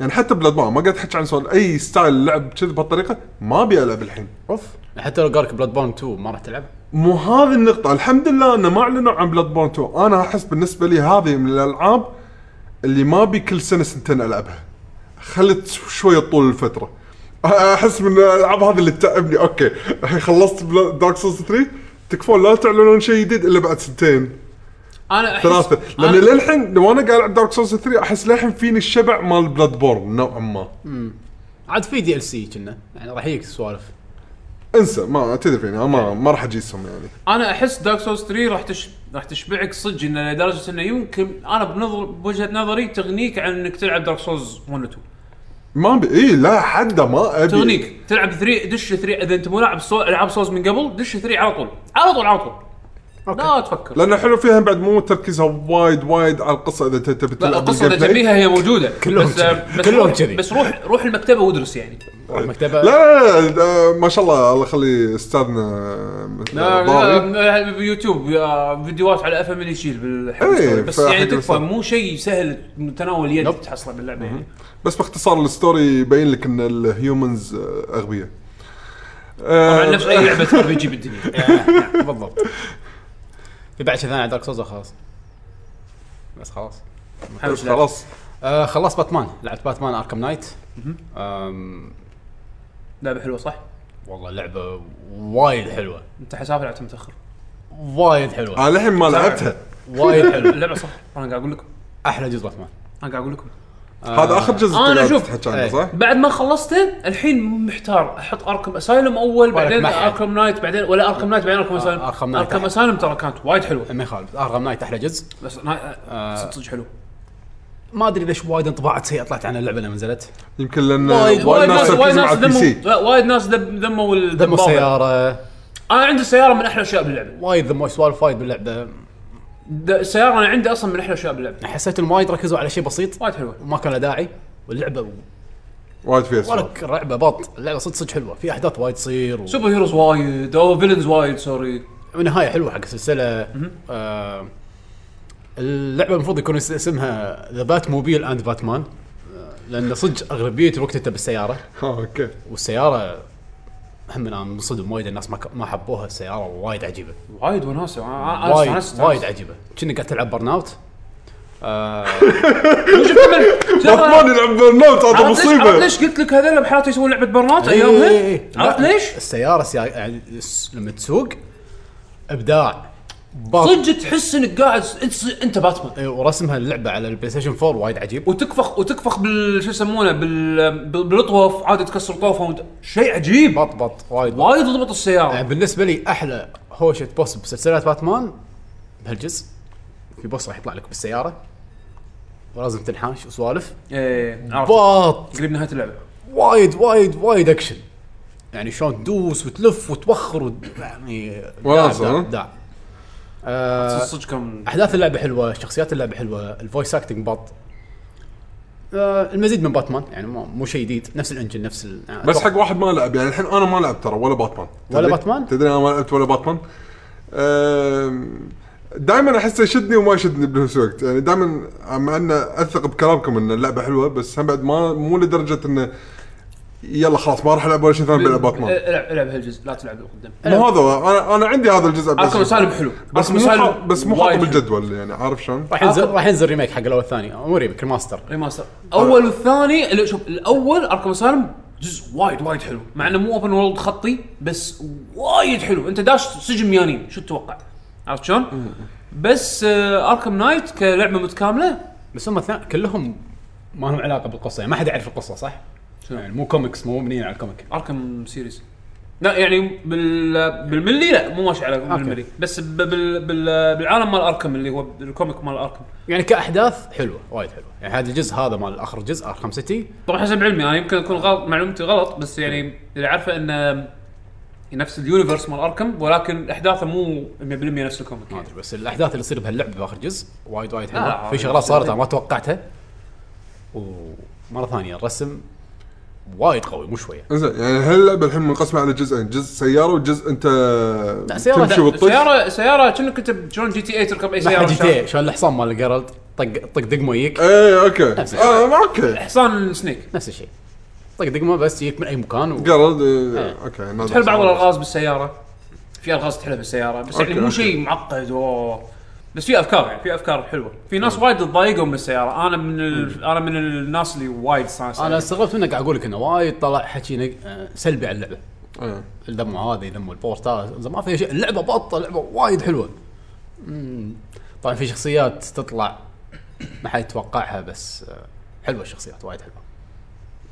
S2: يعني حتى بلاد ما قاعد احكي عن سول اي ستايل لعب كذي بهالطريقه ما ابي العب الحين اوف
S5: حتى لو قالك بلاد بورن 2 ما راح تلعب
S2: مو هذه النقطة، الحمد لله انه ما اعلنوا عن بلاد بورن 2، انا احس بالنسبة لي هذه من الالعاب اللي ما بي كل سنة سنتين العبها. خلت شوية طول الفترة. احس من الالعاب هذه اللي تتعبني، اوكي، الحين خلصت دارك سولز 3 تكفون لا تعلنون شيء جديد الا بعد سنتين
S5: انا أحس-
S2: ثلاثة، لان
S5: أنا-
S2: للحين وانا قاعد العب دارك سولز 3 احس للحين فيني الشبع مال بلاد بورن نوعا ما.
S5: عاد في دي ال سي كنا يعني راح يجيك سوالف
S2: انسى ما تدري فيني ما ما راح اجيسهم يعني.
S3: انا احس دارك سولز 3 راح تش... راح تشبعك صدق انه لدرجه انه يمكن انا بنظر بوجهه نظري تغنيك عن انك تلعب دارك سولز 1 و 2
S2: ما ابي اي لا حدا ما ابي
S3: تغنيك تلعب 3 دش 3 اذا انت مو لاعب سو... العاب سولز من قبل دش 3 على طول على طول على طول لا تفكر
S2: لان حلو فيها بعد مو تركيزها وايد وايد على القصه اذا انت تبي
S3: لا
S2: تلعب
S3: القصه اذا
S2: بالجيم بلاي.
S3: تبيها هي موجوده
S5: كلهم
S3: بس آه،
S5: كذي.
S3: بس
S5: كلهم
S3: روح-
S5: كذي.
S3: بس روح روح المكتبه وادرس يعني
S5: روح
S2: لا
S5: مكتبه
S2: لا لا, لا آه، ما شاء الله الله يخلي استاذنا
S3: لا
S2: ضاري.
S3: لا بيوتيوب آه، فيديوهات على افهم اللي يشيل بالحلقه
S2: إيه،
S3: بس
S2: فحق
S3: يعني تكفى
S2: الوسط.
S3: مو شيء سهل تناول
S5: نوب.
S3: يد تحصله باللعبه يعني
S2: بس باختصار الستوري يبين لك ان الهيومنز آه، اغبياء
S3: طبعا
S2: آه،
S3: نفس اي لعبه ار بي جي بالدنيا
S5: بالضبط في بعد شيء ثاني على دارك سولز خلاص بس خلاص
S2: بس خلاص
S5: آه خلص باتمان لعبت باتمان اركم نايت آم،
S3: لعبه حلوه صح؟
S5: والله لعبه وايد حلوه
S3: انت حسافه لعبتها متاخر
S5: وايد حلوه
S2: انا آه، للحين ما لعبتها
S5: وايد حلوه
S3: اللعبه صح انا قاعد اقول لكم
S5: احلى جزء باتمان
S3: انا قاعد اقول لكم
S2: هذا اخر جزء
S3: آه. أنا
S2: تلعب
S3: شوف.
S2: تحكي عنه
S5: إيه.
S2: صح؟
S3: بعد ما خلصته الحين محتار احط اركم اسايلم اول بعدين
S5: معها.
S3: اركم نايت بعدين ولا اركم نايت بعدين اركم اسايلم
S5: Arkham Knight
S3: اركم
S5: أحلى.
S3: اسايلم ترى كانت وايد حلوه
S5: ما يخالف اركم نايت احلى جزء
S3: بس نا- صدق صدق حلو
S5: ما ادري ليش وايد انطباعات سيئه طلعت عن اللعبه لما نزلت
S2: يمكن لان
S5: وايد-
S2: وايد ناس
S3: وايد
S2: تركزوا
S3: ناس
S2: على البي سي
S3: ذموا لا، وايد ناس ذم- ذموا
S5: ذموا
S3: الدبابة.
S5: السياره
S3: انا عندي السياره من احلى الاشياء باللعبه
S5: وايد ذموا سوالف وايد باللعبه
S3: د- السياره انا عندي اصلا من احلى الاشياء باللعبه
S5: حسيت انهم وايد ركزوا على شيء بسيط
S3: وايد حلوه
S5: وما كان له داعي واللعبه
S2: وايد فيها سوالف.
S5: ولك رعبه بط اللعبه صدق صدق حلوه في احداث وايد تصير و...
S3: سوبر هيروز وايد او فيلنز وايد سوري
S5: ونهايه حلوه حق السلسله آه اللعبه المفروض يكون اس- اسمها ذا بات موبيل اند باتمان لان آه، صدق اغلبيه الوقت انت بالسياره
S2: آه، اوكي
S5: والسياره هم انا منصدم وايد الناس ما ك- ما حبوها السياره وايد عجيبه
S3: وايد وناسه أنا- أنا
S5: وايد
S3: استانست-
S5: وايد عجيبه كأنك قاعد تلعب برن اوت
S2: باتمان يلعب برن اوت هذا
S3: عرفت ليش عرفت
S2: مصيبه
S3: ليش قلت لك هذول بحياتي يسوون لعبه برنات
S5: إيه،
S3: ايامها؟ طيب، عرفت ليش؟
S5: السياره سيا... يعني الس- لما تسوق ابداع بط.
S3: صدق تحس انك قاعد انت انت باتمان
S5: إيه، ورسمها اللعبه على البلاي ستيشن 4 وايد عجيب
S3: وتكفخ وتكفخ بال شو يسمونه بال بال- بالطوف عادي تكسر طوفه وانت شيء عجيب
S5: بط بط وايد بط.
S3: وايد تضبط
S5: يعني
S3: السياره
S5: بالنسبه لي احلى هوشه بوس بسلسله باتمان بهالجزء في بوس راح يطلع لك بالسياره ولازم تنحاش وسوالف
S3: ايه
S5: أه.
S3: عرفت
S5: بط
S3: قريب نهايه اللعبه
S5: وايد وايد وايد اكشن يعني شلون تدوس وتلف وتوخر و... يعني
S2: والله
S5: إبداع،
S2: أصلاً،
S5: إبداع،
S2: ها؟
S5: إبداع. آه،
S3: صدق كان
S5: احداث اللعبه حلوه شخصيات اللعبه حلوه الفويس اكتنج بط آه، المزيد من باتمان يعني مو مو شيء جديد نفس الانجن نفس ال... يعني
S2: بس
S5: أتوقع-
S2: حق واحد ما لعب يعني الحين انا ما لعب ترى ولا باتمان
S5: ولا
S2: تدري-
S5: باتمان؟
S2: تدري انا ما لعبت ولا باتمان دائما احسه يشدني وما يشدني بنفس الوقت يعني دائما مع انه اثق بكلامكم ان اللعبه حلوه بس هم بعد ما مو لدرجه انه يلا خلاص ما راح العب ولا شيء ثاني بلعب باتمان
S3: إيه، العب العب هالجزء لا تلعب اللي قدام
S5: أه،
S2: مو هذا هو، انا انا عندي هذا الجزء بس
S3: اركم اسالم حلو
S2: بس
S3: أركم
S2: مو
S3: أسايلم
S2: حاط- بس مو
S3: وايد
S2: حاطه
S3: حلو.
S2: بالجدول يعني عارف شلون؟
S5: راح ينزل راح ينزل ريميك حق الاول والثاني آه، مو ريميك ريماستر
S3: ريماستر اول والثاني لا، شوف الاول اركم اسالم جزء وايد وايد حلو مع انه مو اوبن وورلد خطي بس وايد حلو انت داش سجن ميانين شو تتوقع عرفت شلون؟ بس آه، اركم نايت كلعبه متكامله
S5: بس هم الثا- كلهم ما لهم علاقه بالقصه يعني ما حد يعرف القصه صح؟
S3: شنو؟
S5: يعني مو كوميكس مو مبنيين على الكوميك
S3: اركم سيريز لا يعني بال بالملي لا مو ماشي على بالملي بس ب- بال بال بالعالم مال اركم اللي هو الكوميك مال اركم
S5: يعني كاحداث حلوه وايد حلوه يعني هذا الجزء هذا مال اخر جزء ارخم سيتي
S3: طبعا حسب علمي انا يمكن اكون غلط معلومتي غلط بس يعني اللي عارفه انه نفس اليونيفرس مال اركم ولكن احداثه مو 100% نفس الكوميك
S5: ما
S3: يعني.
S5: ادري بس الاحداث اللي تصير بهاللعبه باخر جزء وايد وايد
S3: لا،
S5: حلوه في
S3: لا،
S5: شغلات صارت
S3: لا.
S5: أنا ما توقعتها ومره ثانيه الرسم وايد قوي مو شويه
S2: انزين يعني هاللعبه الحين منقسمه على جزئين جزء سياره وجزء انت
S5: لا، سيارة-
S2: تمشي وتطق
S3: سياره سياره كأنك انت شلون جي تي اي تركب اي سياره
S5: ما حد
S3: بالشارع.
S5: جي إيه. شلون الحصان مال جيرالد طق طق دقمه يجيك
S2: ايه اوكي
S5: نفس
S2: اه ما اوكي
S3: حصان سنيك
S5: نفس الشيء طق دقمه بس يجيك من اي مكان و...
S2: قرد إيه، اوكي نادر
S3: تحل بعض
S2: صار.
S3: الالغاز بالسياره في الغاز تحلها بالسياره بس يعني
S2: أوكي،
S3: مو
S2: أوكي.
S3: شيء معقد اوه بس في افكار يعني في افكار حلوه في ناس وايد تضايقوا من السياره انا من ال... انا من الناس اللي وايد استانست
S5: انا
S3: عليها.
S5: استغربت منك قاعد اقول لك انه وايد طلع حكي نق- آه، سلبي على اللعبه
S2: إيه.
S5: الدم هذا يدموا البورت هذا ما في شيء اللعبه بطه لعبه وايد حلوه مم. طبعا في شخصيات تطلع ما حد يتوقعها بس آه، حلوه الشخصيات وايد حلوه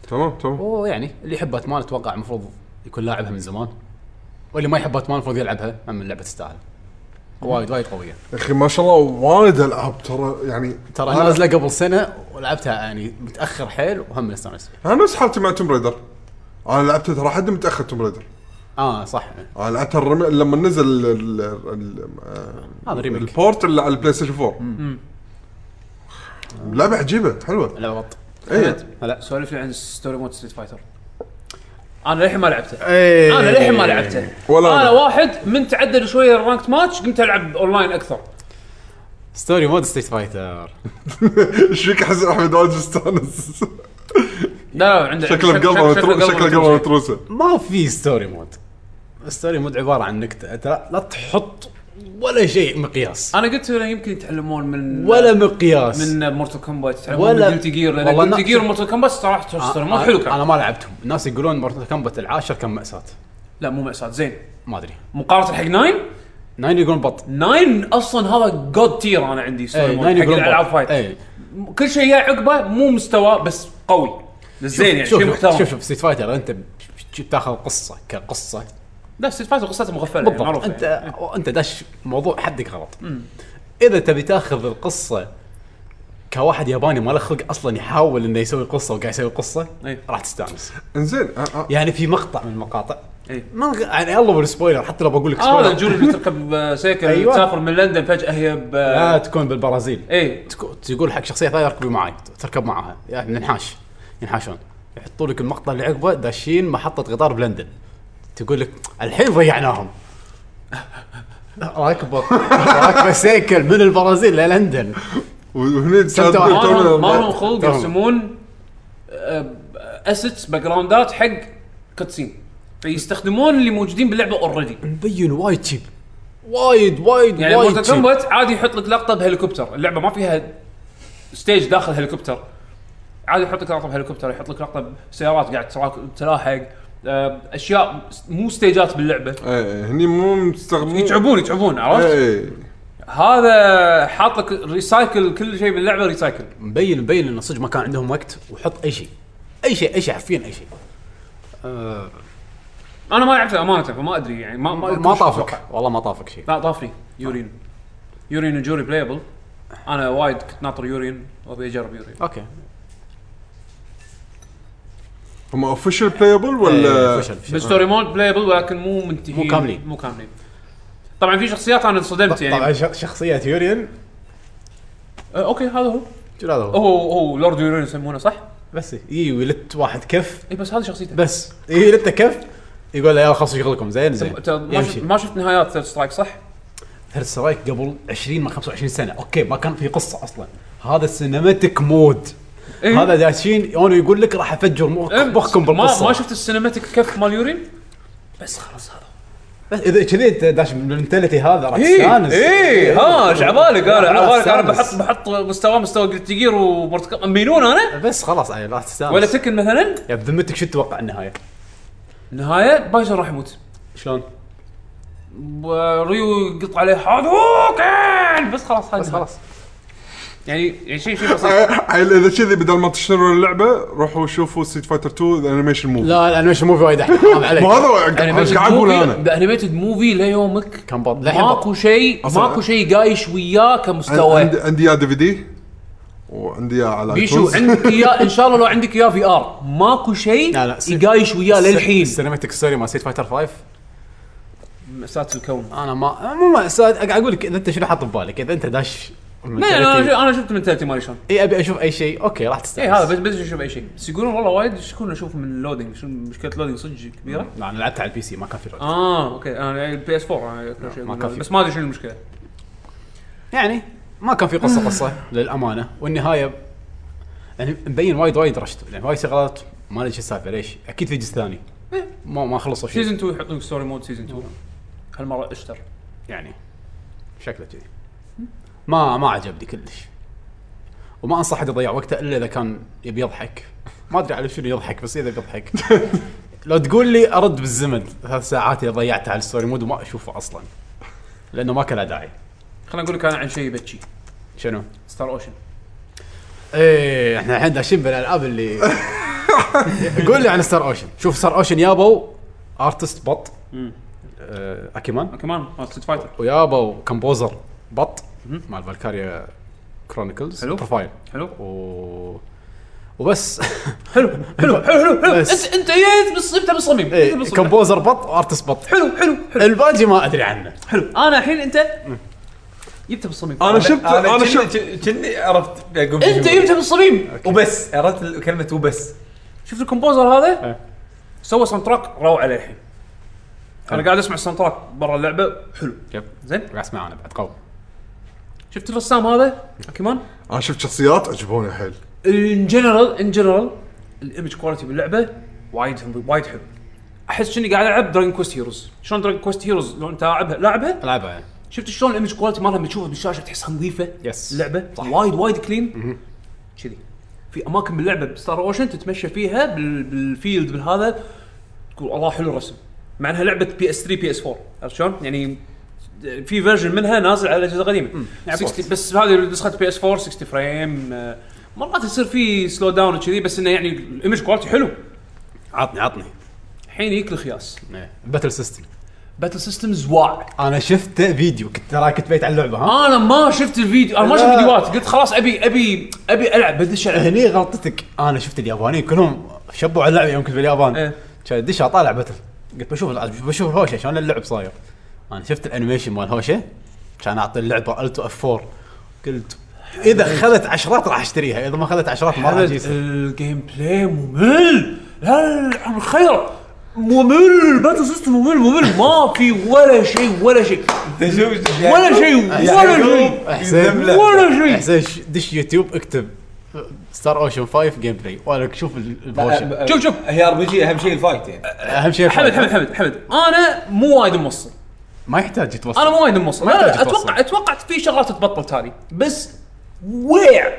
S2: تمام تمام
S5: ويعني اللي يحب باتمان اتوقع المفروض يكون لاعبها من زمان واللي ما يحب باتمان المفروض يلعبها اما اللعبه تستاهل وايد وايد قويه
S2: يا اخي ما شاء الله وايد العاب ترى يعني
S5: ترى
S2: أنا-
S5: نازله قبل سنه ولعبتها يعني متاخر حيل وهم استانس فيها
S2: انا نفس حالتي مع توم ريدر انا لعبته ترى حد متاخر توم ريدر
S5: اه صح
S2: انا لعبتها الرم... لما نزل ال... ال... ال... آه،
S5: هذا ريميك.
S2: البورت اللي على البلاي ستيشن 4 لعبه عجيبه حلوه
S5: لعبه بط
S2: ايه
S3: لا سولف لي عن ستوري مود ستريت فايتر انا للحين ما لعبته
S5: ايه
S3: انا للحين ما لعبته
S2: ولا
S3: انا
S2: أنا.
S3: واحد من تعدل شويه الرانكت ماتش قمت العب اونلاين اكثر
S5: ستوري مود ستيت فايتر
S2: ايش فيك احس احمد واجد استانس
S3: لا لا عنده
S2: شكله
S3: شكل-
S2: بقلبه
S3: شكل-
S2: مترو- شكله قلبه متروسه
S5: ما في ستوري مود ستوري مود عباره عن نكته انت لا, لا تحط ولا شيء مقياس
S3: انا قلت له يمكن يتعلمون من
S5: ولا مقياس
S3: من مورتال كومبات يتعلمون
S5: ولا-
S3: من ديوتي جير لان
S5: والله
S3: ديوتي
S5: نا-
S3: جير ومورتال كومبات صراحه ستوري مود
S5: أنا-
S3: حلو كان
S5: انا ما لعبتهم الناس يقولون مرتل كمبت العاشر كان ماساه
S3: لا مو مأساة زين
S5: ما ادري
S3: مقارنه حق ناين
S5: ناين يقولون بط
S3: ناين اصلا هذا جود تير انا عندي ستوري
S5: اي
S3: مود
S5: إيه، ناين إيه.
S3: حق
S5: يقولون بط
S3: الالعاب فايت
S5: اي
S3: كل شيء يا عقبه مو مستوى بس قوي زين يعني
S5: شوف
S3: شيء
S5: شوف- شوف
S3: محترم
S5: شوف ستيت فايتر انت ب- ب- بتاخذ قصه كقصه
S3: لا ستريت فايتر قصته مغفله يعني
S5: بالضبط
S3: معروفه
S5: انت
S3: يعني.
S5: انت داش موضوع حدك غلط اذا تبي تاخذ القصه كواحد ياباني ما له خلق اصلا يحاول انه يسوي قصه وقاعد يسوي قصه
S3: اي.
S5: راح تستانس
S2: انزين أ- أ-
S5: يعني في مقطع من المقاطع
S3: اي.
S5: ما يعني الله بالسبويلر حتى لو بقول لك
S3: اه هذا
S5: سبويلر
S3: الجوري اللي تركب آه، سيكل
S5: أيوة.
S3: تسافر من لندن فجاه هي ب إيه.
S5: لا تكون بالبرازيل
S3: اي
S5: تكو- تقول حق شخصيه ثانيه ركبي معاي تركب معاها يعني ننحاش ينحاشون يحطوا لك المقطع اللي عقبه داشين محطه قطار بلندن تقول لك الحين ضيعناهم راكبه راكبه سيكل من البرازيل للندن
S2: وهني
S5: سبتة
S2: تعرف-
S5: واحد.
S2: تعرف-
S3: ما لهم خلق
S5: تمام.
S3: يرسمون آه، اسيتس باك جراوندات حق كاتسين فيستخدمون اللي موجودين باللعبه اوريدي
S5: مبين وايد شيب وايد وايد
S3: يعني
S5: وايد
S3: مورتال
S5: شيب
S3: كومبات عادي يحط لك لقطه بهليكوبتر اللعبه ما فيها ستيج داخل هليكوبتر عادي يحط لك لقطه بهليكوبتر يحط لك لقطه بسيارات قاعد تراك- تلاحق آه، اشياء مو ستيجات باللعبه
S2: ايه هني مو مستخدمين
S3: يتعبون يتعبون عرفت؟
S2: ايه
S3: هذا حاط لك ريسايكل كل شيء باللعبه ريسايكل
S5: مبين مبين انه صدق ما كان عندهم وقت وحط اي شيء اي شيء اي شيء حرفيا اي شيء آه،
S3: انا ما لعبتها امانه فما ادري يعني ما ما,
S5: ما طافك والله ما طافك شيء
S3: لا طافني يورين يورين وجوري بلايبل انا وايد كنت ناطر يورين وابي اجرب يورين
S5: اوكي
S2: هم اوفشل بلايبل
S5: إيه،
S2: ولا
S5: فشل، فشل.
S3: بالستوري مود بلايبل ولكن مو منتهين
S5: مو كاملين.
S3: مو كاملين طبعا في شخصيات انا انصدمت يعني
S5: طبعا ش- شخصيه يوريان
S3: آه اوكي هذا هو
S5: هذا هو
S3: هو هو لورد يورين يسمونه صح؟
S5: بس اي ولدت واحد كف
S3: اي بس هذه شخصيته
S5: بس اي ولدته كف يقول له يلا خلصوا شغلكم زين زين
S3: أنت ما شفت
S5: يمشي
S3: ما شفت نهايات ثيرد سترايك صح؟
S5: ثيرد سترايك قبل 20 ما 25 سنه اوكي ما كان في قصه اصلا هذا السينماتيك مود
S3: إيه.
S5: هذا داشين انا يقول لك راح افجر مخ-
S3: إيه،
S5: مخكم بالقصه
S3: ما, ما شفت السينماتيك كف مال يورين؟ بس خلاص هذا
S5: بس اذا كذي انت داش بالمنتاليتي هذا راح تستانس إيه.
S3: اي إيه، ها ايش عبالك انا
S5: راح
S3: عبالك انا
S5: تستانس.
S3: بحط بحط مستوى مستوى جلتي جير ومرتكب مينون انا
S5: بس خلاص يعني راح تستانس
S3: ولا تكن مثلا
S5: يا بذمتك شو تتوقع النهايه؟
S3: نهايه بايجر راح يموت
S5: شلون؟
S3: وريو يقط عليه هذوكن بس خلاص هذا
S5: بس خلاص
S3: يعني يعني شيء شيء بسيط
S2: آه، اذا كذي بدل ما تشترون اللعبه روحوا شوفوا ستيت فايتر 2 الانيميشن موفي
S5: لا الانيميشن موفي وايد احلى حرام عليك
S2: ما هذا قاعد اقول انا
S3: بانيميتد موفي ليومك
S5: كان بط للحين بط.
S3: ماكو شيء
S2: أصلاً-
S3: ماكو شيء قايش وياه كمستوى
S2: عندي عندي يا دي في دي وعندي يا على
S3: بيشو
S2: iTunes.
S3: عندك اياه ان شاء الله لو عندك اياه في ار ماكو شيء
S5: لا، لا، سيب-
S3: يقايش وياه للحين
S5: السينماتيك ستوري مال سيت فايتر 5
S3: مأساة الكون
S5: انا ما مو ما ساد- قاعد اقول لك اذا انت شنو حاط ببالك اذا انت داش إيه،
S3: ما يعني انا انا شفت المنتاليتي مالي شلون
S5: اي ابي اشوف اي شيء اوكي راح
S3: اي
S5: تستانس
S3: إيه، هذا بس بس اشوف اي شيء بس يقولون والله وايد شكون اشوف من اللودينج شنو مشكله اللودينج صدق كبيره
S5: لا انا لعبت على البي سي ما كان في رد.
S3: اه اوكي انا البي اس 4 أنا كل شيء
S5: ما
S3: أقول.
S5: كان في.
S3: بس ما ادري شنو المشكله
S5: يعني ما كان في قصه قصه للامانه والنهايه يعني مبين وايد وايد رشد يعني وايد شغلات ما ادري شو السالفه ليش اكيد في جزء ثاني
S3: إيه.
S5: ما ما خلصوا شيء
S3: سيزون 2 يحطون ستوري مود سيزون 2
S5: آه.
S3: هالمره اشتر
S5: يعني شكله كذي ما ما عجبني كلش وما انصح حد يضيع وقته الا اذا كان يبي يضحك ما ادري على شنو يضحك بس اذا بيضحك لو تقول لي ارد بالزمن ثلاث ساعات اللي ضيعتها على الستوري مود وما اشوفه اصلا لانه ما كان له داعي
S3: خليني اقول لك انا عن شيء بتشي
S5: شنو؟
S3: ستار اوشن
S5: ايه احنا الحين داشين بالالعاب اللي قول لي عن ستار اوشن شوف ستار اوشن يابوا ارتست بط آه، اكيمان
S3: كمان مال ستريت فايتر
S5: ويابوا كمبوزر بط مع الفالكاريا كرونيكلز
S3: حلو.
S5: بروفايل
S3: حلو
S5: و وبس
S3: حلو حلو حلو حلو حلو
S5: بس.
S3: انت انت جيت بالص- انت بالصميم
S5: إيه،
S3: انت بالصميم.
S5: كمبوزر بط وارتست بط
S3: حلو حلو حلو
S5: الباقي ما ادري عنه
S3: حلو انا الحين انت جبته بالصميم
S2: انا شفت انا
S6: كني-
S2: شفت
S6: كني- كني عرفت بقول
S3: انت
S6: شو.
S3: جبته بالصميم
S6: وبس عرفت ال- كلمه وبس
S3: شفت الكومبوزر هذا
S5: إيه.
S3: سوى ساوند تراك روعه للحين انا قاعد اسمع الساوند تراك برا اللعبه حلو
S5: يب
S3: زين
S5: قاعد اسمع انا بعد قوي
S3: شفت الرسام هذا كمان
S2: انا شفت شخصيات عجبوني حيل
S3: ان جنرال ان جنرال الايمج كواليتي باللعبه وايد وايد حلو احس اني قاعد العب دراجون كوست هيروز شلون دراجون كوست هيروز لو انت لاعبها لاعبها
S5: العبها يعني.
S3: شفت شلون الايمج كواليتي مالها لما تشوفها بالشاشه تحسها نظيفه
S5: يس.
S3: اللعبه صح. وايد وايد كلين كذي في اماكن باللعبه بستار اوشن تتمشى فيها بال... بالفيلد بالهذا تقول الله حلو الرسم مع انها لعبه بي اس 3 بي اس 4 عرفت شلون؟ يعني في فيرجن منها نازل على الاجهزه القديمه 60 بس هذه نسخه بي اس 4 60 فريم آه، مرات يصير في سلو داون وكذي بس انه يعني الايمج كواليتي حلو
S5: عطني عطني
S3: الحين يجيك الخياس
S5: باتل سيستم
S3: باتل سيستم زواع
S5: انا شفت فيديو كنت ترى كنت بيت على اللعبه ها
S3: انا آه، ما شفت الفيديو انا ما
S5: لا. إيه،
S3: شفت فيديوهات قلت خلاص ابي ابي ابي العب بدش العب
S5: هني غلطتك انا شفت اليابانيين كلهم شبوا على اللعبه يوم كنت باليابان
S3: إيه.
S5: كان ادش اطالع بتل قلت بشوف بشوف الهوشه شلون اللعب صاير انا شفت الانيميشن مال هوشه كان اعطي اللعبه التو اف 4 قلت اذا خذت عشرات راح اشتريها اذا ما خذت عشرات ما راح اجيبها
S3: الجيم بلاي ممل لا لا، عن خير ممل الباتل سيستم ممل ممل ما في ولا شيء ولا شيء
S6: انت شوف
S5: يعني
S3: ولا شيء ولا شيء
S6: يعني
S5: حسين
S3: ولا شيء
S5: حسين ش- دش يوتيوب اكتب ستار اوشن 5 جيم بلاي ولا شوف ال- الهوشه
S3: شوف شوف
S6: آه، هي ار بي جي اهم شيء الفايت يعني
S5: اهم شيء
S3: حمد حمد حمد حمد انا مو وايد موصل
S5: ما يحتاج يتوصل
S3: انا مو وايد موصل لا لا
S5: تحتاج توصل.
S3: اتوقع اتوقع في شغلات تبطل تالي بس ويع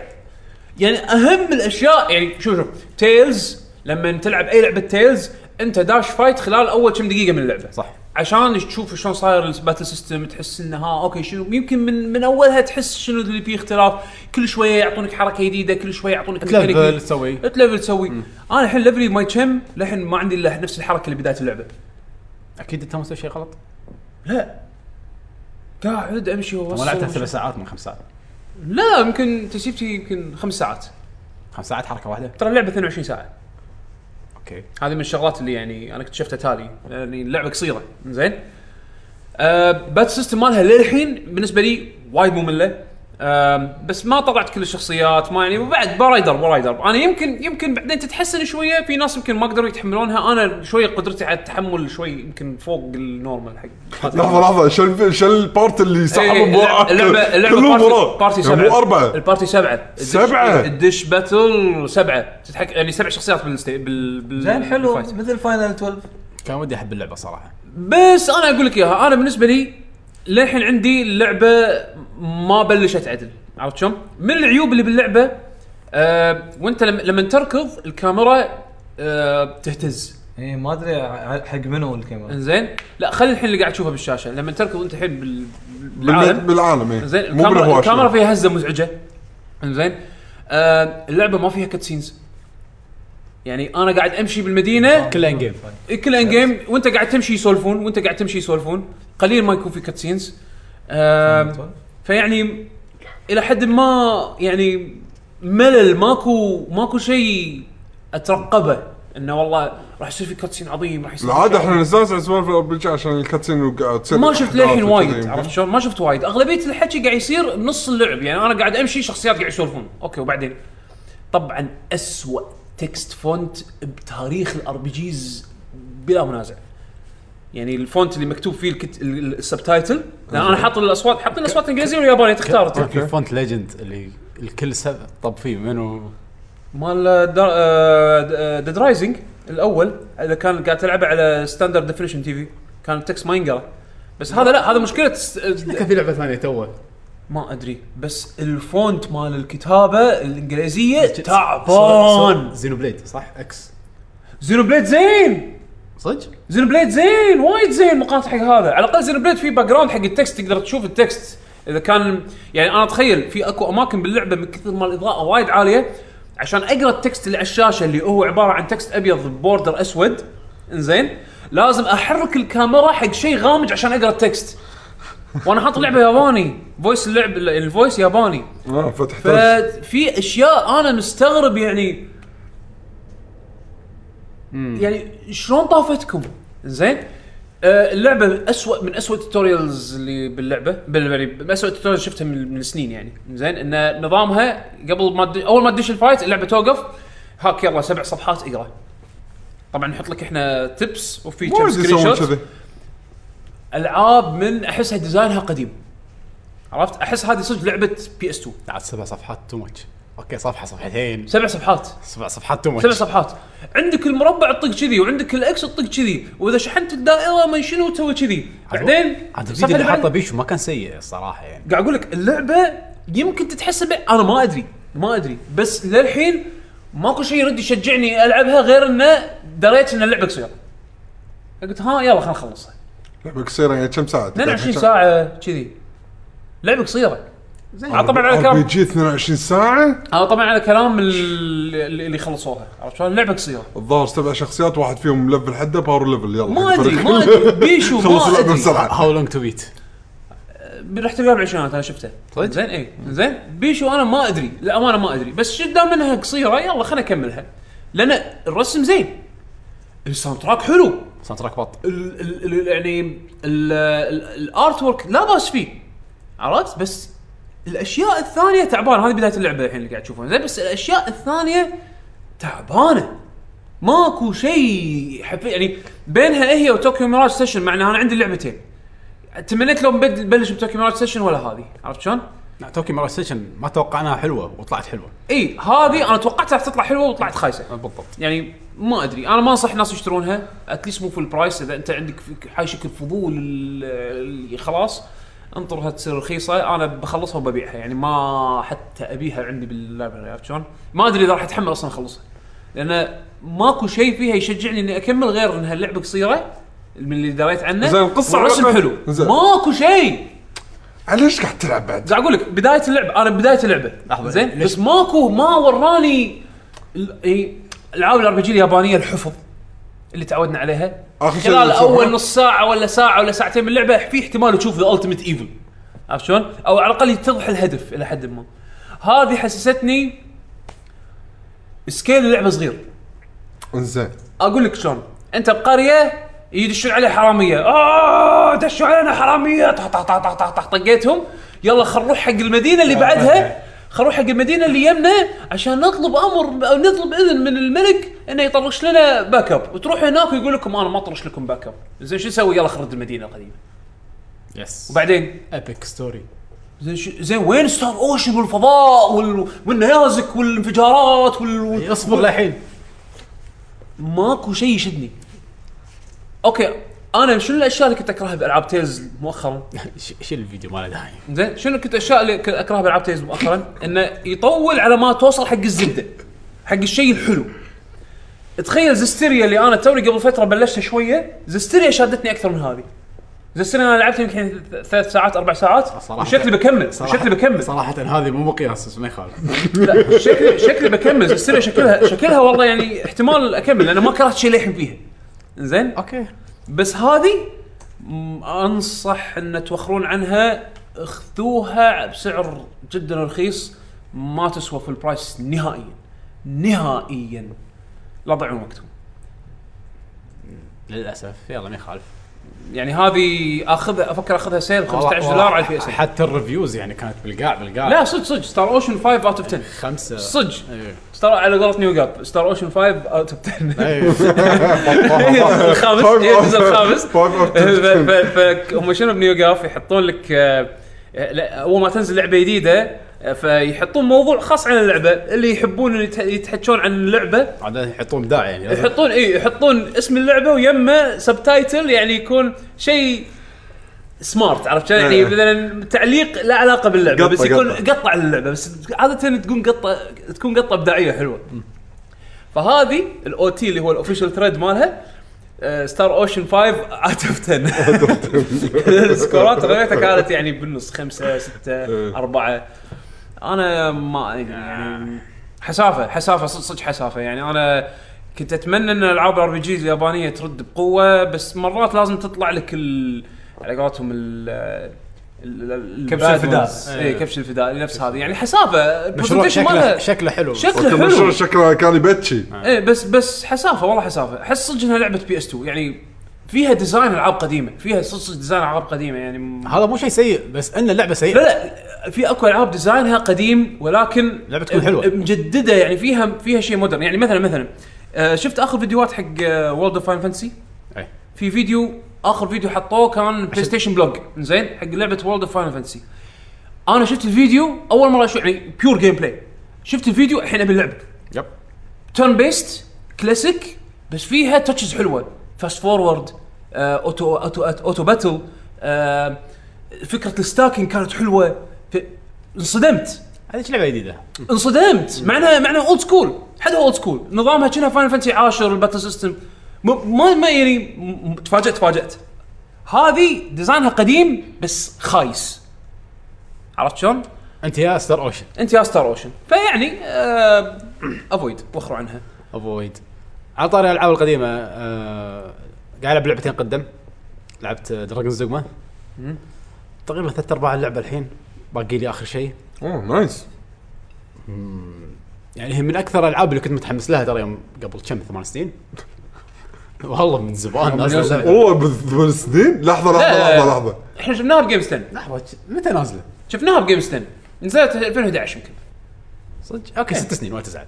S3: يعني اهم الاشياء يعني شوف شوف تيلز لما تلعب اي لعبه تيلز انت داش فايت خلال اول كم دقيقه من اللعبه
S5: صح.
S3: عشان تشوف شلون صاير الباتل سيستم تحس انه ها اوكي شنو يمكن من من اولها تحس شنو اللي فيه اختلاف كل شويه يعطونك حركه جديده كل شويه يعطونك
S5: تلفل،
S3: ميكانيك جديد.
S5: تسوي.
S3: تلفل تسوي انا الحين ليفلي ما كم للحين ما عندي الا نفس الحركه اللي بدايه اللعبه
S5: اكيد انت مسوي شيء غلط
S3: لا قاعد امشي
S5: مو
S3: وأوصل
S5: لعبتها ثلاث ساعات من خمس ساعات
S3: لا يمكن تسيبتي يمكن خمس ساعات
S5: خمس ساعات حركه واحده
S3: ترى اللعبه 22 ساعه
S5: اوكي
S3: هذه من الشغلات اللي يعني انا اكتشفتها تالي يعني اللعبه قصيره زين آه بات سيستم مالها للحين بالنسبه لي وايد ممله آه بس ما طلعت كل الشخصيات ما يعني وبعد برايدر برايدر انا يمكن يمكن بعدين تتحسن شويه في ناس يمكن ما قدروا يتحملونها انا شويه قدرتي على التحمل شوي يمكن فوق النورمال حق
S2: لحظه لحظه شل شل البارت اللي سحبوا
S3: إيه،
S2: بوعة؟
S3: اللعبه اللعبه
S2: كلهم
S3: بارتي,
S2: وراه.
S3: بارتي
S2: يعني
S3: سبعه
S2: مو اربعه
S3: البارتي سبعه الدش-
S2: سبعة.
S3: الدش باتل سبعه تتحك... يعني سبع شخصيات بالست... بال بال
S6: زين حلو
S3: بالفايت.
S6: مثل فاينل 12
S5: كان ودي احب اللعبه صراحه
S3: بس انا اقول لك اياها انا بالنسبه لي للحين عندي اللعبه ما بلشت عدل عرفت شلون؟ من العيوب اللي باللعبه آه وانت لما, لما تركض الكاميرا آه تهتز
S6: اي إيه، ما ادري ع- حق منو الكاميرا
S3: انزين لا خلي الحين اللي قاعد تشوفه بالشاشه لما تركض انت الحين بال... بالعالم
S2: بالعالم بالعالم إيه.
S3: زين
S2: مو
S3: الكاميرا
S2: بالهواشة.
S3: الكاميرا فيها هزه مزعجه انزين آه اللعبه ما فيها كاتسينز يعني انا قاعد امشي بالمدينه
S5: كل ان جيم
S3: كل ان جيم وانت قاعد تمشي يسولفون وانت قاعد تمشي يسولفون قليل ما يكون في كاتسينز آه فيعني الى حد ما يعني ملل ماكو ماكو شيء اترقبه انه والله راح يصير في كاتسين عظيم راح يصير في
S2: العاده
S3: شيء.
S2: احنا نستانس على سوالف الار بي جي عشان الكاتسين وقاعد تصير
S3: ما شفت للحين
S2: أحداث وكذا
S3: وايد
S2: يمكن.
S3: عرفت شلون؟ ما شفت وايد، اغلبيه الحكي قاعد يصير بنص اللعب يعني انا قاعد امشي شخصيات قاعد يسولفون، اوكي وبعدين طبعا اسوء تكست فونت بتاريخ الار بي جيز بلا منازع. يعني الفونت اللي مكتوب فيه الكت... ال- ال- السبتايتل لان انا حاط الاصوات حاط الاصوات الانجليزيه واليابانيه تختار
S5: كان
S3: انت
S5: في فونت ليجند اللي الكل سب طب فيه منو
S3: مال آه، ديد رايزنج الاول اللي كان قاعد تلعبه على ستاندرد ديفينيشن تي في كان التكست ما ينقرا بس هذا لا هذا مشكله
S5: كان في لعبه ثانيه توه
S3: ما ادري بس الفونت مال الكتابه الانجليزيه
S5: صو- صو-
S3: تعبان
S5: زينو بليد صح اكس
S3: زينو بليد زين
S5: صدق؟
S3: زينو بليد زين وايد زين مقارنه حق هذا على الاقل زينو بليد في باك جراوند حق التكست تقدر تشوف التكست اذا كان يعني انا اتخيل في اكو اماكن باللعبه من كثر ما الاضاءه وايد عاليه عشان اقرا التكست اللي على الشاشه اللي هو عباره عن تكست ابيض ببوردر اسود انزين لازم احرك الكاميرا حق شيء غامج عشان اقرا التكست وانا حاط لعبه ياباني فويس اللعب الفويس ياباني
S2: اه فتحتاج
S3: ففي اشياء انا مستغرب يعني يعني شلون طافتكم زين آه اللعبه اسوء من اسوء التوتوريالز اللي باللعبة بال- يعني من اسوء التوتوريالز شفتها من, من سنين يعني زين ان نظامها قبل ما تد- اول ما تدش الفايت اللعبه توقف هاك يلا سبع صفحات اقرا طبعا نحط لك احنا تبس وفي
S2: ما
S3: كم
S2: ودي
S3: سكرين
S2: يسوون
S3: شوت
S2: كذي
S3: العاب من احسها ديزاينها قديم عرفت احس هذه صدق لعبه بي اس 2
S5: عاد سبع صفحات تو ماتش اوكي صفحه صفحتين
S3: سبع صفحات
S5: سبع صفحات تو
S3: سبع
S5: ماتش
S3: صفحات عندك المربع تطق كذي وعندك الاكس تطق كذي واذا شحنت الدائره ما شنو تسوي كذي بعدين
S5: عاد
S3: الصفحة
S5: الفيديو اللي
S3: بعد-
S5: حاطه بيشو ما كان سيء الصراحه يعني
S3: قاعد اقول لك اللعبه يمكن تتحسب انا ما ادري ما ادري بس للحين ماكو شيء يرد يشجعني العبها غير انه دريت ان اللعبه قصيره قلت ها يلا خلينا
S2: طيب،
S3: نخلصها
S2: لعبه قصيره يعني كم ساعه
S3: 22 ساعه كذي لعبه قصيره عاد طبعا على
S2: بي
S3: كلام
S2: جي 22 ساعه
S3: هذا طبعا على كلام ال- اللي خلصوها عرفت شلون اللعبه قصيره
S2: الظاهر سبع شخصيات واحد فيهم ليفل حده باور ليفل يلا
S3: ما
S2: حق
S3: ادري
S2: الفريق.
S3: ما ادري بيشو
S2: خلص
S3: ما
S2: اللعبه
S3: ادري
S2: بسرعه
S5: هاو لونج تو بيت
S3: بالاحتفال بالعشرينات انا شفته
S5: صدق؟
S3: زين اي زين بيشو انا ما ادري للامانه ما ادري بس دام انها قصيره يلا خلينا اكملها لان الرسم زين الساوند تراك حلو
S5: ساوند تراك بط
S3: ال ال ال يعني الارت ورك لا باس فيه عرفت بس الاشياء الثانيه تعبانه هذه بدايه اللعبه الحين اللي قاعد تشوفونها زين بس الاشياء الثانيه تعبانه ماكو شيء حرفياً يعني بينها هي وتوكيو ميراج سيشن مع ان انا عندي اللعبتين تمنيت لو بد- بلش بتوكيو ميراج سيشن ولا هذه عرفت شلون؟
S5: لا توكي ماري ستيشن ما توقعناها حلوه وطلعت حلوه
S3: اي هذه انا توقعتها راح تطلع حلوه وطلعت خايسه
S5: بالضبط
S3: يعني ما ادري انا ما انصح الناس يشترونها اتليست مو فول برايس اذا انت عندك في- حاشك الفضول ال- ال- خلاص انطرها تصير رخيصه انا بخلصها وببيعها يعني ما حتى ابيها عندي باللايبرري عرفت شلون؟ ما ادري اذا راح اتحمل اصلا اخلصها لان ماكو شيء فيها يشجعني اني اكمل غير انها اللعبه قصيره من اللي دريت عنه
S2: زين، القصة على
S3: والرسم
S2: الأقل-
S3: حلو
S2: زين.
S3: ماكو شيء
S2: ليش قاعد تلعب بعد؟
S3: قاعد اقول لك بدايه اللعبه انا بدايه اللعبه
S5: لحظة،
S3: زين
S5: ليش-
S3: بس ماكو ما وراني ال- إي، العاب الار بي جي اليابانيه الحفظ اللي تعودنا عليها
S2: آخر شيء
S3: خلال
S2: اللي
S3: اول
S2: تسوونه؟
S3: نص ساعه ولا ساعه ولا ساعتين من اللعبه في احتمال تشوف ذا التيمت ايفل عرفت شلون؟ او على الاقل يتضح الهدف الى حد ما هذه حسستني سكيل اللعبه صغير
S2: انزين
S3: اقول لك شلون انت بقريه يدشون عليه حراميه اه دشوا علينا حراميه طح طح طح طح طح طح طقيتهم يلا خل نروح حق المدينه اللي بعدها خل نروح حق المدينه اللي يمنا عشان نطلب امر او نطلب اذن من الملك انه يطرش لنا باك اب وتروح هناك ويقول لكم انا ما اطرش لكم باك اب زين شو نسوي يلا خرد المدينه القديمه
S5: يس
S3: وبعدين
S5: ابيك ستوري
S3: زين شو- زين وين ستار اوشن والفضاء وال... والنيازك والانفجارات وال...
S5: اصبر للحين
S3: ماكو شيء يشدني اوكي انا شنو الاشياء اللي كنت اكرهها بالعاب تيلز مؤخرا
S5: ش- شيل الفيديو ماله داعي
S3: زين شنو كنت الاشياء اللي كنت اكرهها بالعاب تيلز مؤخرا انه يطول على ما توصل حق الزبده حق الشيء الحلو تخيل زستيريا اللي انا توني قبل فتره بلشتها شويه زستيريا شادتني اكثر من هذه زستيريا انا لعبتها يمكن ثلاث ساعات اربع ساعات
S5: صراحة.
S3: وشكلي بكمل
S5: صراحة-
S3: شكلي بكمل
S5: صراحه هذه مو مقياس بس ما يخالف
S3: لا شكلي شكلي بكمل زستيريا شكلها شكلها والله يعني احتمال اكمل لان ما كرهت شيء للحين فيها زين
S5: اوكي
S3: بس هذه م- انصح ان توخرون عنها اخذوها بسعر جدا رخيص ما تسوى في البرايس نهائيا نهائيا لا تضيعون وقتكم
S5: للاسف يلا ما يخالف
S3: يعني هذه اخذ افكر اخذها سيل 15 دولار على البي اس
S5: حتى الريفيوز يعني كانت بالقاع بالقاع
S3: لا صدق صدق ستار اوشن 5 اوت اوف 10
S5: خمسه
S3: صدق
S5: إيه.
S3: ستار على قولة نيو جاب ستار اوشن 5 اوت اوف 10
S5: إيه.
S3: الخامس
S2: Five
S3: إيه،
S2: out-
S3: الجزء الخامس
S2: five out of
S3: ف- ف- ف- هم شنو بنيو جاف يحطون لك آه، آه، لا، اول ما تنزل لعبه جديده آه، فيحطون موضوع خاص عن اللعبه اللي يحبون يت- يتحجون عن اللعبه
S5: عاده يحطون داعي يعني لازم-
S3: يحطون اي يحطون اسم اللعبه ويمه سبتايتل يعني يكون شيء سمارت عرفت شلون؟ يعني
S2: إيه.
S3: مثلا تعليق لا علاقه باللعبه
S2: قطة-
S3: بس يكون
S2: قطة.
S3: قطع اللعبه بس عاده تكون قطه تكون قطه ابداعيه حلوه فهذه الاو تي اللي هو الاوفيشال ثريد مالها آه، ستار اوشن 5 اوت اوف 10 السكورات غيرتها كانت يعني بالنص خمسه سته
S2: إيه.
S3: اربعه انا ما يعني حسافه حسافه صدق صدق حسافه يعني انا كنت اتمنى ان العاب الار بي جي اليابانيه ترد بقوه بس مرات لازم تطلع لك ال على قولتهم ال ال- ال-
S6: كبش
S3: bad
S6: الفداء.
S3: ones. اي كبش الفداء نفس هذه يعني حسافه
S5: إيه. مشروع
S3: البرزنتيشن
S5: شكله
S3: مالها
S5: شكله حلو
S3: شكله
S2: وكان
S3: حلو
S2: مشروع شكله كان يبكي
S3: ايه بس بس حسافه والله حسافه احس صدق انها لعبه بي اس 2 يعني فيها ديزاين العاب قديمه فيها صدق صدق ديزاين العاب قديمه يعني م-
S5: هذا مو شيء سيء بس ان اللعبه سيئه
S3: لا لا في اكو العاب ديزاينها قديم ولكن
S5: لعبة تكون حلوة.
S3: مجدده يعني فيها فيها شيء مودرن يعني مثلا مثلا آه، شفت اخر فيديوهات حق آه، وورلد اوف فاين فانسي
S5: إيه.
S3: في فيديو اخر فيديو حطوه كان بلاي ستيشن بلوج زين حق لعبه وورلد اوف فاين فانسي انا شفت الفيديو اول مره اشوف يعني بيور جيم بلاي شفت الفيديو الحين ابي اللعبه
S5: يب
S3: تون بيست كلاسيك بس فيها تاتشز حلوه فاست فورورد آه، اوتو اوتو اوتو باتل آه، فكره الستاكينج كانت حلوه ف- انصدمت
S5: هذه لعبه جديده
S3: انصدمت معناها معناها اولد سكول حدها اولد سكول نظامها كأنها فاينل فانتسي 10 الباتل سيستم م- ما ما يعني م- م- تفاجات تفاجات هذه ديزاينها قديم بس خايس عرفت شلون؟
S5: انت يا ستار اوشن
S3: انت يا ستار اوشن فيعني آه افويد واخروا عنها
S5: افويد على طاري الالعاب القديمه آه، قاعد العب لعبتين قدم لعبت آه، دراجونز دوجما تقريبا ثلاث ارباع اللعبه الحين باقي لي اخر شيء
S2: اوه نايس
S5: يعني هي من اكثر الالعاب اللي كنت متحمس لها ترى يوم قبل كم ثمان سنين والله من زمان نازله اللعبة.
S2: والله بال- بالسنين لحظه لحظه
S3: لا.
S2: لحظه لحظه
S3: احنا شفناها بجيم ستن
S5: لحظه متى نازله؟
S3: شفناها بجيم ستن نزلت 2011 يمكن
S5: صدق اوكي ست سنين ولا تزعل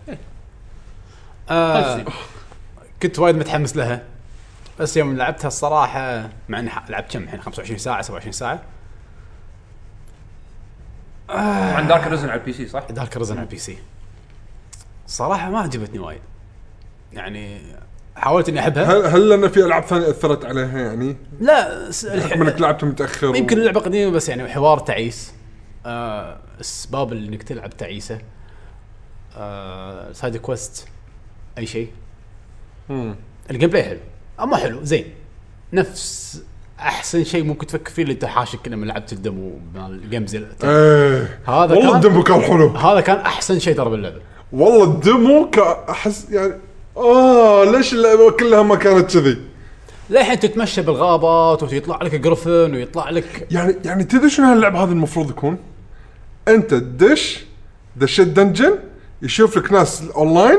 S5: آه كنت وايد متحمس لها بس يوم لعبتها الصراحه مع اني ح- لعبت كم الحين 25 ساعه 27 ساعه
S3: عن دارك ريزن على البي سي صح؟
S5: دارك ريزن على البي سي صراحه ما عجبتني وايد يعني حاولت اني احبها
S2: هل هل لان في العاب ثانيه اثرت عليها يعني؟
S5: لا س- الح-
S2: بحكم
S3: آه.
S2: انك لعبت متاخر و-
S5: يمكن اللعبه قديمه بس يعني حوار تعيس آه السباب اللي انك تلعب تعيسه آه سايد كويست اي شيء
S2: مم.
S5: الجيم بلاي حلو اما حلو زين نفس احسن شيء ممكن تفكر فيه اللي انت حاشك لما لعبت الدمو مال الجيمز ال-
S2: ايه
S5: هذا
S2: والله
S5: كان-
S2: الدمو كان حلو
S5: هذا كان احسن شيء ترى باللعبه
S2: والله الدمو كا- احس يعني اه ليش اللعبه كلها ما كانت كذي؟
S5: للحين تتمشى بالغابات ويطلع لك جرفن ويطلع لك
S2: يعني يعني تدري شنو هاللعب هذا المفروض يكون؟ انت تدش دشيت دنجن يشوف لك ناس اونلاين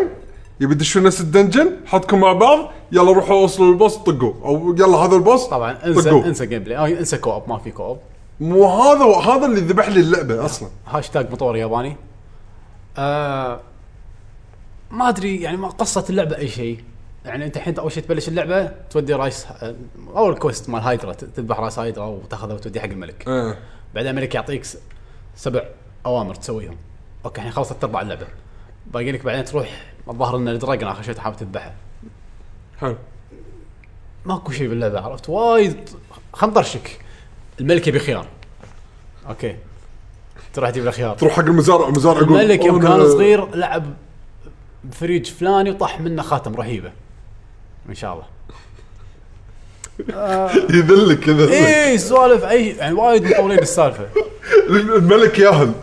S2: يبي يدشون ناس الدنجن حطكم مع بعض يلا روحوا اوصلوا البوس طقوا او يلا هذا البوس
S5: طبعا انسى
S2: طقوا.
S5: انسى جيم بلاي آه، انسى كوب ما في كوب
S2: مو هذا هذا اللي ذبح لي اللعبه اصلا
S5: هاشتاج مطور ياباني آه ما ادري يعني ما قصه اللعبه اي شيء يعني انت الحين اول شيء تبلش اللعبه تودي رايس آه، اول كويست مال هايدرا ت- تذبح راس هايدرا وتاخذه وتوديه حق الملك
S2: ايه
S5: بعدين الملك يعطيك س- سبع اوامر تسويهم اوكي الحين خلصت ارباع اللعبه باقي لك بعدين تروح الظاهر ان الدراجون اخر شيء تحاول تذبحه
S2: حلو
S5: ماكو شيء باللعبه عرفت وايد خنطرشك الملك يبي خيار اوكي تروح تجيب له خيار
S2: تروح حق المزارع المزارع يقول
S5: الملك يوم
S2: أنا-
S5: كان صغير لعب بفريج فلاني وطاح منه خاتم رهيبه ان شاء الله
S2: يذلك كذا
S5: اي إيه، سوالف اي يعني وايد مطولين السالفه
S2: الملك ياهل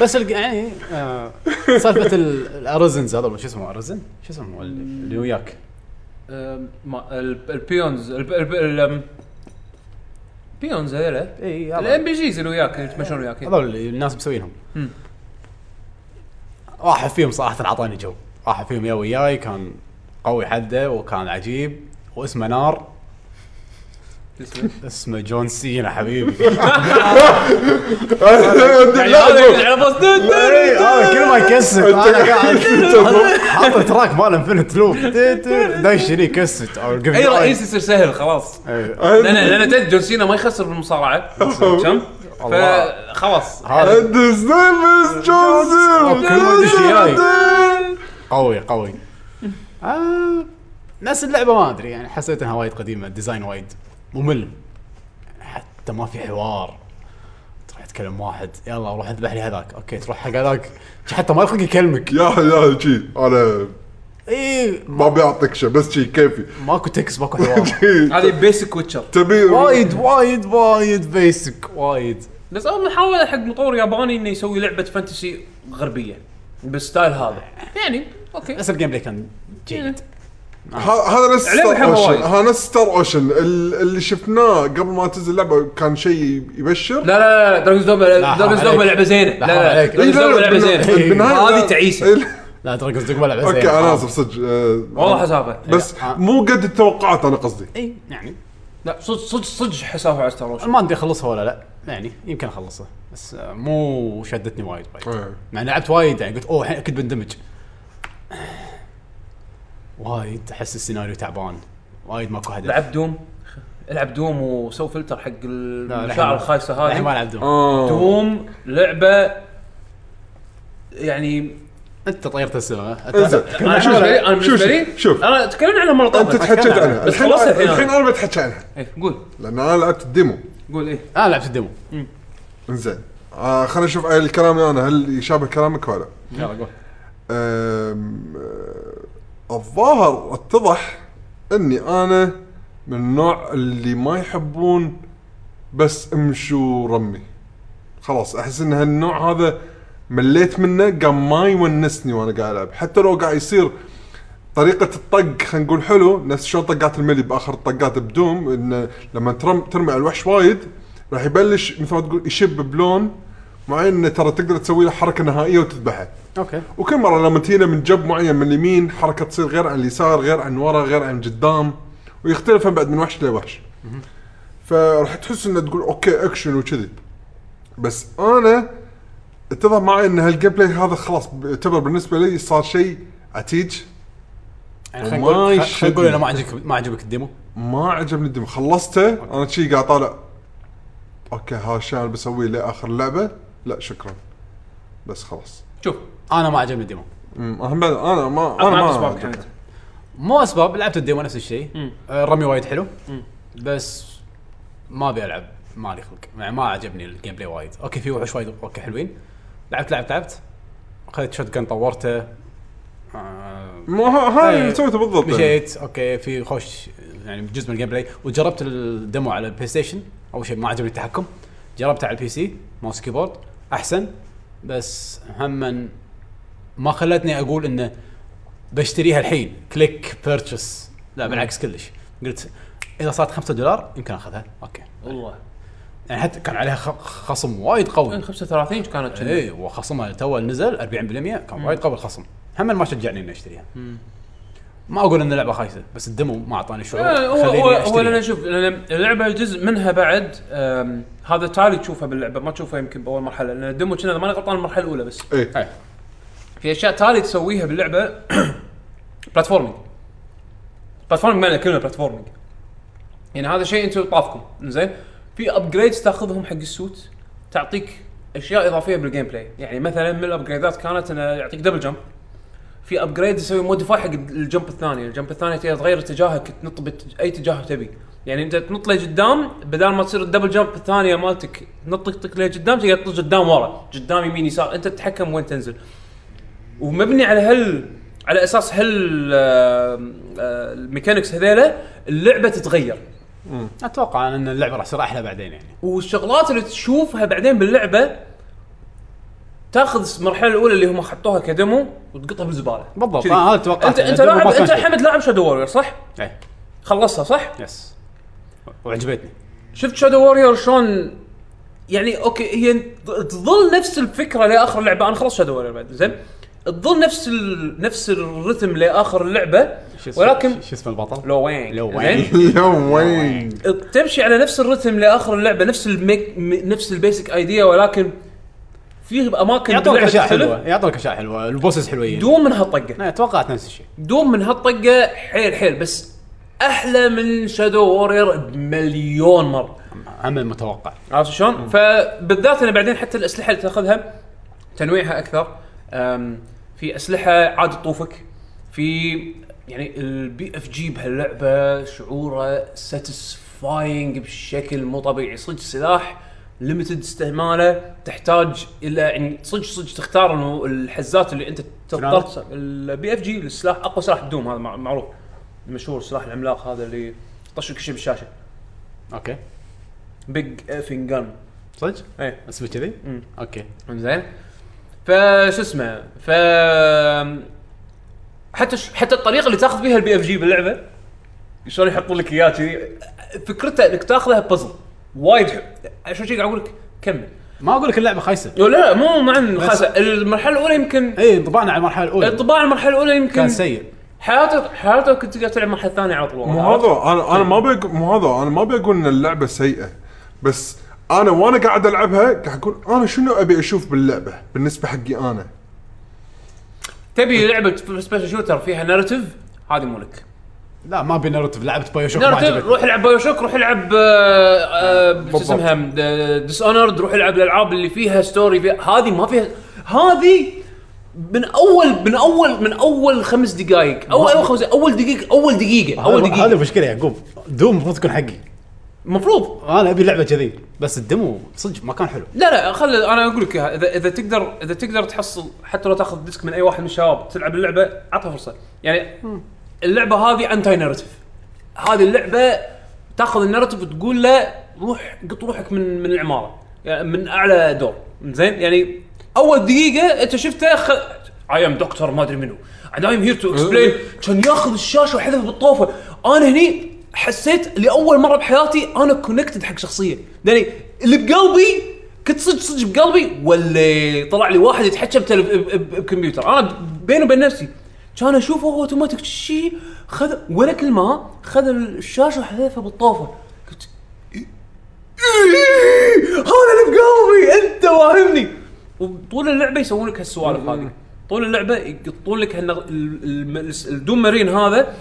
S5: بس الق- يعني آه، سالفه ال- الارزنز هذا شو اسمه ارزن شو اسمه اللي اللي وياك
S3: البيونز البيونز هذول
S5: اي
S3: الام بي جيز اللي وياك اللي يتمشون وياك
S5: إيه، هذول اللي الناس مسوينهم
S3: مم.
S5: واحد فيهم صراحه اعطاني جو واحد فيهم يا وياي كان قوي حده وكان عجيب واسمه نار اسمه جون سينا حبيبي
S3: يعني هذا على بس دن- دن-
S5: إيه، هذا كل ما يكسر انا قاعد حاطه تراك مال انفنت لوب دش هني كست
S3: اي رئيس يصير سهل خلاص لان لان تدري جون سينا ما يخسر بالمصارعه كم؟
S5: الله.
S3: فخلاص
S5: هذا
S2: His name is Joseph.
S5: كل ما يدش وياي قوي قوي آه، نفس اللعبه ما ادري يعني حسيت انها وايد قديمه الديزاين وايد ممل حتى ما في حوار تروح تكلم واحد يلا روح اذبح لي هذاك اوكي تروح حق هذاك حتى ما يخلق يكلمك
S2: يا يا شي انا
S5: اي
S2: ما بيعطيك شيء بس شي كيفي
S5: ماكو تكس ماكو حوار
S3: هذه بيسك ويتشر
S2: تبي
S5: وايد وايد وايد بيسك وايد
S3: بس اول محاوله حق مطور ياباني انه يسوي لعبه فانتسي غربيه بالستايل هذا يعني اوكي
S5: بس الجيم بلاي كان جيد
S2: ه- هذا نفس
S3: عليه
S2: ستار
S3: محبة
S2: اوشن
S3: وايد.
S2: هذا نفس ستار اوشن ال- اللي شفناه قبل ما تنزل اللعبه كان شيء يبشر
S3: لا لا لا دراجونز دوما
S5: حرام
S3: دراجونز دوما
S5: عليك.
S3: لعبه زينه لا
S5: لا، حرام
S3: لا
S5: عليك.
S3: دراجونز
S2: إيه،
S3: دوما لعبه زينة.
S2: بالنهاية
S3: هذه
S2: لا-
S3: تعيسه
S5: لا دراجونز دوغما لعبه زين
S2: اوكي انا اسف صدق آه،
S3: والله حسافه
S2: بس مو قد التوقعات انا قصدي
S5: اي يعني
S3: لا صدق صدق صدق حسافه على ستار اوشن
S5: ما ادري اخلصها ولا لا يعني يمكن اخلصها بس آه، مو شدتني وايد وايد
S2: إيه.
S5: مع إني لعبت وايد يعني قلت اوه الحين اكيد بندمج وايد احس السيناريو تعبان وايد ماكو هدف
S3: لعب دوم العب دوم وسوي فلتر حق
S5: لا،
S3: المشاعر
S5: لحين-
S3: الخايسه
S5: لحين ما
S3: هذه
S5: لعب دوم
S2: اه
S3: دوم لعبه يعني
S5: انت طيرت أه، السما
S2: انزل.
S3: انا
S2: شوف-
S3: بالنسبه لي انا
S2: شوف-
S3: بالنسبه لي
S2: شوف.
S3: انا تكلمنا عنها مره
S2: انت
S3: طافت.
S2: تحكيت عنها
S3: بس
S2: الحين
S3: خلصت الحين
S2: الحين انا بتحكي عنها
S3: إيه، قول
S2: لان انا لعبت الديمو
S3: قول ايه
S5: انا لعبت الديمو
S2: انزين آه خلينا نشوف آه، الكلام انا هل يشابه كلامك ولا
S5: يلا قول
S2: أم، آه، الظاهر اتضح اني انا من النوع اللي ما يحبون بس امشوا رمي خلاص احس ان هالنوع هذا مليت منه قام ما يونسني وانا قاعد العب حتى لو قاعد يصير طريقة الطق خلينا نقول حلو نفس شلون طقات الملي باخر الطقات بدوم انه لما ترم ترمي على الوحش وايد راح يبلش مثل ما تقول يشب بلون معين انه ترى تقدر تسوي له حركة نهائية وتذبحه.
S5: اوكي
S2: وكل مره لما تينا من جب معين من اليمين حركه تصير غير عن اليسار غير عن ورا غير عن قدام ويختلف بعد من وحش لوحش فراح تحس انه تقول اوكي اكشن وكذي بس انا اتضح معي ان هالجيم بلاي هذا خلاص يعتبر بالنسبه لي صار شيء عتيج
S5: يعني خلينا
S2: وما
S5: نقول
S2: يشدني.
S5: خلينا نقول انا ما عجبك ما عجبك الديمو
S2: ما عجبني الدم خلصته انا شي قاعد طالع اوكي هذا الشيء انا بسويه لاخر اللعبه لا شكرا بس خلاص
S3: شوف
S5: انا ما عجبني الديمو
S2: أمم، انا أنا ما يعني. انا
S3: انا
S2: ما
S3: اسبابك حمد
S5: مو اسباب لعبت الديمو نفس الشيء
S3: مم.
S5: آه، الرمي وايد حلو بس ما ابي العب مالي خلق يعني ما عجبني الجيم بلاي وايد اوكي في وحوش وايد اوكي حلوين لعبت لعبت لعبت اخذت شوت جن طورته آه،
S2: ما ه- هاي اللي
S5: إيه.
S2: سويته بالضبط يعني.
S5: مشيت اوكي في خوش يعني جزء من الجيم بلاي وجربت الدمو على البلاي ستيشن اول شيء ما عجبني التحكم جربته على البي سي ماوس كيبورد احسن بس هم ما خلتني اقول انه بشتريها الحين كليك بيرتشس لا بالعكس كلش قلت اذا صارت 5 دولار يمكن اخذها اوكي
S3: والله
S5: يعني حتى كان عليها خ- خصم وايد قوي
S3: 35 كانت
S5: اي إيه، وخصمها تو نزل 40% كان وايد قوي الخصم هم ما شجعني اني اشتريها ما اقول ان اللعبه خايسه بس الدمو ما اعطاني شعور
S3: لا، إيه، هو
S5: خليني
S3: هو هو
S5: أشتريها.
S3: لان شوف لأن اللعبه جزء منها بعد أم، هذا تالي تشوفه باللعبه ما تشوفه يمكن باول مرحله لان الدمو كنا إذا ماني غلطان المرحله الاولى بس
S2: ايه
S5: إيه.
S3: في اشياء تالي تسويها باللعبه بلاتفورمينج بلاتفورمينج معنى الكلمه بلاتفورمينج يعني هذا شيء انتم طافكم زين في ابجريدز تاخذهم حق السوت تعطيك اشياء اضافيه بالجيم بلاي يعني مثلا من الابجريدات كانت انه يعطيك دبل جمب في ابجريد يسوي موديفاي حق الجمب الثاني، الجمب الثاني تقدر تغير اتجاهك تنط باي اتجاه تبي، يعني انت تنط لقدام بدل ما تصير الدبل جمب الثانيه مالتك تنطك لقدام تقدر تنط قدام ورا، قدام يمين يسار، انت تتحكم وين تنزل. ومبني على هال على اساس هال آه، آه، الميكانكس هذيله اللعبه تتغير،
S5: اتوقع ان اللعبه راح تصير احلى بعدين يعني
S3: والشغلات اللي تشوفها بعدين باللعبه تاخذ المرحله الاولى اللي هم حطوها كدمو وتقطها بالزباله
S5: بالضبط،
S3: كذي.
S5: آه، هذا توقعت.
S3: انت انت
S5: الدمو ما
S3: لاعب
S5: كان
S3: انت
S5: شيء.
S3: حمد لاعب شادو وورير صح؟
S5: ايه
S3: خلصها صح؟
S5: يس وعجبتني
S3: شفت شادو وورير شلون يعني اوكي هي تظل نفس الفكره لاخر لعبه انا خلصت شادو وورير بعد زين تظل نفس ال... نفس الرتم لاخر اللعبه
S5: شو اسمه-
S3: ولكن
S5: شو اسمه البطل؟
S3: لو وين
S5: لو وين.
S3: زين؟
S2: يا وين
S3: تمشي على نفس الرتم لاخر اللعبه نفس الميك م- نفس البيسك ايديا ولكن في اماكن
S5: يعطونك
S3: باللعبة
S5: اشياء
S3: تختلف.
S5: حلوه يعطونك اشياء حلوه البوسز حلوين
S3: دوم من هالطقه
S5: لا، توقعت نفس الشيء
S3: دوم من هالطقه حيل حيل بس احلى من شادو وورير بمليون مره
S5: عمل متوقع
S3: عرفت شلون؟ فبالذات انا بعدين حتى الاسلحه اللي تاخذها تنويعها اكثر أم، في اسلحه عادي تطوفك في يعني البي اف جي بهاللعبه شعوره ساتيسفاينج بشكل مو طبيعي صدق سلاح ليمتد استعماله تحتاج الى يعني صدق صدق تختار انه الحزات اللي انت تضطر
S5: شنو؟
S3: البي اف جي السلاح اقوى سلاح بدوم هذا مع- معروف المشهور سلاح العملاق هذا اللي طشك شيء بالشاشه
S5: اوكي
S3: بيج افنج جن
S5: صدق؟
S3: ايه
S5: اسمه كذي؟
S3: مم.
S5: اوكي
S3: زين فشو اسمه ف حتى ش... حتى الطريقه اللي تاخذ فيها البي اف جي باللعبه شلون يحطون لك اياه كذي فكرته انك تاخذها بازل وايد حلو عشان شي قاعد اقول لك كمل
S5: ما اقول لك اللعبه خايسه
S3: لا، لا مو مع
S5: بس-
S3: خاصة المرحله الاولى يمكن
S5: اي إيه، انطباعنا على المرحله الاولى
S3: انطباع المرحله الاولى يمكن
S5: كان سيء
S3: حياتك حياتك كنت تقدر تلعب مرحله ثانيه على طول
S2: مو هذا انا انا ما بيق... مو هذا انا ما بقول ان اللعبه سيئه بس انا وانا قاعد العبها قاعد اقول انا شنو ابي اشوف باللعبه بالنسبه حقي انا
S3: تبي لعبه سبيشل شوتر فيها ناريتيف هذه مو لك
S5: لا ما ابي ناروتو لعبه بايو شوك ما
S3: نارتيف
S5: عجبتني
S3: روح العب بايو شوك روح العب آه، آه، شو
S2: بالضبط.
S3: اسمها ديس اونرد روح العب الالعاب اللي فيها ستوري فيها هذه ما فيها هذه من اول من اول من اول خمس دقائق اول اول خمس اول دقيقه اول دقيقه اول
S5: هذا- هذه
S3: دقيقه
S5: المشكله يا يعقوب دوم المفروض تكون حقي
S3: المفروض
S5: انا ابي لعبه كذي بس الدمو صدق ما كان حلو
S3: لا لا خل انا اقول لك إياها، اذا اذا تقدر اذا تقدر تحصل حتى لو تاخذ ديسك من اي واحد من الشباب تلعب اللعبه عطها فرصه يعني اللعبه هذه انتي نارتيف هذه اللعبه تاخذ النارتيف وتقول له روح قط روحك من من العماره يعني من اعلى دور زين يعني اول دقيقه انت شفته خ... اي ام دكتور ما ادري منو انا ايم هير تو اكسبلين كان ياخذ الشاشه وحذفها بالطوفه انا هني حسيت لاول مره بحياتي انا كونكتد حق شخصيه يعني اللي بقلبي كنت صدق صدق بقلبي ولا طلع لي واحد يتحكى بتل- ب- ب- بكمبيوتر انا بيني وبين نفسي كان اشوفه هو اوتوماتيك شي خذ ولا كلمه خذ الشاشه وحذفها بالطوفه قلت إيه، هذا اللي بقلبي انت واهمني وطول اللعبه يسوون لك هالسوالف هذه طول اللعبه يقطون لك هالنغ... ال- ال- الس- الدوم مارين هذا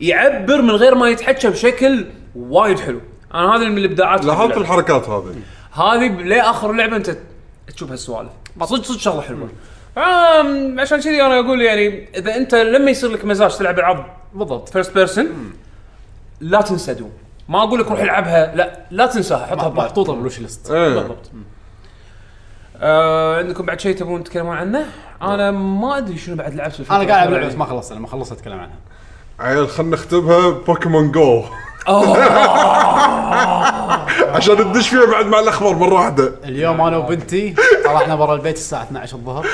S3: يعبر من غير ما يتحكى بشكل وايد حلو انا هذا من الابداعات اللي
S2: لاحظت
S3: باللعبة.
S2: الحركات هذه
S3: هذه ب- لاخر لعبه انت تشوف هالسوالف صدق صدق شغله حلوه آم، عشان كذي انا اقول يعني اذا انت لما يصير لك مزاج تلعب العاب
S5: بالضبط
S3: فيرست بيرسون لا تنسى دوم ما اقول لك روح العبها لا لا تنساها حطها ببالك
S5: محطوطه بالوش ليست
S2: ايه
S3: بالضبط آه عندكم بعد شيء تبون تتكلمون عنه؟ انا ما ادري شنو بعد لعبت في
S5: انا قاعد العب
S3: الفترة
S5: لعبه بس ما خلصت لما خلصت اتكلم عنها
S2: عيل خلينا نختمها بوكيمون جو
S3: أوه.
S2: عشان ندش فيها بعد مع الاخبار مره واحده
S5: اليوم انا وبنتي طلعنا برا البيت الساعه 12 الظهر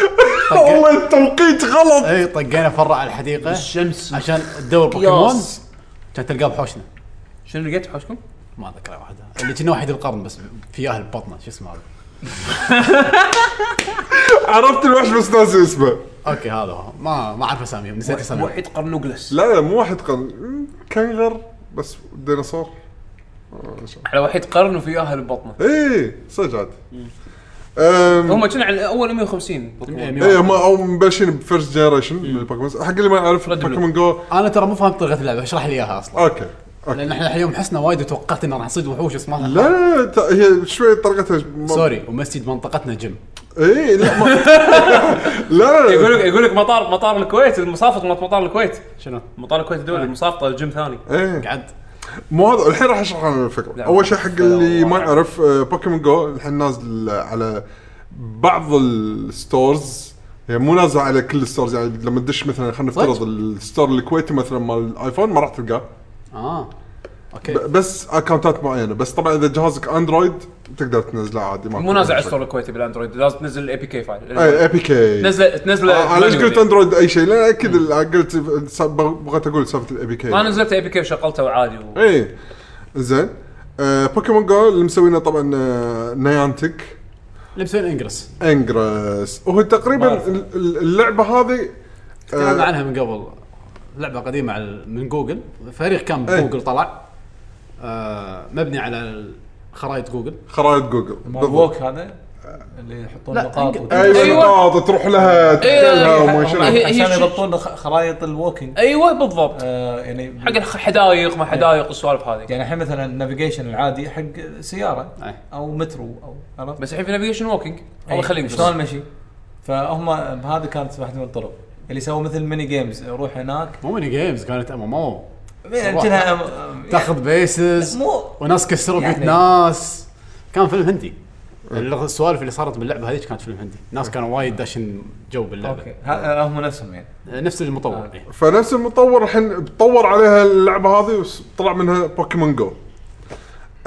S5: طق-
S2: والله التوقيت غلط
S5: اي طقينا فرع على الحديقه
S3: الشمس
S5: عشان تدور بوكيمون
S3: ياس.
S5: كان تلقاه بحوشنا
S3: شنو لقيت حوشكم؟
S5: ما اذكر أي واحده اللي كنا وحيد القرن بس في اهل بطنه شو اسمه هذا
S2: عرفت الوحش بس ناسي اسمه
S5: اوكي هذا هو ما ما اعرف اساميهم نسيت اساميهم
S3: وحيد قرنوقلس
S2: لا لا مو واحد قرن مم، كنغر بس ديناصور
S3: على وحيد قرن وفي اهل ببطنه
S2: ايه صدق عاد أم،
S3: هم كنا على اول 150
S5: إيه،
S2: ايه هم او مبلشين بفيرست جنريشن من البوكيمون حق اللي ما يعرف
S3: Red Blue.
S2: بوكيمون جو
S5: انا ترى مو فاهم طريقه اللعبه اشرح لي اياها اصلا
S2: اوكي اوكي
S5: لان احنا اليوم حسنا وايد وتوقعت ان راح نصيد وحوش اسمها
S2: لا لا، لا، تا- هي شوي طريقتها ما-
S5: سوري ومسجد منطقتنا جيم
S2: ايه لا ما لا لا
S3: يقول
S2: لا
S3: لك يقول لك مطار مطار الكويت المصافطه مالت مطار الكويت
S5: شنو؟
S3: مطار الكويت الدولي المصافطه الجيم ثاني
S2: ايه
S5: قعد
S2: مو هذا الحين راح اشرح لنا الفكره
S3: لا.
S2: اول شيء حق
S3: لا،
S2: اللي
S3: والله.
S2: ما يعرف آه، بوكيمون جو الحين نازل على بعض الستورز هي مو نازله على كل الستورز يعني لما تدش مثلا خلينا نفترض الستور الكويتي مثلا مال الايفون ما راح تلقاه
S5: اه اوكي
S2: ب- بس اكونتات معينه بس طبعا اذا جهازك اندرويد تقدر تنزله عادي ما إيه،
S3: مو نازل على الستور الكويتي بالاندرويد لازم تنزل الاي بي كي
S2: اي
S3: فايل
S2: اي بي كي
S3: نزله تنزله
S2: آه، ليش قلت
S3: manually.
S2: اندرويد اي شيء؟ لان اكيد ال- قلت س- بغيت اقول سالفه الاي بي كي
S3: انا نزلت اي بي كي وشغلته وعادي و...
S2: ايه آه، زين آه بوكيمون جو اللي مسوينه طبعا آه نيانتك
S5: لبسين انجرس
S2: انجرس وهو
S5: ما
S2: تقريبا
S5: أعرف.
S2: ال- ال- اللعبه هذه
S5: تكلمنا
S2: آه،
S5: عنها من قبل لعبه قديمه على- من جوجل فريق كان
S2: إيه.
S5: بجوجل طلع آه، مبني على خرائط جوجل
S2: خرائط جوجل
S6: مال ووك هذا اللي يحطون
S5: لا،
S6: نقاط
S5: إنج-
S6: وت-
S2: ايوه
S3: أيوة.
S2: أيوة. تروح لها تكلها
S3: أيوة.
S2: وما شنو
S3: هي- هي
S6: عشان
S3: شو-
S6: يضبطون لخ- خرايط الووكينج
S3: ايوه بالضبط
S6: آه، يعني
S3: حق الخ- حدايق ما حدايق والسوالف هذه
S6: يعني الحين مثلا النافيجيشن العادي حق سياره
S5: أي.
S6: او مترو او عرفت؟
S3: بس الحين في نافيجيشن ووكينج
S6: أي،
S3: الله يخليك
S6: إيه. شلون المشي؟ فهم هذا كانت واحده من الطرق اللي سووا مثل ميني جيمز روح هناك
S5: مو ميني جيمز كانت ام ام او
S6: يعني كأنها- يعني
S5: تاخذ بيسز
S6: مو
S5: وناس كسروا بيوت
S6: يعني-
S5: ناس كان فيلم هندي السوالف اللي صارت باللعبه هذيك كانت فيلم هندي ناس كانوا وايد داشين جو باللعبه
S6: اوكي ها- هم نفسهم يعني
S5: نفس المطور إيه.
S2: فنفس المطور الحين بطور عليها اللعبه هذه وطلع منها بوكيمون جو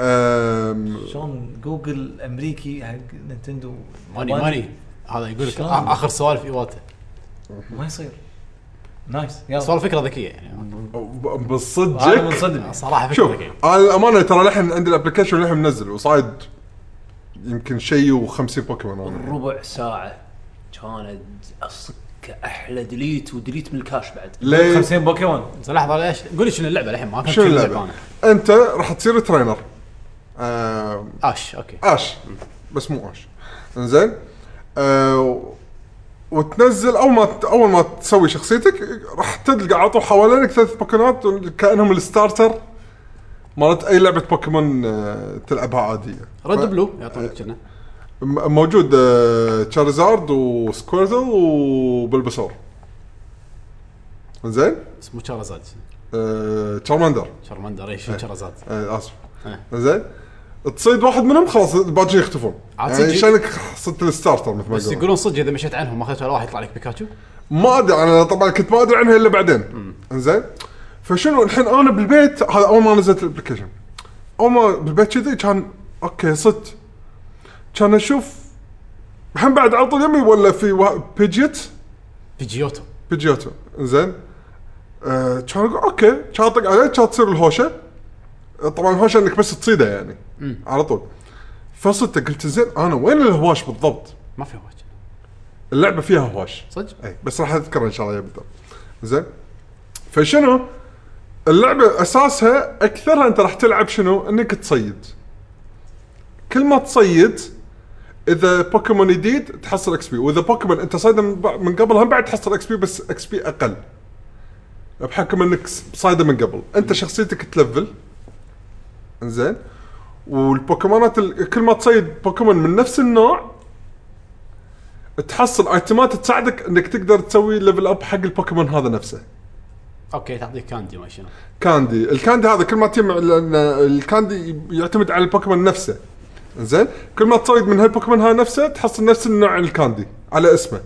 S2: أم،
S6: شلون جوجل امريكي حق نينتندو
S5: ماني
S6: ياباني؟
S5: ماني هذا يقول لك
S6: شلون؟
S5: آ- اخر سوالف ايواتا
S6: ما يصير نايس يلا
S5: سوالف فكره ذكيه يعني
S2: ب-
S6: هذا
S2: بالصدق
S6: منصدم
S5: صراحه فكره
S2: شوف
S5: ذكيه
S2: انا الامانه ترى لحن عندي الابلكيشن لحن منزل وصايد يمكن شيء و50 بوكيمون انا
S3: ربع ساعه كانت اصك احلى ديليت وديليت من الكاش بعد
S2: ليه
S6: 50 بوكيمون
S2: إيه،
S5: بس لحظه ليش قول لي شنو اللعبه الحين ما فهمت
S2: شنو
S5: شنو
S2: اللعبه؟
S5: أنا.
S2: انت راح تصير ترينر آه،
S5: اش اوكي
S2: اش بس مو اش انزين آه وتنزل اول ما اول ما تسوي شخصيتك راح تلقى عطوا حوالينك ثلاث بوكيمونات كانهم الستارتر مالت اي لعبه بوكيمون آه، تلعبها عاديه
S5: رد
S2: ف-
S5: بلو يعطونك كنا
S2: م- موجود آه، تشارزارد وسكويرتل وبلبسور زين
S5: اسمه تشارزاد
S2: آه، تشارماندر
S5: شارماندر ايش تشارزاد
S2: آه، اسف
S5: إيه.
S2: زين تصيد واحد منهم خلاص الباقيين يختفون
S5: عاد
S2: يعني
S5: صدق-
S2: شانك حصلت الستارتر مثل ما
S5: بس يقولون صدق اذا مشيت عنهم ما اخذت ولا واحد يطلع لك بيكاتشو
S2: ما ادري انا طبعا كنت ما ادري عنها الا بعدين انزين فشنو الحين انا بالبيت هذا اول ما نزلت الابلكيشن اول ما بالبيت كذي كان اوكي صدق كان اشوف الحين بعد على طول يمي ولا في وا- بيجيت
S5: بيجيوتو
S2: بيجيوتو زين آه، كان اقول اوكي كان اطق عليه كان تصير الهوشه طبعا الهوشه انك بس تصيده يعني على طول فصدت قلت زين انا وين الهواش بالضبط؟
S5: ما في واجد
S2: اللعبه فيها هواش
S5: صدق
S2: اي إيه، بس راح اذكر ان شاء الله يبدا زين فشنو اللعبه اساسها اكثرها انت راح تلعب شنو انك تصيد كل ما تصيد اذا بوكيمون جديد تحصل اكس بي واذا بوكيمون انت صايده من, بع- من قبل هم بعد تحصل اكس بي بس اكس بي اقل بحكم انك س- صايده من قبل انت شخصيتك تلفل زين والبوكيمونات ال- كل ما تصيد بوكيمون من نفس النوع تحصل ايتمات تساعدك انك تقدر تسوي ليفل اب حق البوكيمون هذا نفسه
S5: اوكي تعطيك كاندي ما شنو
S2: كاندي الكاندي هذا كل ما تجمع لان الكاندي يعتمد على البوكيمون نفسه زين كل ما تصيد من هالبوكيمون هذا نفسه تحصل نفس النوع الكاندي على اسمه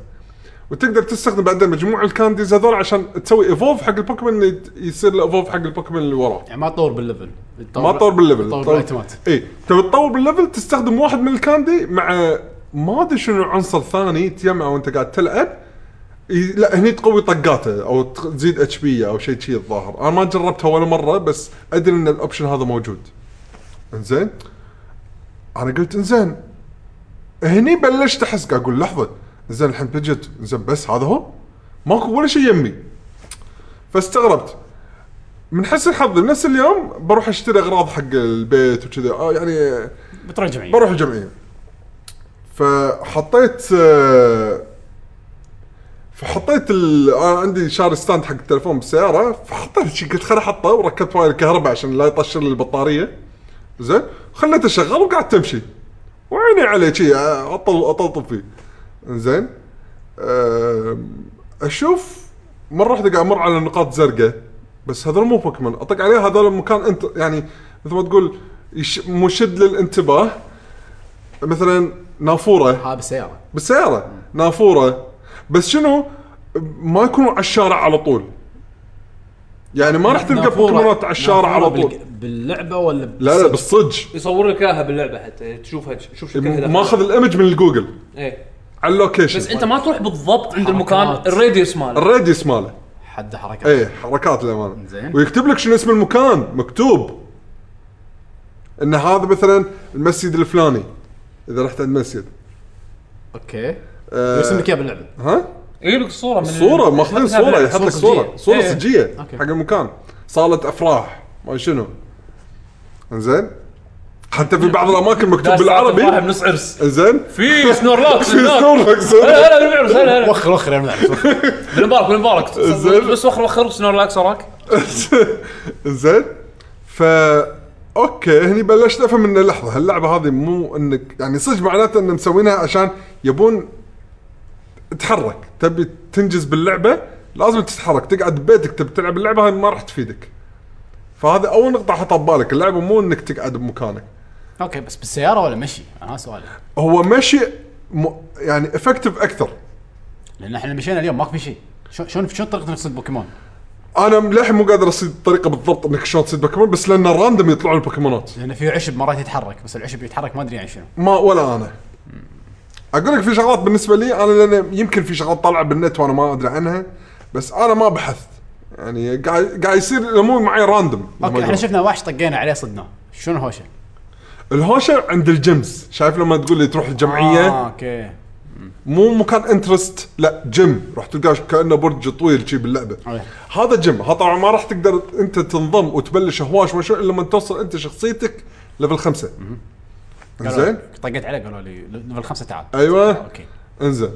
S2: وتقدر تستخدم بعدين مجموع الكانديز هذول عشان تسوي ايفولف حق البوكيمون إنه يت- يصير له ايفولف حق البوكيمون اللي وراه
S5: يعني ما تطور بالليفل
S2: ما تطور بالليفل
S5: تطور بالايتمات
S2: اي تبي تطور بالليفل تستخدم واحد من الكاندي مع ما ادري شنو عنصر ثاني تجمعه وانت قاعد تلعب ي- لا هني تقوي طقاته او تق- تزيد اتش بي او شيء شي الظاهر انا ما جربتها ولا مره بس ادري ان الاوبشن هذا موجود انزين انا قلت انزين هني بلشت احس قاعد اقول لحظه زين الحين بجت زين بس هذا هو ماكو ولا شيء يمي فاستغربت من حسن حظي بنفس اليوم بروح اشتري اغراض حق البيت وكذا آه، يعني
S5: بتروح جمعيه
S2: بروح الجمعيه فحطيت آه، فحطيت ال... انا عندي شارج ستاند حق التلفون بالسياره فحطيت شي قلت خل احطه وركبت واير الكهرباء عشان لا يطشر لي البطاريه زين خليته شغال وقعدت تمشي وعيني عليه شي آه، اطل اطلطب فيه زين آم، اشوف مره واحده قاعد امر على نقاط زرقاء بس هذول مو بوكيمون اطق عليه هذول مكان انت يعني مثل ما تقول يش... مشد للانتباه مثلا نافوره
S5: ها بالسياره
S2: بالسياره نافوره بس شنو ما يكونوا على الشارع على طول يعني ما راح تلقى
S5: نافورة-
S2: بوكيمونات على الشارع
S5: نافورة
S2: على طول
S5: بالج- باللعبه ولا ب-
S2: لا لا بالصدج
S3: يصور لك اياها باللعبه حتى تشوفها شوف شو كان
S2: ماخذ الايمج من الجوجل
S3: ايه
S2: على اللوكيشن
S3: بس انت ما تروح بالضبط عند المكان
S5: حركات.
S3: الراديوس ماله
S2: الراديوس ماله
S5: حد حركات
S2: ايه حركات الامانه
S5: زين.
S2: ويكتب لك شنو اسم المكان مكتوب ان هذا مثلا المسجد الفلاني اذا رحت عند مسجد
S5: اوكي
S2: آه،
S5: يرسم لك اياه باللعبه
S2: ها
S3: يجيب لك صوره من
S2: صوره ماخذين
S3: يحط لك
S2: صوره
S3: إيه. هذا-
S2: يحط لك
S3: صورة
S2: صوره صوره
S3: إيه.
S2: صجيه
S5: أوكي.
S2: حق المكان صاله افراح ما شنو زين حتى في بعض الاماكن مكتوب
S3: داش صورة
S2: بالعربي
S3: بنص عرس
S2: زين
S3: في سنورلاكس
S2: في
S3: هناك.
S2: سنورلاكس
S3: هلا هلا بالعرس هلا هلا
S5: وخر وخر يا ملعب
S3: بالمبارك بالمبارك
S2: زين.
S3: بس وخر وخر سنورلاكس وراك
S2: زين فا اوكي هني بلشت افهم ان لحظه هاللعبه هذه مو انك يعني صدق معناته ان مسوينها عشان يبون تحرك تبي تنجز باللعبه لازم تتحرك تقعد ببيتك تبي تلعب اللعبه هاي ما راح تفيدك فهذا اول نقطه حطها ببالك اللعبه مو انك تقعد بمكانك
S5: اوكي بس بالسياره ولا مشي؟ انا سؤالي
S2: هو مشي م... يعني افكتيف اكثر
S5: لان احنا مشينا اليوم ماكو في شيء شلون شلون شلون طريقه انك تصيد بوكيمون؟
S2: انا للحين مو قادر اصيد الطريقه بالضبط انك شلون تصيد بوكيمون بس لان الراندوم يطلعون البوكيمونات
S5: لان في عشب مرات يتحرك بس العشب يتحرك ما ادري يعني شنو
S2: ما ولا انا اقول لك في شغلات بالنسبه لي انا لان يمكن في شغلات طالعه بالنت وانا ما ادري عنها بس انا ما بحثت يعني قاعد قاعد يصير الامور معي راندوم
S5: اوكي احنا شفنا وحش طقينا عليه صدناه شنو هوشه؟
S2: الهوشه عند الجيمز شايف لما تقول لي تروح الجمعيه
S5: آه، اوكي
S2: مو مكان انترست لا جيم راح تلقاه كانه برج طويل شي باللعبه
S5: أيه.
S2: هذا جيم ها طبعا ما راح تقدر انت تنضم وتبلش هواش وشو الا لما توصل انت شخصيتك ليفل خمسة
S5: قالوا-
S2: زين
S5: طقيت عليه قالوا لي ليفل خمسه تعال
S2: أيوة.
S5: اوكي
S2: انزين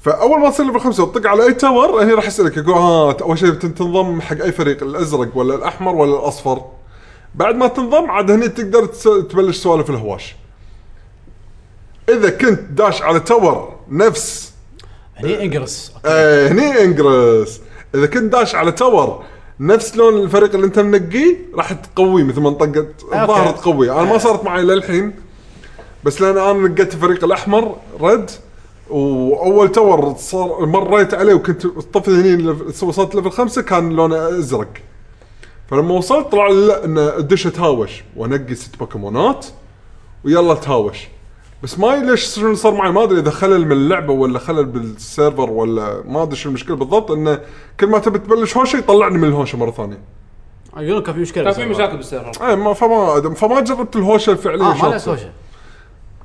S2: فاول ما تصير ليفل خمسه وتطق على اي تاور هني راح يسالك يقول "آه، ها اول شيء بت- تنضم حق اي فريق الازرق ولا الاحمر ولا الاصفر بعد ما تنضم عاد هني تقدر تس- تبلش سوالف الهواش اذا كنت داش على تاور نفس
S5: هني انجرس أوكي.
S2: آه هني انجرس اذا كنت داش على تاور نفس لون الفريق اللي انت منقيه راح تقويه مثل ما انطقت الظاهر تقويه انا ما صارت معي للحين بس لان انا نقيت الفريق الاحمر رد واول تاور صار مريت عليه وكنت طفل هني لف- وصلت ليفل خمسه كان لونه ازرق فلما وصلت طلع لي لا ان الدش تهاوش وانقي ست بوكيمونات ويلا تهاوش بس ما أدري ليش شنو صار معي ما ادري اذا خلل من اللعبه ولا خلل بالسيرفر ولا ما ادري شنو المشكله بالضبط انه كل ما تبي تبلش هوشه يطلعني من الهوشه مره ثانيه.
S5: يقولون كان في مشكله
S3: كان في
S5: بالسيرفر.
S3: مشاكل بالسيرفر
S2: اي إيه، ما فما فما جربت الهوشه الفعليه
S5: اه ما
S2: شلون
S5: له
S2: تصير.
S5: سوشة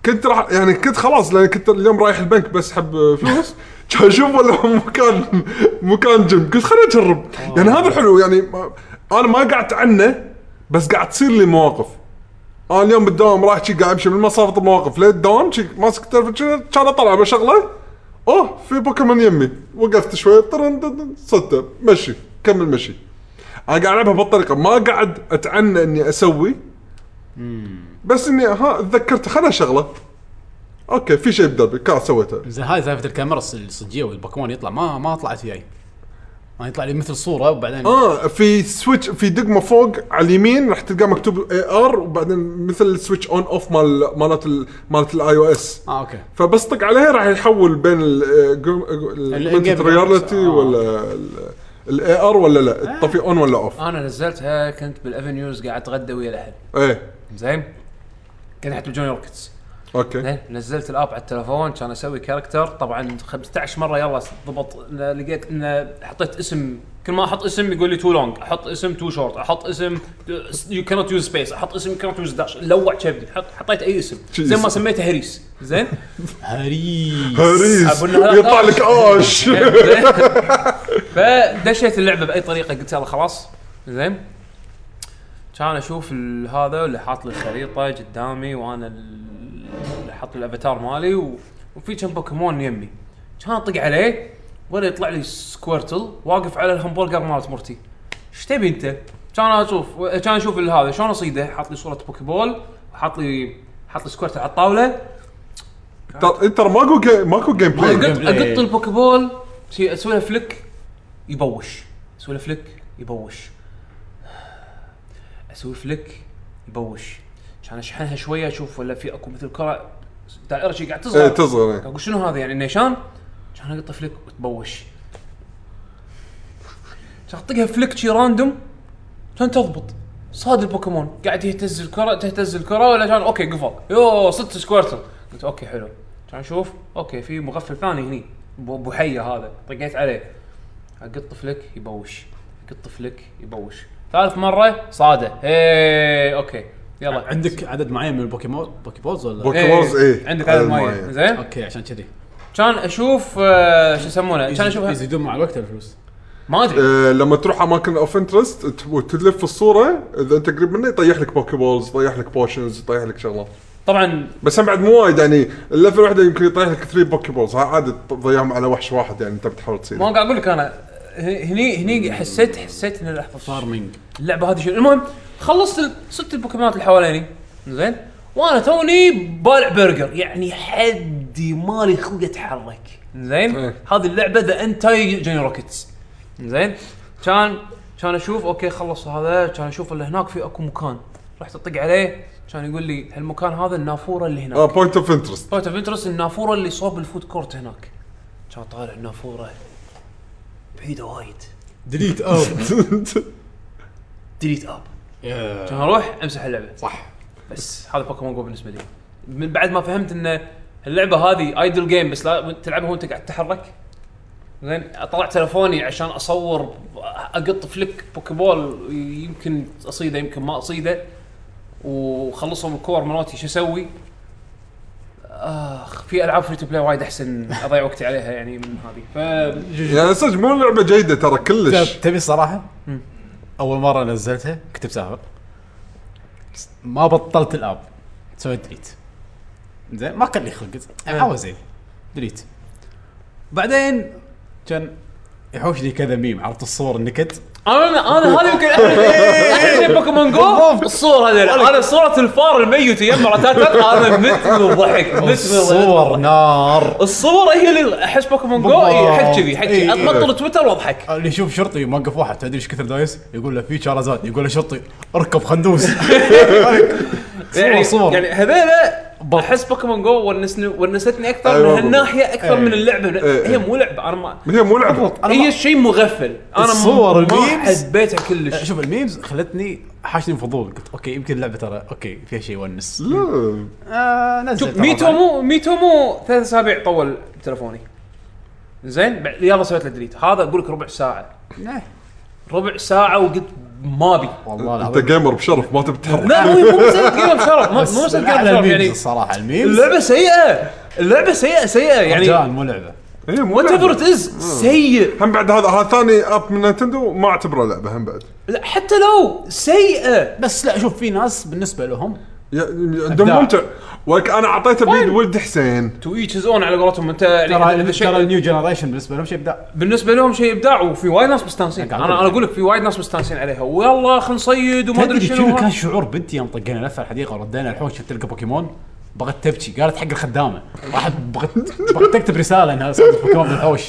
S2: كنت راح يعني كنت خلاص لان كنت اليوم رايح البنك بسحب فلوس كان اشوف ولا مكان مكان جيم قلت خليني اجرب يعني هذا حلو يعني ما- انا ما قعدت عنه بس قاعد تصير لي مواقف انا اليوم بالدوام رايح شي قاعد طيب امشي من مسافه المواقف للدوام شي ماسك التلفزيون كان اطلع بشغله اوه في بوكيمون يمي وقفت شوي طرن- طرن- صدته مشي كمل مشي انا قاعد العبها بالطريقه ما قاعد اتعنى اني اسوي بس اني ها تذكرت خلنا شغله اوكي في شيء بدربي كان سويته
S5: زين هاي سالفه الكاميرا الص- الصجيه والبوكيمون يطلع ما ما طلعت وياي ما يطلع لي مثل صوره وبعدين
S2: اه في سويتش في دقمه فوق على اليمين راح تلقاه مكتوب اي ار وبعدين مثل السويتش اون اوف مال مالت ال- مالت الاي او اس
S5: اه اوكي
S2: فبس طق عليه راح يحول بين آه،
S5: الإنجيم
S2: الاوجمنتد رياليتي
S5: آه.
S2: ولا الاي ار ولا لا تطفي اون ولا اوف
S3: انا نزلتها كنت بالافنيوز قاعد اتغدى ويا الاهل
S2: ايه
S3: زين كنت حتى بجوني روكيتس
S2: اوكي
S3: زين نزلت الاب على التلفون كان اسوي كاركتر طبعا 15 مره يلا ضبط إن لقيت ان حطيت اسم كل ما احط اسم يقول لي تو لونج احط اسم تو شورت احط اسم يو كانوت يوز سبيس احط اسم يو كانوت يوز داش لوع كبدي حط حطيت اي اسم زين ما سميته هريس زين
S5: هريس
S2: هريس
S3: أبو النهار
S2: يطلع
S3: آش.
S2: لك اوش
S3: زين. فدشيت اللعبه باي طريقه قلت يلا خلاص زين كان اشوف ال- هذا اللي حاط لي الخريطه قدامي وانا ال- اللي حاط الافاتار مالي و... وفي كم بوكيمون يمي كان اطق عليه ولا يطلع لي سكويرتل واقف على الهمبرجر مالت مرتي ايش تبي انت؟ كان اشوف كان اشوف ال- هذا شلون اصيده حاط لي صوره بوكيبول وحاط لي حاط لي سكويرتل على الطاوله
S2: ترى ترى ماكو جي- ماكو جيم بلاي
S3: اقط
S5: بلاي.
S3: اقط البوكيبول شي- اسوي له فليك يبوش اسوي له فليك يبوش اسوي فليك يبوش عشان اشحنها شويه اشوف ولا في اكو مثل كره دائره شي قاعد تصغر
S2: إيه، تصغر، إيه.
S3: اقول شنو هذا يعني نيشان عشان اقط فليك وتبوش عشان اطقها فليك شي راندوم كان تضبط صاد البوكيمون قاعد يهتز الكره تهتز الكره ولا كان اوكي قفل يو صدت سكويرتل قلت اوكي حلو كان اشوف اوكي في مغفل ثاني هني بو- بوحيه هذا طقيت عليه اقط فلك يبوش اقط فلك يبوش ثالث مره صاده هي اوكي يلا إيه.
S5: عندك عدد معين من البوكيمون بوكيبولز ولا
S2: بوكيمونز ايه
S3: عندك هذا
S2: هذا المعين.
S3: المايه زين
S5: اوكي عشان كذي
S3: كان اشوف آه، شو يسمونه كان اشوف
S5: يزيدون مع الوقت الفلوس
S3: ما ادري
S2: آه، لما تروح اماكن اوف انترست وتلف الصوره اذا انت قريب منه يطيح لك بوكي بولز يطيح لك بوشنز يطيح لك شغلات
S3: طبعا
S2: بس هم بعد مو وايد يعني اللفه الواحده يمكن يطيح لك 3 بوكي بولز ها عادي تضيعهم على وحش واحد يعني انت بتحاول
S3: ما
S2: تصيده
S3: قاعد اقول لك انا هني هني حسيت حسيت ان لحظه
S5: فارمينج
S3: اللعبه هذه شنو المهم خلصت ال- ست البوكيمونات اللي حواليني زين وانا توني بالع برجر يعني حدي مالي خلق اتحرك زين
S2: إيه.
S3: هذه اللعبه ذا انتاي جوني روكيتس زين كان كان اشوف اوكي خلص هذا كان اشوف اللي هناك في اكو مكان رحت اطق عليه كان يقول لي هالمكان هذا النافوره اللي هناك
S2: اه بوينت اوف انترست
S3: بوينت اوف انترست النافوره اللي صوب الفود كورت هناك كان طالع النافوره بعيده وايد
S5: ديليت اب
S3: ديليت اب كان اروح امسح اللعبه
S5: صح
S3: بس هذا بوكيمون جو بالنسبه لي من بعد ما فهمت ان اللعبه هذه ايدل جيم بس لا تلعبها وانت قاعد تتحرك زين طلعت تلفوني عشان اصور اقط فليك بوكيبول يمكن اصيده يمكن ما اصيده وخلصوا من الكور مراتي شو اسوي؟ اخ في العاب فري تو بلاي وايد احسن اضيع وقتي عليها يعني من هذه ف
S2: يعني صدق مو لعبه جيده ترى كلش
S5: تب- تبي الصراحه
S3: مم.
S5: اول مره نزلتها كنت مسافر ما بطلت الاب سويت ديليت زين ما كان لي خلق عاوز زين ديليت بعدين كان يحوشني كذا ميم عرفت الصور النكت
S3: انا انا آه، هذا يمكن إيه، احلى شيء إيه، بوكيمون جو الصور
S5: إيه.
S3: هذول انا صوره الفار الميت يم رتات انا مت من الضحك مت من
S5: الصور
S3: الضحك
S5: نار
S3: الصور هي اللي احس بوكيمون جو إي، حق كذي حق كذي
S5: إي.
S3: اطبطل تويتر واضحك
S5: اللي يشوف شرطي موقف واحد تدري ايش كثر دايس يقول له في شارزات يقول له شرطي اركب خندوس
S3: يعني
S5: صور صور
S3: يعني هذيلا احس بوكيمون جو ونسني ونستني اكثر من
S2: أيوة،
S3: هالناحيه اكثر
S5: أي.
S3: من اللعبه
S2: أي.
S3: هي مو لعبه انا ما
S2: هي مو لعبه
S5: إيه. أنا ما-
S3: هي شيء مغفل انا ما-
S5: الصور،
S3: ما
S5: الميمز. إيه،
S3: حبيتها كلش
S5: أه، شوف الميمز خلتني حاشني فضول قلت اوكي يمكن اللعبه ترى اوكي فيها شيء يونس
S2: لا
S5: آه نزل
S3: شوف
S5: طبعاً.
S3: ميتو مو ميتو مو ثلاث اسابيع طول تلفوني زين بعد- يلا سويت له ديليت هذا اقول لك ربع ساعه
S5: إيه.
S3: ربع ساعه وقلت ما ابي
S5: والله
S2: انت
S5: العظيم
S2: جيمر بشرف ما تبي تتحرك
S3: لا مو مو مسألة قلم شرف مو-
S5: بس
S3: مو مسألة
S5: من أعلى
S3: قلم شرف
S5: الميمز
S3: يعني
S5: الصراحه الميمز
S3: اللعبه سيئه اللعبه سيئه سيئه يعني
S5: يعني مو لعبه
S2: هي مو
S3: وات ايفر
S2: لعبة.
S3: از سيء
S2: هم بعد هذا هذا ثاني اب من نينتندو ما اعتبره لعبه هم بعد
S3: لا حتى لو سيئه
S5: بس لا شوف في ناس بالنسبه لهم
S2: يا- عندهم
S5: أبداع.
S2: ممتع ولك انا اعطيته بيد
S3: وين؟
S2: ولد حسين
S3: تو ايتش از اون على قولتهم انت يعني
S5: ترى
S3: إذا شيء-
S5: ترى النيو جنريشن بالنسبه لهم شيء ابداع
S3: بالنسبه لهم شيء ابداع وفي وايد ناس مستانسين
S5: قاعد
S3: انا انا
S5: أقول.
S3: اقول لك في وايد ناس مستانسين عليها ويلا خلينا نصيد وما ادري
S5: تدري شنو
S3: شنو
S5: كان شعور بنتي يوم طقينا لفه الحديقه وردينا الحوش شفت تلقى بوكيمون بغت تبكي قالت حق الخدامه راحت بغت بغت تكتب رساله انها صارت بوكيمون بالحوش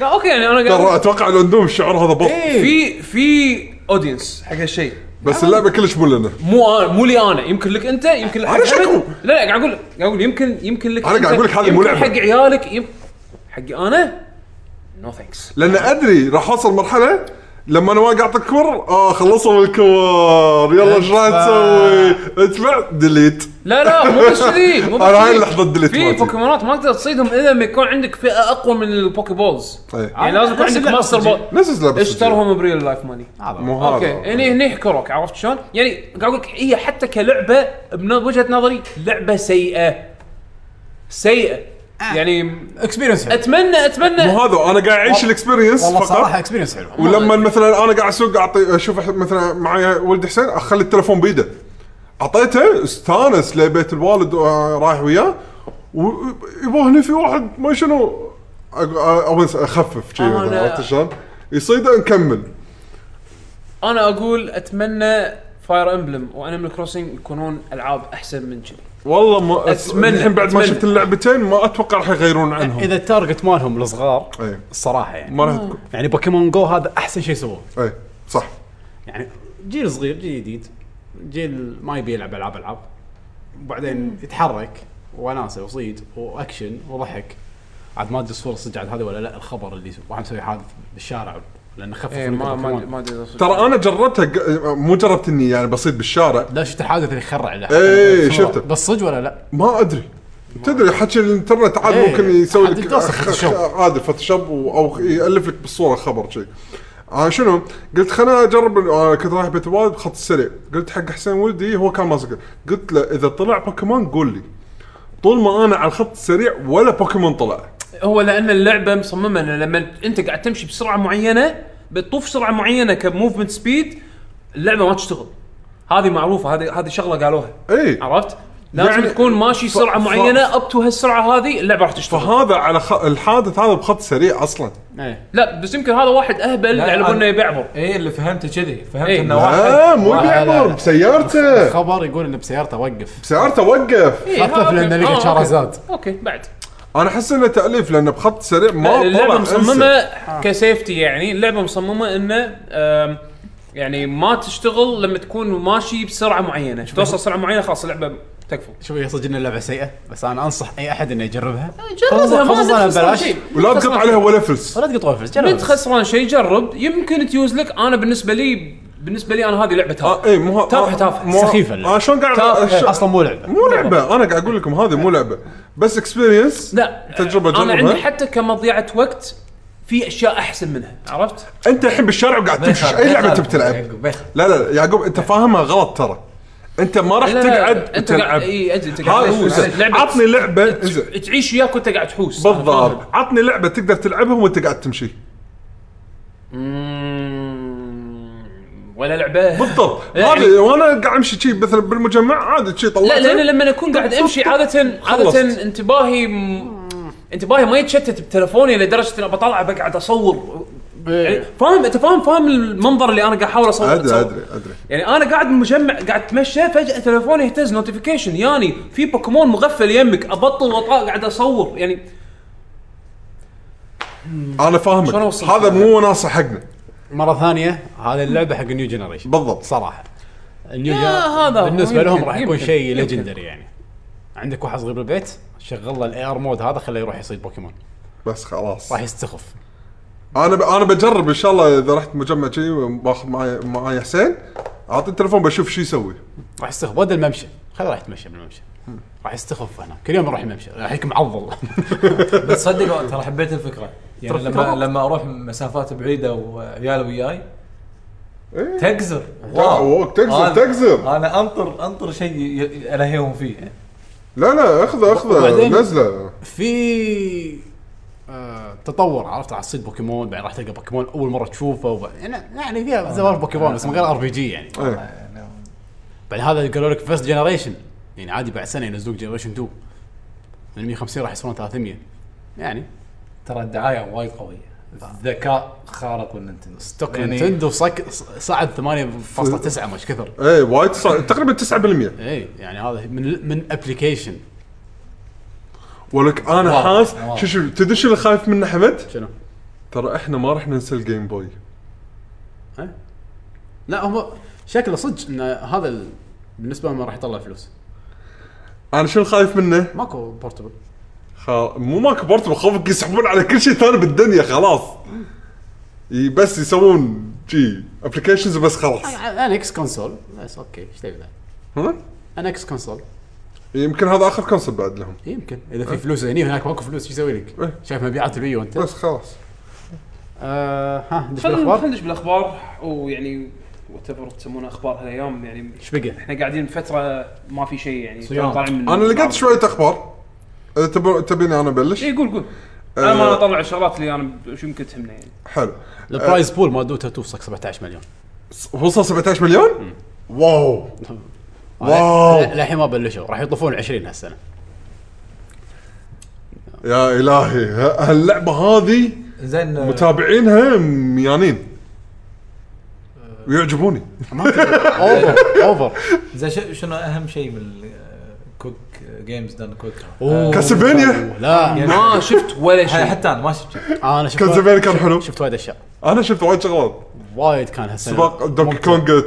S3: لا اوكي يعني انا قاعد
S2: ترى اتوقع لو عندهم الشعور هذا
S5: إيه،
S2: بط
S3: في في اودينس حق هالشيء
S2: بس اللعبه كلش مو لنا
S3: مو أنا مو لي انا يمكن لك انت يمكن لك
S2: أنا
S3: حمد.
S2: شكو.
S3: لا لا قاعد اقول قاعد اقول يمكن يمكن لك
S2: أنا قاعد
S3: أنت،
S2: أقول لك هذه مو
S3: يمكن
S2: لعبة.
S3: حق عيالك يمكن حقي انا نو ثانكس
S2: لان ادري راح اوصل مرحله لما انا واقع اعطيك كور اه خلصوا من الكور يلا ايش راح
S5: ادفع.
S2: تسوي؟ ادفع ديليت
S3: لا لا مو بس كذي مو بس
S2: أنا هاي
S3: كذي.
S2: اللحظة الدليت
S3: في
S2: مالتي.
S3: بوكيمونات ما تقدر تصيدهم الا لما يكون عندك فئه اقوى من البوكي بولز
S2: إيه.
S3: يعني لازم يكون
S5: نفس
S3: عندك
S5: اللعبة
S3: ماستر بول
S2: نفس لعبه
S3: اشترهم بريل لايف ماني
S5: هذا
S2: مو
S3: اوكي
S2: هذا
S3: هني هني يحكروك عرفت شلون؟ يعني قاعد اقول لك هي حتى كلعبه من وجهه نظري لعبه سيئه سيئه يعني
S5: اكسبيرينس حلو
S3: اتمنى اتمنى
S2: مو هذا انا قاعد اعيش الاكسبيرينس
S5: والله صراحه
S2: فقط
S5: اكسبيرينس حلو
S2: ولما مثلا انا قاعد اسوق اعطي اشوف أح- مثلا معي ولد حسين اخلي التلفون بيده اعطيته استانس لبيت الوالد آه، رايح وياه ويبا هنا في واحد ما شنو أق- آه، اونس اخفف شي
S3: أنا-
S2: مثلاً، عرفت شلون؟ يصيده نكمل
S3: انا اقول اتمنى فاير امبلم وانيمال كروسنج يكونون العاب احسن من كذي
S2: والله ما
S3: أتمنى-
S2: الحين بعد ما
S3: أتمنى.
S2: شفت اللعبتين ما اتوقع راح يغيرون عنهم
S5: اذا التارجت مالهم الصغار
S2: إيه.
S5: الصراحه يعني
S2: ما راح تكون
S5: يعني بوكيمون جو هذا احسن شيء سووه
S2: اي صح
S5: يعني جيل صغير جيل جديد جيل ما يبي يلعب العاب العاب وبعدين يتحرك وناسه وصيد واكشن وضحك عاد ما ادري الصوره صدق عاد هذه ولا لا الخبر اللي واحد مسوي حادث بالشارع لانه خفف
S3: ايه
S5: من
S3: ما ما
S5: البوكيمون.
S3: ما ادري إذا-
S2: ترى انا جربتها ق- مو جربت اني يعني بصيد بالشارع
S5: لا شفت الحادث اللي خرع له
S2: إيه،
S5: صورة.
S2: شفته.
S5: بس صدق ولا لا
S2: ما ادري تدري حكي الانترنت عاد
S5: إيه،
S2: ممكن يسوي
S5: عاد
S2: لك
S5: يتوسخ
S2: خ-
S5: فوتوشوب.
S2: خ- عادي فوتوشوب و- او يالف لك بالصوره خبر شيء آه شنو؟ قلت خلنا اجرب آه كنت رايح بيت الوالد بخط السريع، قلت حق حسين ولدي هو كان ماسك قلت له اذا طلع بوكيمون قول لي. طول ما انا على الخط السريع ولا بوكيمون طلع.
S3: هو لان اللعبه مصممه ان لما انت قاعد تمشي بسرعه معينه بتطوف سرعه معينه كموفمنت سبيد اللعبه ما تشتغل هذه معروفه هذه هذه شغله قالوها
S2: اي
S3: عرفت؟ لازم
S2: يعني-
S3: يعني تكون ماشي
S2: ف-
S3: سرعه
S2: ف-
S3: معينه اب تو هالسرعه هذه اللعبه راح تشتغل
S2: فهذا على خ... الحادث هذا بخط سريع اصلا
S5: ايه
S3: لا بس يمكن هذا واحد اهبل
S6: لا،
S3: على
S6: أنا-
S3: انه يبي يعبر
S6: اي اللي فهمته كذي فهمت
S3: إيه.
S6: انه واحد
S2: لا مو
S5: لا، لا،
S2: بيعبر
S5: لا.
S2: بسيارته
S5: إيه. خبر يقول انه بسيارته وقف
S2: بسيارته وقف
S3: إيه،
S5: خفف
S3: ها،
S5: لأن
S3: أوكي.
S5: لقى
S3: آه،
S5: شارازات.
S3: أوكي. اوكي بعد
S2: انا احس انه تاليف لانه بخط سريع ما
S3: اللعبه
S2: طلع، انسى.
S3: مصممه كسيفتي يعني اللعبه مصممه انه آم، يعني ما تشتغل لما تكون ماشي بسرعه معينه توصل سرعه معينه خلاص اللعبه تكفى
S5: شوف هي صدق إن اللعبه سيئه بس انا انصح اي احد انه يجربها
S3: جربها ما
S5: خصوصاً
S3: انت خسران
S5: ببلاش.
S3: شيء
S2: ولا تقط عليها ولا فلس
S5: ولا تقطعوا فلس
S3: انت
S5: جربها
S3: خسران شيء جرب يمكن تيوز لك انا بالنسبه لي بالنسبه لي انا هذه لعبه
S2: آه،
S3: هاف
S2: اي مو ها-
S3: تافهة،
S2: آه،
S3: تافهة.
S2: مو-
S5: سخيفة اللعبة.
S2: انا شلون قاعد
S3: تافهة.
S2: أش-
S5: اصلا مو لعبه
S2: مو لعبه انا قاعد اقول لكم هذه مو لعبه بس اكسبيرينس
S3: لا
S2: تجربة
S3: انا
S2: جربها.
S3: عندي حتى كمضيعه وقت في اشياء احسن منها عرفت؟
S2: انت الحين بالشارع وقاعد تمشي اي لعبه تبي تلعب
S6: بيخ
S2: لا لا لا، يعقوب انت فاهمها غلط ترى انت ما راح
S3: لا، لا،
S2: تقعد
S3: انت قاعد
S2: وتلعب
S3: اي انت أنت قاعد
S2: هذا هو
S3: تحوس.
S2: زين.
S3: لعبة-
S2: عطني لعبه زين.
S3: تعيش وياك وانت قاعد تحوس أنا فاهم.
S2: بالضبط عطني لعبه تقدر تلعبها وانت قاعد تمشي
S3: مم، ولا لعبه
S2: بالضبط
S3: لا، يعني-
S2: هذه وانا قاعد امشي شي مثلا بالمجمع عادي شي طلعت
S3: لا لان لما اكون قاعد امشي عاده عاده انتباهي م... انتباهي ما يتشتت بتلفوني لدرجه اني بطلع بقعد اصور يعني فاهم انت فاهم فاهم المنظر اللي انا قاعد احاول اصور
S2: ادري
S3: أصور.
S2: ادري ادري
S3: يعني انا قاعد مجمع قاعد اتمشى فجاه تلفوني يهتز نوتيفيكيشن ياني في بوكيمون مغفل يمك ابطل واطالع قاعد اصور يعني
S2: انا فاهمك
S3: شلون أوصل
S2: هذا مو ناصح حقنا
S5: مره ثانيه هذه اللعبه حق النيو جنريشن
S2: بالضبط
S5: صراحه النيو
S3: يا
S5: جن-
S3: هذا هو،
S5: بالنسبه لهم
S3: يمكن-
S5: راح يكون
S3: يمكن-
S5: شيء
S3: يمكن.
S5: ليجندري يعني عندك واحد صغير بالبيت شغل له الاي ار مود هذا خليه يروح يصيد بوكيمون
S2: بس خلاص
S5: راح يستخف
S2: انا ب... انا بجرب ان شاء الله اذا رحت مجمع شي وباخذ معي معي حسين اعطي التليفون بشوف شو يسوي
S5: راح يستخف بدل الممشى خليه راح يتمشى بالممشى راح يستخف هنا كل يوم يروح الممشى راح يكون معضل
S6: بس صدق ترى حبيت الفكره يعني
S5: ترى
S6: لما
S5: فكرة.
S6: لما اروح مسافات بعيده وعيال وياي
S2: إيه.
S6: تقزر
S2: واو، تقزر،
S6: أنا-
S2: تقزر.
S6: انا انطر انطر شيء ي- الهيهم فيه
S2: لا لا اخذه اخذه
S5: وبعدين-
S2: نزله
S5: في آه، تطور عرفت راح تصيد بوكيمون بعدين راح تلقى بوكيمون اول مره تشوفه وب... يعني يعني فيها زواج بوكيمون بس من غير ار بي جي يعني
S2: إيه.
S5: بعدين هذا قالوا لك فيرست جنريشن يعني عادي بعد سنه ينزلوك جنريشن 2 من 150 راح يصيرون 300 يعني
S6: ترى الدعايه وايد قويه ذكاء خارق للنتندو
S5: ستوك
S6: يعني-
S5: نينتندو صك... صعد 8.9 مش كثر
S2: ايه وايد صار تقريبا 9%
S5: اي يعني هذا من من ابلكيشن
S2: ولك انا
S6: واو،
S2: حاس
S6: واو.
S2: شو شو تدري شو اللي خايف منه حمد؟
S5: شنو؟
S2: ترى احنا ما راح ننسى الجيم بوي
S5: ها؟ لا هو شكله صدق ان هذا ال... بالنسبه لهم راح يطلع فلوس
S2: انا شو اللي خايف منه؟
S5: ماكو بورتبل
S2: خا... مو ماكو بورتبل خوفك يسحبون على كل شيء ثاني بالدنيا خلاص ي- بس يسوون جي ابلكيشنز بس خلاص
S5: انا اكس كونسول بس اوكي ايش تبي بعد؟
S2: ها؟
S5: انا اكس كونسول
S2: يمكن هذا اخر كونسبت بعد لهم
S5: يمكن اذا في فلوس هني وهناك ماكو فلوس ايش يسوي لك؟
S2: إيه.
S5: شايف مبيعات الويو انت؟
S2: بس خلاص
S5: آه ها ندش
S3: خلينا
S5: بالاخبار؟
S3: خلينا ندش بالاخبار ويعني وات ايفر يعني تسمونه اخبار هالايام يعني
S5: ايش بقى؟
S3: احنا قاعدين فتره ما في شيء يعني
S6: صيام.
S3: طالعين من
S2: انا
S5: نعم.
S2: لقيت شويه اخبار إذا تبون- تبيني انا ابلش؟
S5: إيه.
S3: اي إيه، قول قول
S2: آه.
S3: انا ما اطلع الشغلات اللي انا ب- شو يمكن تهمنا يعني
S2: حلو
S5: البرايز بول ما دوتا توصل 17 مليون
S2: وصل 17 مليون؟ واو واو.
S5: لا- لا- للحين ما بلشوا راح يطوفون 20 هالسنه
S2: يا الهي ه- هاللعبه هذه
S6: زين آه،
S2: متابعينها ميانين
S5: أه.
S2: ويعجبوني
S5: اوفر اوفر
S6: زين شو- شنو اهم شيء من كوك جيمز دان كويك
S5: أوه.
S2: كاسلفينيا؟
S5: لا
S3: ما شفت ولا شيء
S6: حتى انا ما شفت شيء.
S5: انا شفت
S2: كاسلفينيا كان حلو
S5: شفت وايد اشياء
S2: انا شفت وايد شغلات
S5: نعم. وايد كان هالسنه
S2: سباق آه، دونكي
S5: ممتع.
S2: كونج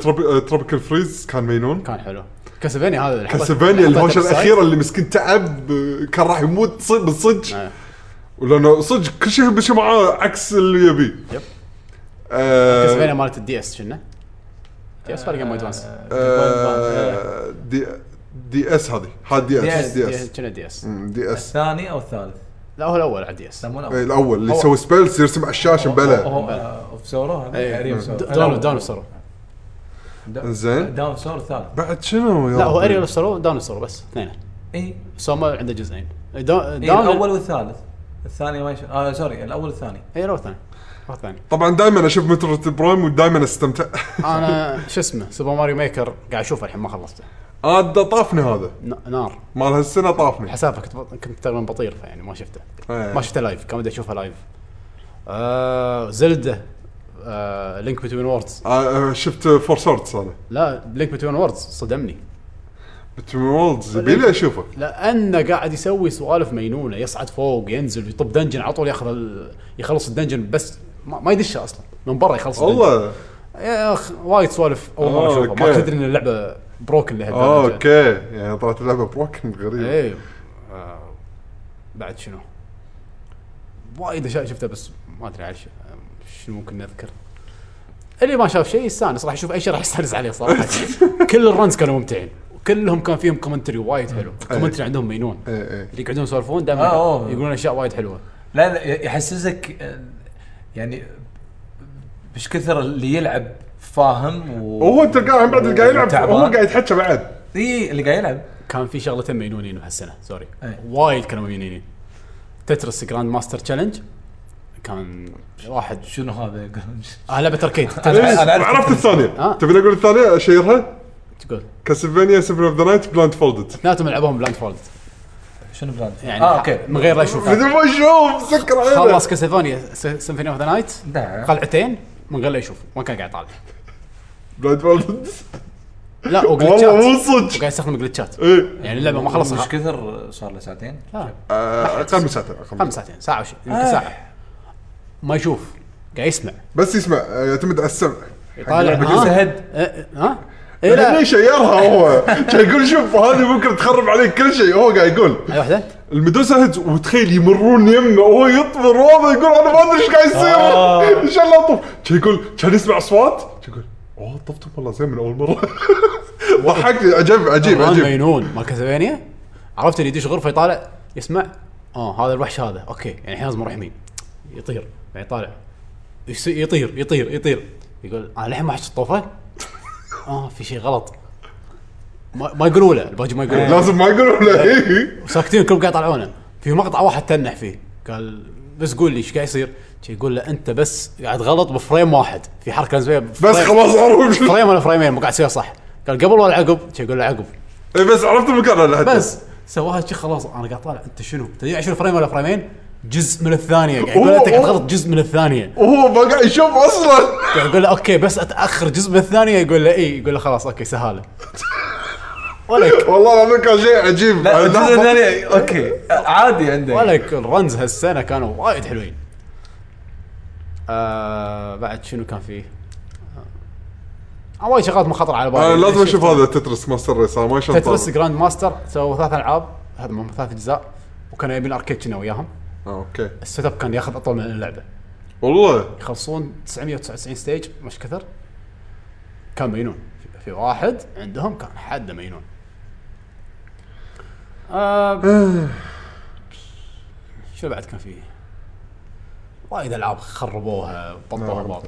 S2: تروبيكال فريز كان مينون
S5: كان حلو كاسلفينيا هذا اللي حطيت-
S2: كاسلفينيا الهوشه
S5: حطيته
S2: الاخيره اللي مسكين تعب آه، كان راح يموت ص- بالصدق
S5: آه.
S2: ولانه صدق كل شيء مشي معاه عكس اللي يبيه
S5: يب.
S2: آه،
S5: كاسلفينيا مالت الدي اس كنا دي اس ولا جيم ادفانس؟
S2: آه، دي دي اس هذه هذه دي
S6: دي
S2: اس
S6: إس،
S2: دي اس
S5: كنا دي اس
S2: مم، دي اس
S6: الثاني او الثالث
S5: لا هو الاول على الدي اس
S6: يسمونه
S2: إيه، الاول اللي يسوي سبيلز يرسم على الشاشه مبلا
S6: هو آه، اوف سورو هذا
S5: إيه.
S6: قريب سورو.
S5: داون داون سورو
S6: دا-
S2: زين
S6: داون سورو الثالث
S2: بعد شنو يا
S5: لا هو
S2: ربي؟
S5: اريال سورو داون سورو بس اثنين
S6: اي
S5: سوما عنده جزئين دا-
S6: الاول
S5: داون
S6: إيه، والثالث الثاني ما يش... آه سوري الاول الثاني
S5: اي إيه، روح ثاني روح ثاني
S2: طبعا دائما اشوف متروت برايم ودائما استمتع
S5: انا شو اسمه سوبر ماريو ميكر قاعد اشوفه الحين ما خلصته
S2: هذا طافني هذا
S5: ن- نار
S2: مال هالسنه طافني
S5: حسافه كنت بط- كنت تقريبا بطير فيعني ما شفته
S2: إيه.
S5: ما شفته لايف كان بدي اشوفها لايف آه زلده آه لينك بتوين ووردز
S2: آه، آه، شفت فور سورتس انا
S5: لا لينك بتوين ووردز صدمني
S2: بتوين وولدز يبي لي اشوفه
S5: لانه قاعد يسوي سوالف مجنونه يصعد فوق ينزل يطب دنجن على طول ياخذ ال... يخلص الدنجن بس ما, ما يدشه اصلا من برا يخلص الدنجن.
S2: والله
S5: يا اخ وايد سوالف اول مره
S2: آه،
S5: اشوفها
S2: أوكي.
S5: ما كنت ادري ان اللعبه بروكن لها
S2: اه اوكي يعني طلعت اللعبه بروكن
S6: أيوه.
S2: غريبه
S5: ايه آه، بعد شنو؟ وايد اشياء شفتها بس ما ادري على شو- شنو ممكن نذكر اللي ما شاف شيء يستانس راح يشوف اي شيء راح يستانس عليه صراحه كل الرنز كانوا ممتعين وكلهم كان فيهم كومنتري وايد حلو الكومنتري عندهم مينون
S2: ايه ايه
S5: اللي يقعدون يسولفون
S6: أيوه. آه، أوه.
S5: دائما يقولون اشياء وايد حلوه
S6: لا لا ي- يحسسك آه، يعني مش كثر اللي يلعب فاهم و...
S2: وهو انت قاعد بعد قاعد يلعب
S6: يعني تعبان.
S2: هو قاعد يتحكى بعد
S6: اي إيه، اللي قاعد يلعب
S5: كان في شغلتين مجنونين بهالسنه سوري
S6: أي.
S5: وايد كانوا مجنونين تترس جراند ماستر تشالنج كان واحد
S6: شنو هذا
S5: اه لعبه اركيد
S6: أنا- أنا أعرف-
S2: عرفت الثانيه
S5: آه.
S2: تبي اقول الثانيه اشيرها
S5: تقول
S2: كاسلفينيا سيفن اوف ذا نايت بلاند فولدد
S5: اثنيناتهم لعبهم بلاند فولد
S6: شنو بلان
S5: يعني
S2: آه،
S6: اه اوكي
S5: من غير لا اشوف
S2: بدون ما اشوف سكر عينه
S5: خلص كاسلفانيا سيمفوني اوف ذا نايت
S6: لا.
S5: قلعتين من غير لا يشوف ما كان قاعد يطالع
S2: بلاند فولدد
S5: لا
S2: والله مو
S5: وجلتشات
S2: صدق
S5: وقاعد يستخدم جلتشات
S2: ايه
S5: يعني اللعبه ما خلصت
S6: مش كثر صار له ساعتين
S5: لا
S2: آه، اقل من ساعتين أقل من
S5: خمس
S2: ساعتين.
S5: ساعتين ساعه وشي
S2: آه.
S5: يمكن ساعه ما يشوف قاعد يسمع
S2: بس يسمع آه، يعتمد على السمع
S5: يطالع
S2: حق
S5: ها؟
S2: اللعبة.
S6: زهد
S5: أه، ها اي
S2: لا
S5: لا
S2: ليش يرها هو كان يقول شوف هذه ممكن تخرب عليك كل شيء هو قاعد يقول
S5: هاي واحده
S2: المدوسة هيدز وتخيل يمرون يمه وهو يطمر وهذا يقول انا ما ادري ايش قاعد
S6: آه.
S2: يصير ان شاء الله اطوف كان يقول كان يسمع اصوات كان يقول اوه طفتهم والله زين من اول مره ضحكني عجيب عجيب
S5: ران
S2: عجيب
S5: مجنون مال كاسلفانيا عرفت اللي يدش غرفه يطالع يسمع اه هذا الوحش هذا اوكي يعني الحين لازم اروح يمين يطير بعدين يطالع يس- يطير يطير يطير يقول انا الحين ما حشت الطوفه اه في شيء غلط ما, ما يقولوا له الباجي ما يقولوا له
S2: لازم ما يقولون له إيه.
S5: ساكتين كلهم قاعد يطالعونه في مقطع واحد تنح فيه قال بس قول لي ايش قاعد يصير؟ شي يقول له انت بس قاعد غلط بفريم واحد في حركه لازم تسويها
S2: بس
S6: طيب.
S5: بفريم-
S2: خلاص عرفت
S5: فريم ولا فريمين ما قاعد تسويها صح قال قبل ولا عقب؟ شي يقول له عقب
S2: إيه، بس عرفت المكان انا حتى.
S5: بس سواها شي خلاص انا قاعد طالع انت شنو؟ تدري يعني شنو فريم ولا فريمين؟ جزء من الثانيه قاعد يقول
S2: أوه،
S5: له انت قاعد
S2: أوه.
S5: غلط جزء من الثانيه
S2: وهو ما قاعد يشوف اصلا
S5: قاعد يقول له اوكي بس اتاخر جزء من الثانيه يقول له اي يقول له خلاص اوكي سهاله ولا
S2: والله العظيم كان شيء عجيب
S6: طيب. لا الجزء
S2: لحظة.
S6: الثاني اوكي عادي عندك
S5: ولا كل رنز هالسنه كانوا وايد حلوين آه بعد شنو كان فيه؟ آه وايد شغلات ما خطر على بالي
S2: أنا آه، لازم
S5: شفت
S2: اشوف هذا تترس ماستر ريس أنا ما شفت
S5: تترس جراند ماستر سووا ثلاث العاب هذا من ثلاث اجزاء وكانوا يبين اركيد كنا وياهم
S2: اوكي
S5: السيت اب كان ياخذ اطول من اللعبه
S2: والله
S5: يخلصون 999 ستيج مش كثر كان مجنون في- في واحد عندهم كان حده مجنون آه شو بعد كان فيه؟ وايد العاب خربوها بطوها
S2: نعم.
S5: بعض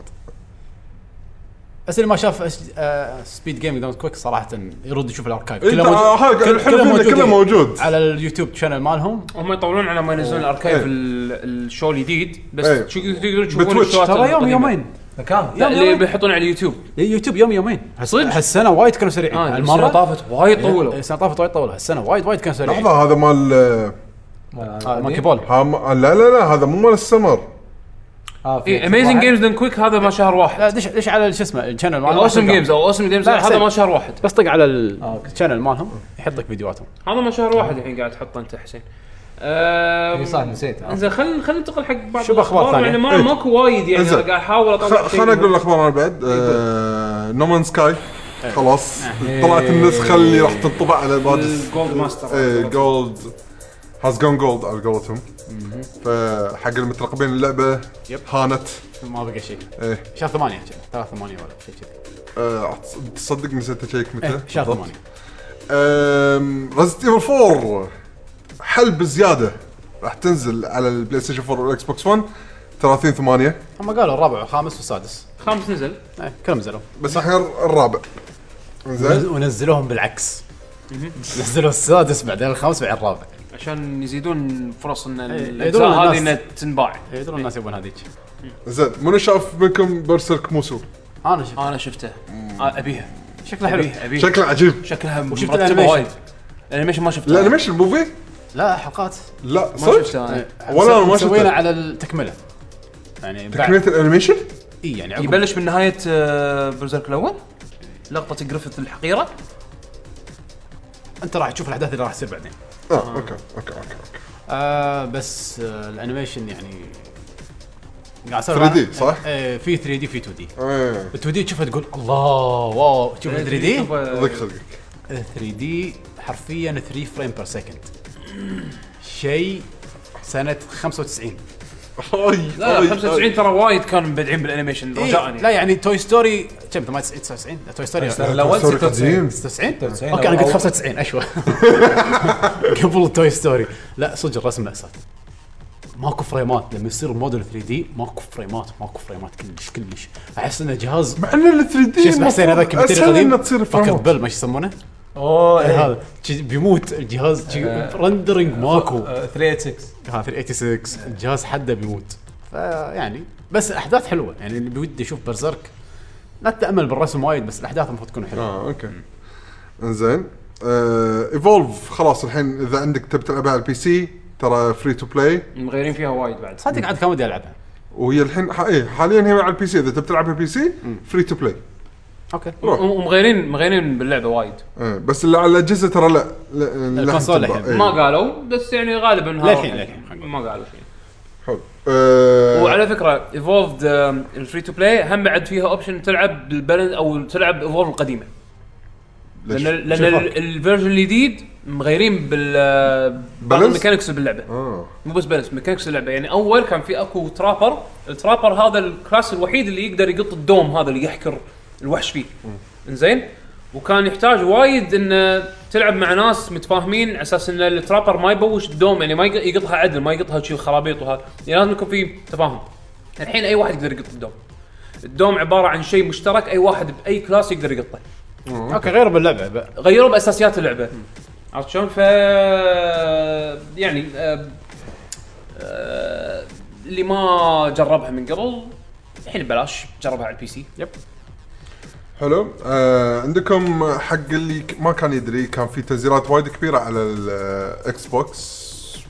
S5: بس اللي ما شاف أس- آه، سبيد جيم دوت كويك صراحه يرد يشوف الاركايف
S2: إيه، تا- هاي، الحلو فيه إنه كله موجود.
S5: على اليوتيوب شانل مالهم
S3: هم يطولون على ما ينزلون
S5: أه.
S3: الاركايف
S2: إيه.
S3: ال- الشو الجديد بس
S2: إيه.
S3: شو- تقدرون تشوفون
S2: بتويتش.
S3: الشوات
S5: ترى يوم
S3: القديمة.
S5: يومين
S6: مكان
S3: لا
S5: يوم
S3: اللي
S5: يومين.
S3: بيحطون على اليوتيوب
S5: اليوتيوب إيه، يوم يومين
S3: صدق؟
S5: هالسنه وايد كانوا سريعين
S3: اه
S5: المره
S3: المره
S5: آه، طافت
S3: طافت وايد طولوا
S5: السنه طافت وايد طولها السنه وايد وايد كان سريع
S2: لحظه هذا مال
S5: آه، ماكي بول
S2: ها ما- لا لا لا هذا مو مال السمر
S6: آه،
S3: اي اميزنج جيمز دن كويك هذا ما شهر واحد
S5: لا دش دش على شو اسمه الشانل مالهم
S3: اوسم جيمز او اوسم جيمز
S5: لا،
S3: هذا
S5: حسين.
S3: ما شهر واحد
S5: بس طق على
S6: آه، أوكي.
S5: الشانل مالهم يحط لك فيديوهاتهم
S3: هذا ما شهر واحد الحين قاعد تحطه انت حسين أم،
S6: إي صح، نسيت. آه.
S3: زين خلينا خلينا ننتقل حق بعض
S5: إيه، شو بأخبار
S3: الأخبار،
S5: ثانية؟
S3: يعني ما
S2: إيه.
S3: ماكو وايد يعني
S2: انزين.
S3: أنا قاعد احاول اطلع شيء
S2: خليني اقول
S3: منهم.
S2: الاخبار انا بعد
S5: إيه،
S2: آه، نومان سكاي خلاص
S5: إيه.
S2: طلعت النسخه اللي راح تنطبع على إيه، بعض
S3: الجولد ماستر.
S2: جولد هاز جون جولد على قولتهم فحق المترقبين اللعبه
S5: يب.
S2: هانت
S5: ما بقى شيء
S2: ايه
S5: شهر ثمانية كان، ثلاث ثمانية ولا شيء كذي
S2: آه، تصدق نسيت اشيك متى
S5: إيه، شهر ثمانية
S2: ريزنت ايفل 4 حلب زياده راح تنزل على البلاي ستيشن 4 والاكس بوكس 1 30 8
S5: هم قالوا الرابع والخامس والسادس
S3: خامس نزل
S5: إيه، كلهم نزلوا
S2: بس الحين الرابع زين
S5: إيه. ونزلوهم بالعكس نزلوا السادس بعدين الخامس بعدين الرابع
S3: عشان يزيدون فرص
S5: إيه،
S3: ان الاجزاء
S5: يدرون
S3: هذه
S5: الناس.
S3: انها تنباع
S5: إيه، يدرون الناس يبون هذيك
S2: زين منو شاف منكم برسيرك موسو؟
S5: انا شفت
S3: انا شفته آه، ابيها
S5: شكله حلو
S3: أبيها، ابيها
S2: شكله عجيب
S3: شكلها
S5: وشفت
S3: مرتبه
S5: الأنيميشن.
S3: وايد الانيميشن ما شفته أنا.
S2: الانيميشن موفي؟
S5: لا حلقات
S2: لا
S3: ما إيه.
S2: صدق؟
S3: شفته
S5: إيه.
S3: انا
S2: ولا انا ما
S5: سوينا
S2: شفته
S5: على التكمله يعني بعد-
S2: تكمله الانيميشن؟
S5: اي يعني عقب
S3: يبلش من نهايه آه، برزيرك الاول لقطه جريفيث الحقيره
S5: انت راح تشوف الاحداث اللي راح تصير بعدين
S2: اه اوكي اوكي اوكي
S5: آه بس آه الانيميشن يعني قاعد أسولف
S2: 3D
S5: عن-
S2: صح؟
S5: آه في 3 دي في 2 دي
S2: ايه
S5: ال 2 دي تشوفها تقول الله واو تشوف 3 إيه، دي
S2: صدق صدق
S5: 3 دي حرفيا 3 فريم بير سكند شيء سنه 95
S3: لا لا 95 ترى وايد كانوا مبدعين بالانيميشن
S5: إيه،
S3: رجاء يعني
S5: لا يعني توي ستوري كم 98 99 لا توي ستوري
S6: الاول
S2: صار
S6: 96
S2: قديم.
S5: 99
S6: 99
S5: اوكي انا قلت
S6: أو-
S5: 95 اشوى قبل توي ستوري لا صدق الرسم مأساة ماكو فريمات لما يصير موديل 3 دي ماكو فريمات ماكو فريمات كلش كلش احس انه جهاز
S2: مع ان ال 3 دي
S5: شو اسمه حسين هذا الكمبيوتر
S2: اسهل انه
S5: القديم
S2: تصير
S5: فكر
S2: فريمات.
S5: بل ما شو يسمونه
S6: اوه إيه.
S5: هذا شي بيموت الجهاز شي رندرنج ماكو ها
S6: آه، 386
S5: 386 الجهاز حده بيموت فيعني بس الاحداث حلوه يعني اللي بودي يشوف برزرك لا تامل بالرسم وايد بس الاحداث المفروض تكون حلوه
S2: اه اوكي انزين ايفولف آه، خلاص الحين اذا عندك تبي تلعبها على البي سي ترى فري تو بلاي
S3: مغيرين فيها وايد بعد
S5: صدق عاد كان ودي العبها
S2: وهي الحين ح- إيه، حاليا هي على البي سي اذا تبي تلعبها بي سي فري تو بلاي
S5: اوكي
S2: روح.
S3: ومغيرين مغيرين باللعبه وايد
S2: إيه، بس اللي على الاجهزه ترى لا لا- لا
S5: الكونسول
S2: تنباع.
S5: الحين.
S2: إيه.
S3: ما قالوا بس يعني غالبا هذا
S5: للحين- للحين، خلينا
S3: ما قالوا شيء
S2: حلو آه،
S3: وعلى فكره ايفولفد الفري تو بلاي هم بعد فيها اوبشن تلعب بالبالانس او تلعب ايفولف القديمه لان
S2: ليش؟
S3: لان
S5: شو
S3: ال-
S5: الفرق؟
S3: الفيرجن الجديد مغيرين بال
S2: بالانس؟
S3: ميكانكس باللعبه
S2: اه
S3: مو بس بالانس ميكانكس اللعبه يعني اول كان في اكو ترابر الترابر هذا الكلاس الوحيد اللي يقدر يقط الدوم هذا اللي يحكر الوحش فيه انزين وكان يحتاج وايد ان تلعب مع ناس متفاهمين على اساس ان الترابر ما يبوش الدوم يعني ما يق- يقطها عدل ما يقطها تشيل خرابيط وهذا يعني لازم يكون في تفاهم الحين اي واحد يقدر يقط الدوم الدوم عباره عن شيء مشترك اي واحد باي كلاس يقدر يقطه
S5: اوكي غير باللعبه بقى.
S3: غيروا باساسيات اللعبه عرفت شلون؟ ف يعني آه، آه، اللي ما جربها من قبل الحين ببلاش جربها على البي سي
S2: حلو آه عندكم حق اللي ك- ما كان يدري كان في تنزيلات وايد كبيره على الاكس بوكس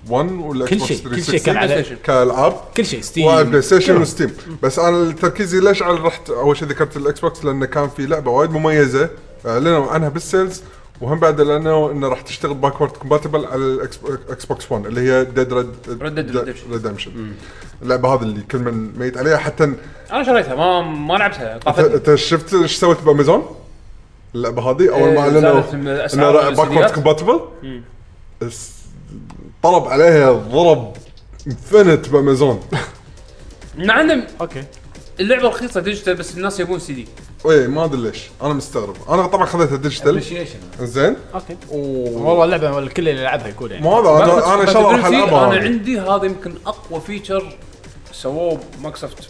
S2: 1 ولا
S5: كل
S2: Xbox
S5: شيء كل
S2: 360.
S5: شيء كان على
S3: PlayStation.
S2: كالعاب
S5: كل شيء ستيم
S2: وبلاي ستيشن
S5: كله.
S2: وستيم بس انا تركيزي ليش على رحت اول شيء ذكرت الاكس بوكس لانه كان في لعبه وايد مميزه اعلنوا عنها بالسيلز وهم بعد لانه انه راح تشتغل باكورد كومباتبل على الاكس بوكس 1 اللي هي ديد ريد
S3: Dead Redemption.
S2: ريدمشن اللعبه هذه اللي كل من ميت عليها حتى
S3: انا شريتها ما ما لعبتها
S2: انت
S3: طافتني
S2: انت شفت ايش سوت بامازون؟ اللعبه هذه اول ما
S3: إيه،
S2: اعلنوا
S3: زادت من أسعار
S2: انه باكورد
S3: السيديات.
S2: كومباتبل طلب عليها ضرب انفنت بامازون
S3: مع ان
S5: اوكي
S3: اللعبه رخيصه ديجيتال بس الناس يبون سي دي
S2: ايه ما ادري ليش انا مستغرب انا طبعا خذيتها ديجيتال زين
S5: اوكي
S2: و
S5: والله اللعبه الكل اللي يلعبها يقول يعني
S2: مو هذا انا انا ان شاء الله راح
S3: Compatibility،
S2: العبها
S3: انا
S2: هذه.
S3: عندي هذا يمكن اقوى فيتشر سووه مايكروسوفت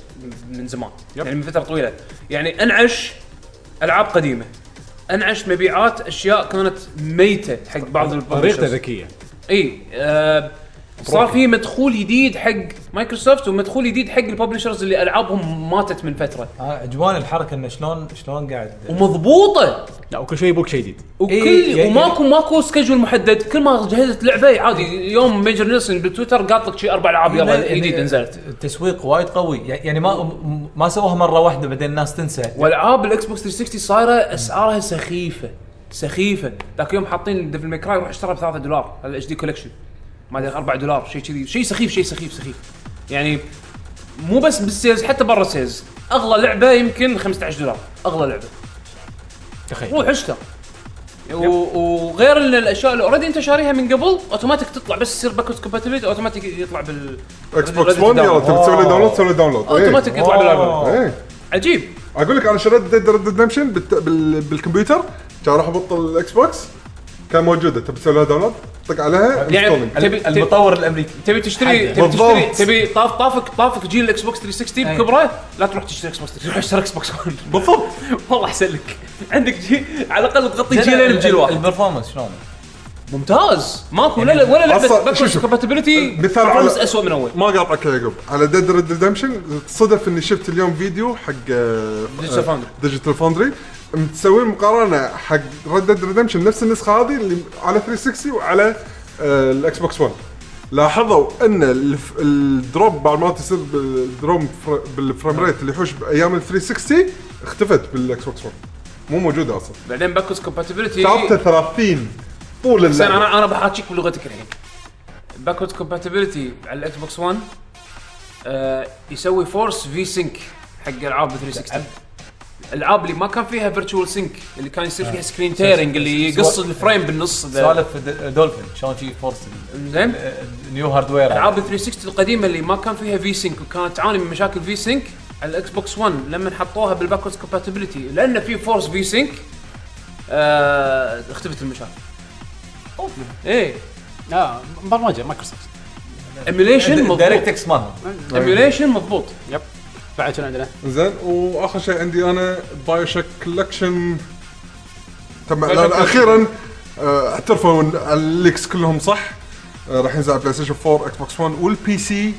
S3: من زمان يعني من فتره طويله يعني انعش العاب قديمه انعش مبيعات اشياء كانت ميته حق بعض
S5: طريقته
S3: الببلشرز
S5: ذكيه
S3: اي آه صار في مدخول جديد حق مايكروسوفت ومدخول جديد حق الببلشرز اللي العابهم ماتت من فتره
S6: آه، عجباني الحركه انه شلون شلون قاعد
S3: ومضبوطه
S5: لا وكل شيء يبوك شيء جديد
S3: وكل
S6: إيه، يعني-
S3: وماكو ماكو سكجول محدد كل ما جهزت لعبه عادي يوم ميجر نيلسون بالتويتر قاط لك شي اربع العاب يلا
S6: يعني
S3: جديد نزلت
S6: التسويق وايد قوي يعني ما م- ما سووها مره واحده بعدين الناس تنسى
S3: والعاب الاكس آه، بوكس 360 صايره اسعارها سخيفه سخيفه ذاك يوم حاطين ديفل ميكراي روح اشترى ب 3 دولار الاتش دي كولكشن ما ادري 4 دولار شيء كذي شيء سخيف شيء سخيف سخيف يعني مو بس بالسيلز حتى برا السيلز اغلى لعبه يمكن 15 دولار اغلى لعبه
S5: تخيل
S3: روح اشتر و- وغير ان الاشياء اللي اوريدي انت شاريها من قبل اوتوماتيك تطلع بس يصير باكوت كومباتيبلتي اوتوماتيك يطلع بال
S2: اكس بوكس 1 يلا تبي تسوي لي داونلود سوي لي داونلود إيه.
S3: اوتوماتيك يطلع بالالعاب
S2: ايه
S3: عجيب
S2: اقول لك انا شريت ديد ريدمشن بالكمبيوتر كان اروح ابط الاكس بوكس كان موجوده تبي تسوي لها داونلود طق عليها
S3: يعني
S2: installing.
S3: تبي تبي-
S6: المطور الامريكي
S3: تبي تشتري تبي
S2: بالضبط.
S3: تشتري تبي طاف طافك طافك جيل الاكس بوكس 360
S6: أي.
S3: بكبره لا تروح تشتري اكس بوكس 360 روح اشتري اكس بوكس 1 بالضبط والله احسن لك عندك جيل على الاقل تغطي جيلين بجيل واحد
S6: البرفورمانس شلون
S3: ممتاز ماكو لا لا ولا
S2: يعني
S3: لعبه
S2: أصلاً- شوف-
S3: باكورد
S2: شوف.
S3: كومباتيبلتي
S2: مثال على-
S3: بس اسوء من اول
S2: ما قاطعك يا يعقوب على ديد ريد ريدمشن صدف اني شفت اليوم فيديو حق آه،
S3: Digital Foundry.
S2: ديجيتال فوندري مسوين مقارنه حق ريد ديد ريدمشن نفس النسخه هذه اللي على 360 وعلى آه، الاكس بوكس 1 لاحظوا ان الف- الدروب بعد ما تصير بالدروب بالفريم ريت اللي يحوش بايام ال 360 اختفت بالاكس بوكس 1 مو موجوده اصلا
S3: بعدين باكورد كومباتيبلتي
S2: شابتر 30 طول
S3: زين
S2: اللعبه
S3: انا انا بحاكيك بلغتك الحين باكورد كومباتيبلتي على الاكس بوكس 1 آه يسوي فورس في سينك حق العاب 360 الالعاب اللي ما كان فيها فيرتشوال سينك اللي كان يصير فيها سكرين تيرنج اللي يقص الفريم بالنص ذا.
S6: سوالف د- دولفين شلون شي فورس
S3: زين
S6: نيو هاردوير
S3: العاب 360 القديمه اللي ما كان فيها في سينك وكانت تعاني من مشاكل في سينك على الاكس بوكس 1 لما حطوها بالباكورد كومباتيبلتي لان في فورس في سينك آه اختفت المشاكل ايه
S5: اه برمجه مايكروسوفت
S3: ايميليشن
S6: دايركت
S3: مضبوط
S6: اكس مالهم
S3: ايميليشن مضبوط
S5: يب بعد شنو عندنا؟
S2: زين واخر شيء عندي انا بايو شك كولكشن تم اعلان
S3: Collection.
S2: اخيرا آه، اعترفوا ان الليكس كلهم صح آه، راح ينزل على بلاي ستيشن 4 اكس بوكس 1 والبي سي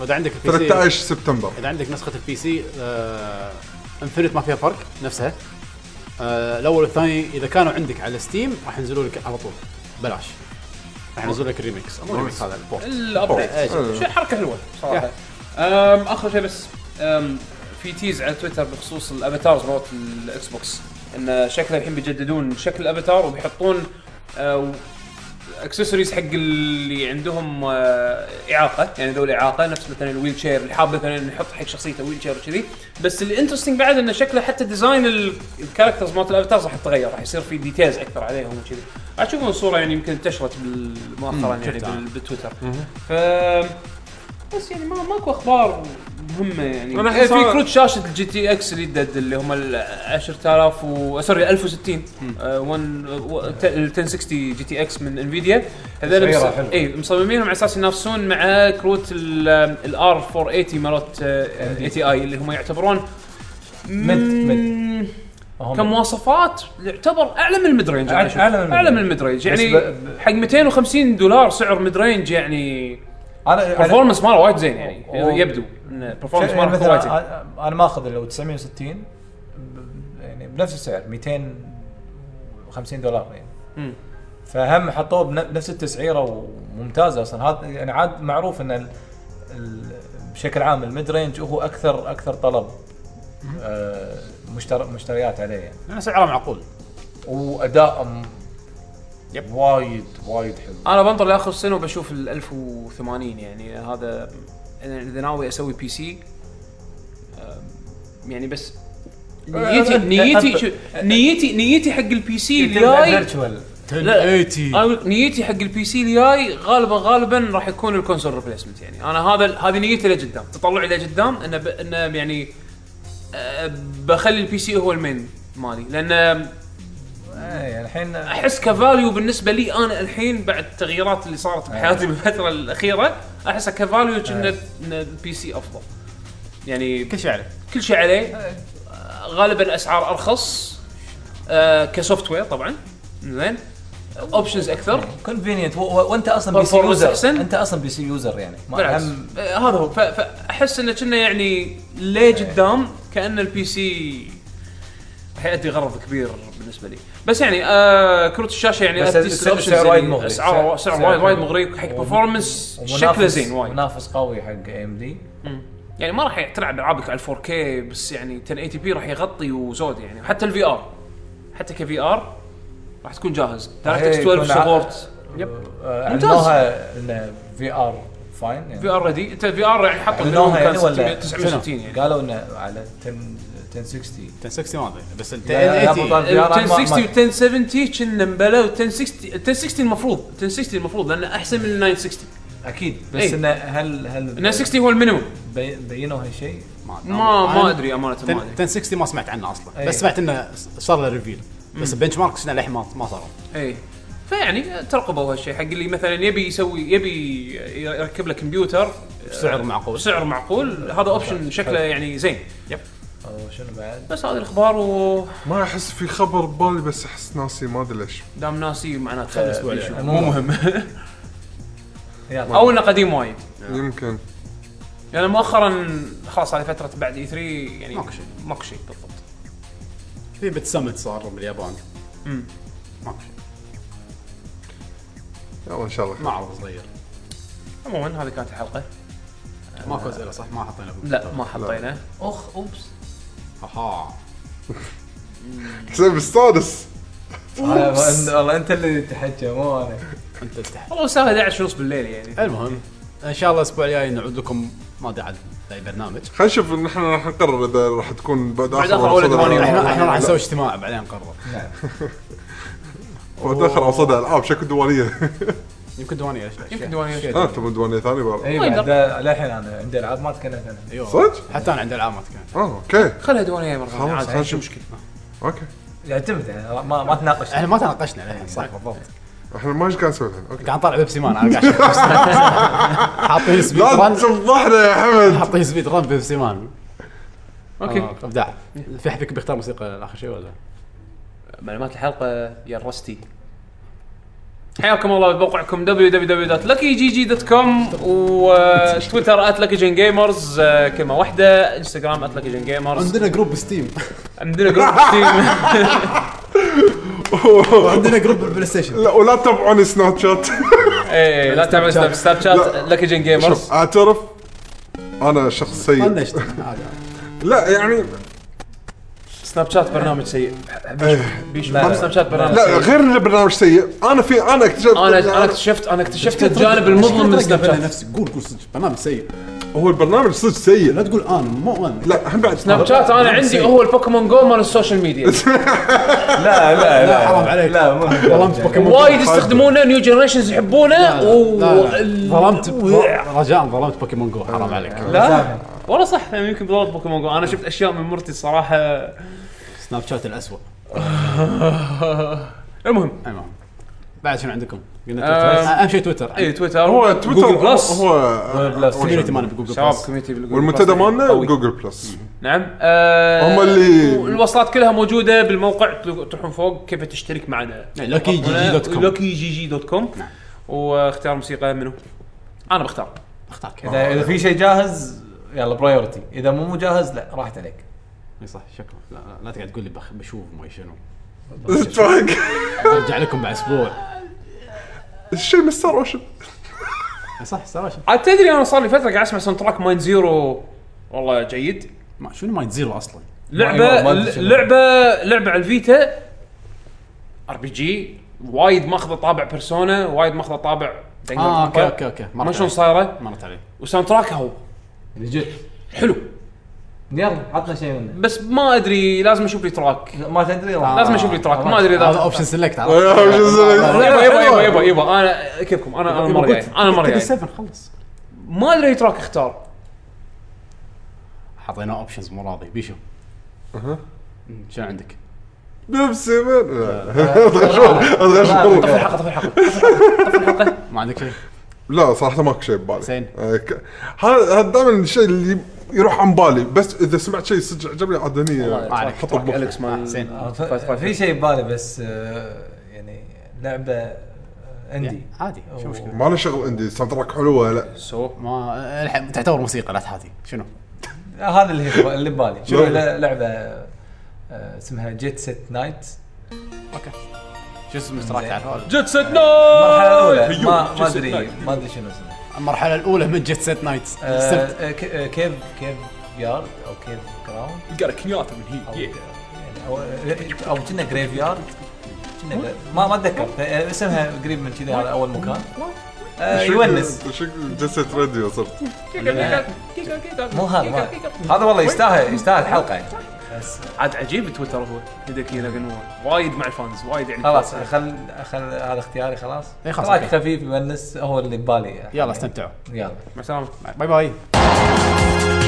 S5: واذا عندك البي سي
S2: 13 سبتمبر
S5: اذا عندك نسخه البي سي آه انفنت ما فيها فرق نفسها آه الاول والثاني اذا كانوا عندك على ستيم راح ينزلوا لك على طول بلاش راح ينزلوا لك الريميكس مو الريميكس هذا البورت
S3: الابديت
S2: أوه.
S3: شو حركه حلوه صراحه يعني. أم، اخر شيء بس أم، في تيز على تويتر بخصوص الافاتارز مالت الاكس بوكس ان شكله الحين بيجددون شكل الافاتار وبيحطون اكسسوارز آه، حق اللي عندهم آه، اعاقه يعني ذول اعاقه نفس مثلا الويل شير اللي حاب مثلا يحط حق شخصيته ويل شير وكذي بس الانترستنج بعد انه شكله حتى ديزاين ال- الكاركترز مالت الافاتارز راح يتغير راح يصير في ديتيلز اكثر عليهم وكذي راح تشوفون الصوره يعني يمكن انتشرت بال- مؤخرا يعني بال- بالتويتر ف بس يعني ما ماكو اخبار مهمه يعني
S2: أنا
S3: أنا
S2: أحس
S3: في
S2: هذا-
S3: كروت شاشه الجي تي اكس اللي دد اللي هم ال 10000 و سوري 1060 آه، ون- و- ت- ال 1060 جي تي اكس من انفيديا هذول
S6: صغيرة،
S3: مص-
S6: حلوة.
S3: اي مصممينهم على اساس ينافسون مع كروت الار 480 مالت اي تي اي اللي هم يعتبرون
S6: مد-
S3: مم، كمواصفات يعتبر اعلى من الميد رينج
S6: أعلى-
S3: أنا أشوف.
S6: أعلى من الميد
S3: اعلى من
S6: رينج.
S3: الميد رينج
S6: بس
S3: يعني
S6: ب- ب-
S3: حق 250 دولار سعر ميد رينج يعني
S6: انا أنا-
S3: برفورمانس ماله وايد زين يعني
S6: أوه.
S3: يبدو ان برفورمانس
S6: يعني
S3: ماله وايد زين
S6: مثلا أنا- انا ماخذ لو 960 ب- يعني بنفس السعر 250 دولار يعني
S3: مم.
S6: فهم حطوه بن- بنفس التسعيره وممتازه اصلا هذا يعني عاد معروف ان ال- ال- بشكل عام الميد رينج هو اكثر اكثر طلب آه، مشتر- مشتريات عليه يعني
S5: يعني سعره معقول
S6: واداء م- وايد وايد حلو
S3: انا بنطر لاخر السنه وبشوف ال 1080 يعني هذا انا اذا ناوي اسوي بي سي أم، يعني بس
S6: أه،
S3: نيتي نيتي شو- نيتي نيتي حق البي سي الجاي
S6: فيرتشوال
S3: لا أنا أقول نيتي حق البي سي الجاي غالبا غالبا راح يكون الكونسول ريبليسمنت يعني انا هذا هذه نيتي لقدام تطلعي لقدام انه ب... انه يعني أه، بخلي البي سي هو المين مالي لان
S6: يعني الحين
S3: احس كفاليو بالنسبه لي انا الحين بعد التغييرات اللي صارت بحياتي بالفتره الاخيره احس كفاليو كنا إن البي سي افضل يعني
S5: كل شيء عليه
S3: كل شيء عليه آه، غالبا اسعار ارخص آه كسوفت وير طبعا زين اوبشنز اكثر
S6: كونفينينت وانت اصلا بي سي
S3: Performance
S6: يوزر
S3: أحسن.
S6: انت اصلا بي سي يوزر يعني ما
S3: بالعكس
S6: هم
S3: آه، هذا هو ف- فاحس انه كنا يعني ليه
S6: إيه.
S3: قدام كان البي سي راح يؤدي غرض كبير بالنسبه لي بس يعني آه كروت الشاشه يعني
S6: بس
S3: أدي
S6: السعر-
S3: options
S6: السعر وايد
S3: يعني
S6: مغري.
S3: اسعار
S6: سعر-
S3: سعر
S6: سعر
S3: وايد وايد
S6: حلو.
S3: مغري حق
S6: ومن-
S3: برفورمانس
S6: ومنافس-
S3: شكله زين وايد
S6: منافس قوي حق اي ام دي
S3: يعني ما راح تلعب العابك على 4K بس يعني 1080 بي راح يغطي وزود يعني حتى الفي ار حتى كفي ار راح تكون جاهز دايركت 12 سبورت
S6: آه،
S3: ممتاز.
S6: اعلنوها انه في ار فاين
S3: في
S6: يعني
S3: ار ريدي انت في ار يعني حقق
S6: أعلنوها
S3: منهم كان
S6: يعني ولا-
S3: 600 960 يعني
S6: قالوا انه على 10 1060
S5: 1060 ما ادري بس ال
S6: لا، لا، أبو
S5: 1080
S6: طالب. VR ما- ما-
S3: 1060 و 1070 كنا مبلا و 1060 1060 المفروض 1060 المفروض لانه احسن من ال 960
S6: اكيد بس
S3: إيه.
S6: انه هل هل
S3: 960 هو المينيموم
S6: بي- بينوا هالشيء
S3: ما ما ادري امانه ما ادري
S5: 1060 ما سمعت عنه اصلا
S6: إيه.
S5: بس سمعت انه صار له ريفيل بس البنش ماركس للحين ما ما صاروا
S3: اي فيعني ترقبوا هالشيء حق اللي مثلا يبي يسوي يبي يركب له كمبيوتر
S5: بسعر معقول
S3: بسعر معقول هذا اوبشن شكله يعني زين
S6: وشنو بعد؟
S3: بس هذه الاخبار ودام
S2: ما احس في خبر ببالي بس احس ناسي ما ادري ليش
S3: ناسي معناته بيشوف.
S6: مو مهم طيب.
S3: او انه قديم وايد
S2: يمكن
S3: يعني مؤخرا خلاص هذه فتره بعد اي 3 يعني
S5: ماكو شيء.
S3: ماكو شيء بالضبط
S5: في بت سمت صار باليابان ماكو شيء
S2: يلا ان شاء الله خير.
S5: معرض صغير
S3: عموما هذه كانت الحلقه
S5: ماكو اسئله صح ما حطينا أبو
S3: لا
S5: كتاب.
S3: ما حطينا اخ اوبس
S5: اها
S2: حسين مستانس
S6: والله انت اللي تحكى مو انا
S5: انت تحت
S3: والله الساعه 11 ونص بالليل يعني
S5: المهم ان شاء الله الاسبوع الجاي نعود لكم ما ادري عاد اي برنامج
S2: خلينا نشوف نحن راح نقرر اذا راح تكون بعد
S3: بعد
S2: اخر
S3: آخر ولا
S2: صدى
S3: ثمانية.
S2: الألعاب.
S5: احنا احنا راح نسوي اجتماع بعدين نقرر
S2: بعد اخر او صدى العاب شكل ديوانيه
S5: يمكن دوانية
S3: يمكن ديوانية.
S2: اه تبون ديوانيه ثانيه بعد
S6: اي
S3: ما
S6: إيه، بعد
S3: يقدر.
S6: للحين انا عندي العاب ما تكلمت عنها
S5: ايوه
S2: صدق؟
S5: حتى انا عندي العاب ما تكلمت
S2: اه اوكي
S3: خلها ديوانيه مره ثانيه
S2: خلاص،
S3: عادي
S2: خلاص.
S3: مش مشكله
S2: اوكي
S6: يعتمد يعني ما ما تناقش
S5: احنا ما تناقشنا للحين صح بالضبط
S2: احنا ما ايش قاعد نسوي الحين اوكي
S5: قاعد نطالع بيبسي مان انا قاعد أشوف. حاطين سبيد
S2: لا
S5: رن
S2: تفضحنا يا حمد
S5: حاطين سبيد رن بيبسي مان
S3: اوكي
S5: آه، ابداع في احد فيكم بيختار موسيقى اخر شيء ولا؟
S3: معلومات الحلقه يا الرستي حياكم الله بموقعكم www.luckygg.com آه، وتويتر @luckygengamers آه، كلمه واحده انستغرام @luckygengamers
S5: جروب بستيم
S3: عندنا جروب تيم
S5: وعندنا جروب بالبلاي ستيشن
S2: لا ولا تتابعون سناب شات
S3: ايه لا تابعوا سناب سناب شات لكي جن جيمرز
S2: شوف اعترف انا شخص سيء
S5: طنشت عادي.
S2: لا يعني
S3: سناب شات برنامج سيء بيشو سناب شات برنامج
S2: إيه. لا
S3: سيء
S2: غير ان البرنامج سيء انا في انا اكتشفت
S3: انا
S2: يعني
S3: انا اكتشفت انا اكتشفت الجانب المظلم من سناب شات
S5: نفسك قول قول صدق برنامج سيء
S2: هو البرنامج صدق سيء
S5: لا تقول انا مو انا
S2: لا الحين بعد
S3: سناب شات انا عندي
S2: نعم.
S3: هو البوكيمون جو مال السوشيال ميديا
S6: لا لا
S5: لا حرام عليك
S6: لا مو
S5: والله انت بوكيمون
S3: وايد يستخدمونه نيو جنريشنز يحبونه و
S5: لا، لا.
S3: ال-
S5: ظلمت
S3: و-
S5: رجاء ظلمت بوكيمون جو حرام عليك
S3: لا والله صح يعني يمكن بضرب بوكيمون جو انا شفت اشياء من مرتي الصراحه
S5: سناب شات الاسوء
S3: المهم
S5: المهم أيوة. بعد شنو عندكم؟ قلنا
S3: آم.
S5: تويتر آه، اهم شيء تويتر
S3: اي تويتر
S2: هو تويتر
S3: جوجل بلس
S2: هو
S5: كوميونتي مالنا بجوجل
S3: شباب
S5: بلس
S3: كوميونتي بالجوجل
S2: والمنتدى
S3: بلس
S2: مالنا
S3: قوي.
S2: جوجل بلس
S3: نعم آه
S2: هم اللي-
S3: الوصلات كلها موجوده بالموقع تلو- تروحون فوق كيف تشترك معنا
S5: لوكي جي جي دوت كوم
S3: لوكي جي جي دوت كوم واختيار موسيقى منو؟ انا بختار
S5: اختار كذا
S6: اذا اذا في شيء جاهز يلا برايورتي اذا مو مو جاهز لا راحت عليك
S5: اي صح شكله لا لا, لا تقعد تقول لي بخ- بشوف ما شنو
S2: اتفق
S5: برجع لكم بعد اسبوع
S2: الشيء من ستار اوشن
S5: إي صح صار شيء.
S3: عاد تدري انا صار لي فتره قاعد اسمع ساوند تراك ماين زيرو والله جيد
S5: ما شنو ما يتزيرو اصلا
S3: لعبه
S6: ما أدري شنو.
S3: لعبه لعبه على الفيتا ار بي جي وايد ماخذه طابع بيرسونا وايد ماخذه طابع Danganronpa.
S6: آه،
S5: اه اوكي اوكي اوكي
S3: ما
S5: مرت
S3: شلون
S5: علي.
S3: صايره
S5: مرت علي
S3: وساوند تراكها هو
S6: نجيب
S3: حلو
S6: يلا عطنا شيء منه
S3: بس ما ادري لازم اشوف لي تراك
S6: ما تدري راح
S3: لازم اشوف لي
S6: آه،
S3: تراك ما ادري
S5: هذا
S3: اذا
S5: اوبشن سيلكت
S3: يبا يبا يبا يبا يبا انا كيفكم انا انا المره الجايه انا المره الجايه
S5: 7 خلص
S3: يعني. ما ادري اي تراك اختار
S5: حطينا اوبشنز مو راضي بيشو مم، شنو عندك؟
S2: نفسي من لا. اتغشون اتغشون
S3: طفي الحلقه طفي الحلقه
S5: ما عندك شيء؟
S2: لا صراحه ماكو شيء ببالي
S5: زين.
S2: آه، ك- هذا هذا دائما الشيء اللي يروح عن بالي بس اذا سمعت شيء صدق عجبني عاد
S6: آه،
S2: هني
S5: ما عليك
S3: تراك اليكس
S5: آه،
S3: مال
S5: زين.
S3: فايت
S6: ف-
S3: فايت.
S6: في شيء ببالي بس آه، يعني لعبه عندي
S5: يعني عادي شو مشكله؟
S2: ما له شغل عندي ساوند تراك حلوه لا
S3: سو
S5: ما الحين تعتبر موسيقى لا تحاتي شنو؟
S6: آه، هذا اللي هي- اللي ببالي شنو
S2: لعبة؟
S6: لعبه آه، اسمها جيت سيت نايت
S5: اوكي شو اسم الاشتراك
S6: زين.
S5: تعرفه؟
S3: جد سيد
S6: المرحله
S3: نايت
S6: الاولى آه، ما ما ادري ما ادري شنو اسمها
S5: المرحله الاولى من جيت سيت نايتس السبت
S6: آه، ك- آه، كيف كيف يارد او كيف جراوند
S3: تلقى لك كنياته من
S6: او
S3: هي
S6: يعني او او كنا جريف يارد كنا جري- ما ما اتذكر آه، اسمها قريب من كذا هذا اول مكان آه، يونس
S2: شكل جسد راديو صرت
S6: مو
S3: إيه،
S6: هذا ما هذا والله يستاهل يستاهل حلقه يعني بس
S3: عاد عجيب تويتر هو يدك هنا قنوة وايد مع الفانز وايد يعني
S6: خلاص خل خل هذا اختياري خلاص
S5: إي إيه، خلاص،
S6: تراك
S5: أوكي.
S6: خفيف يونس هو اللي ببالي
S5: يلا استمتعوا
S6: يلا
S5: باي باي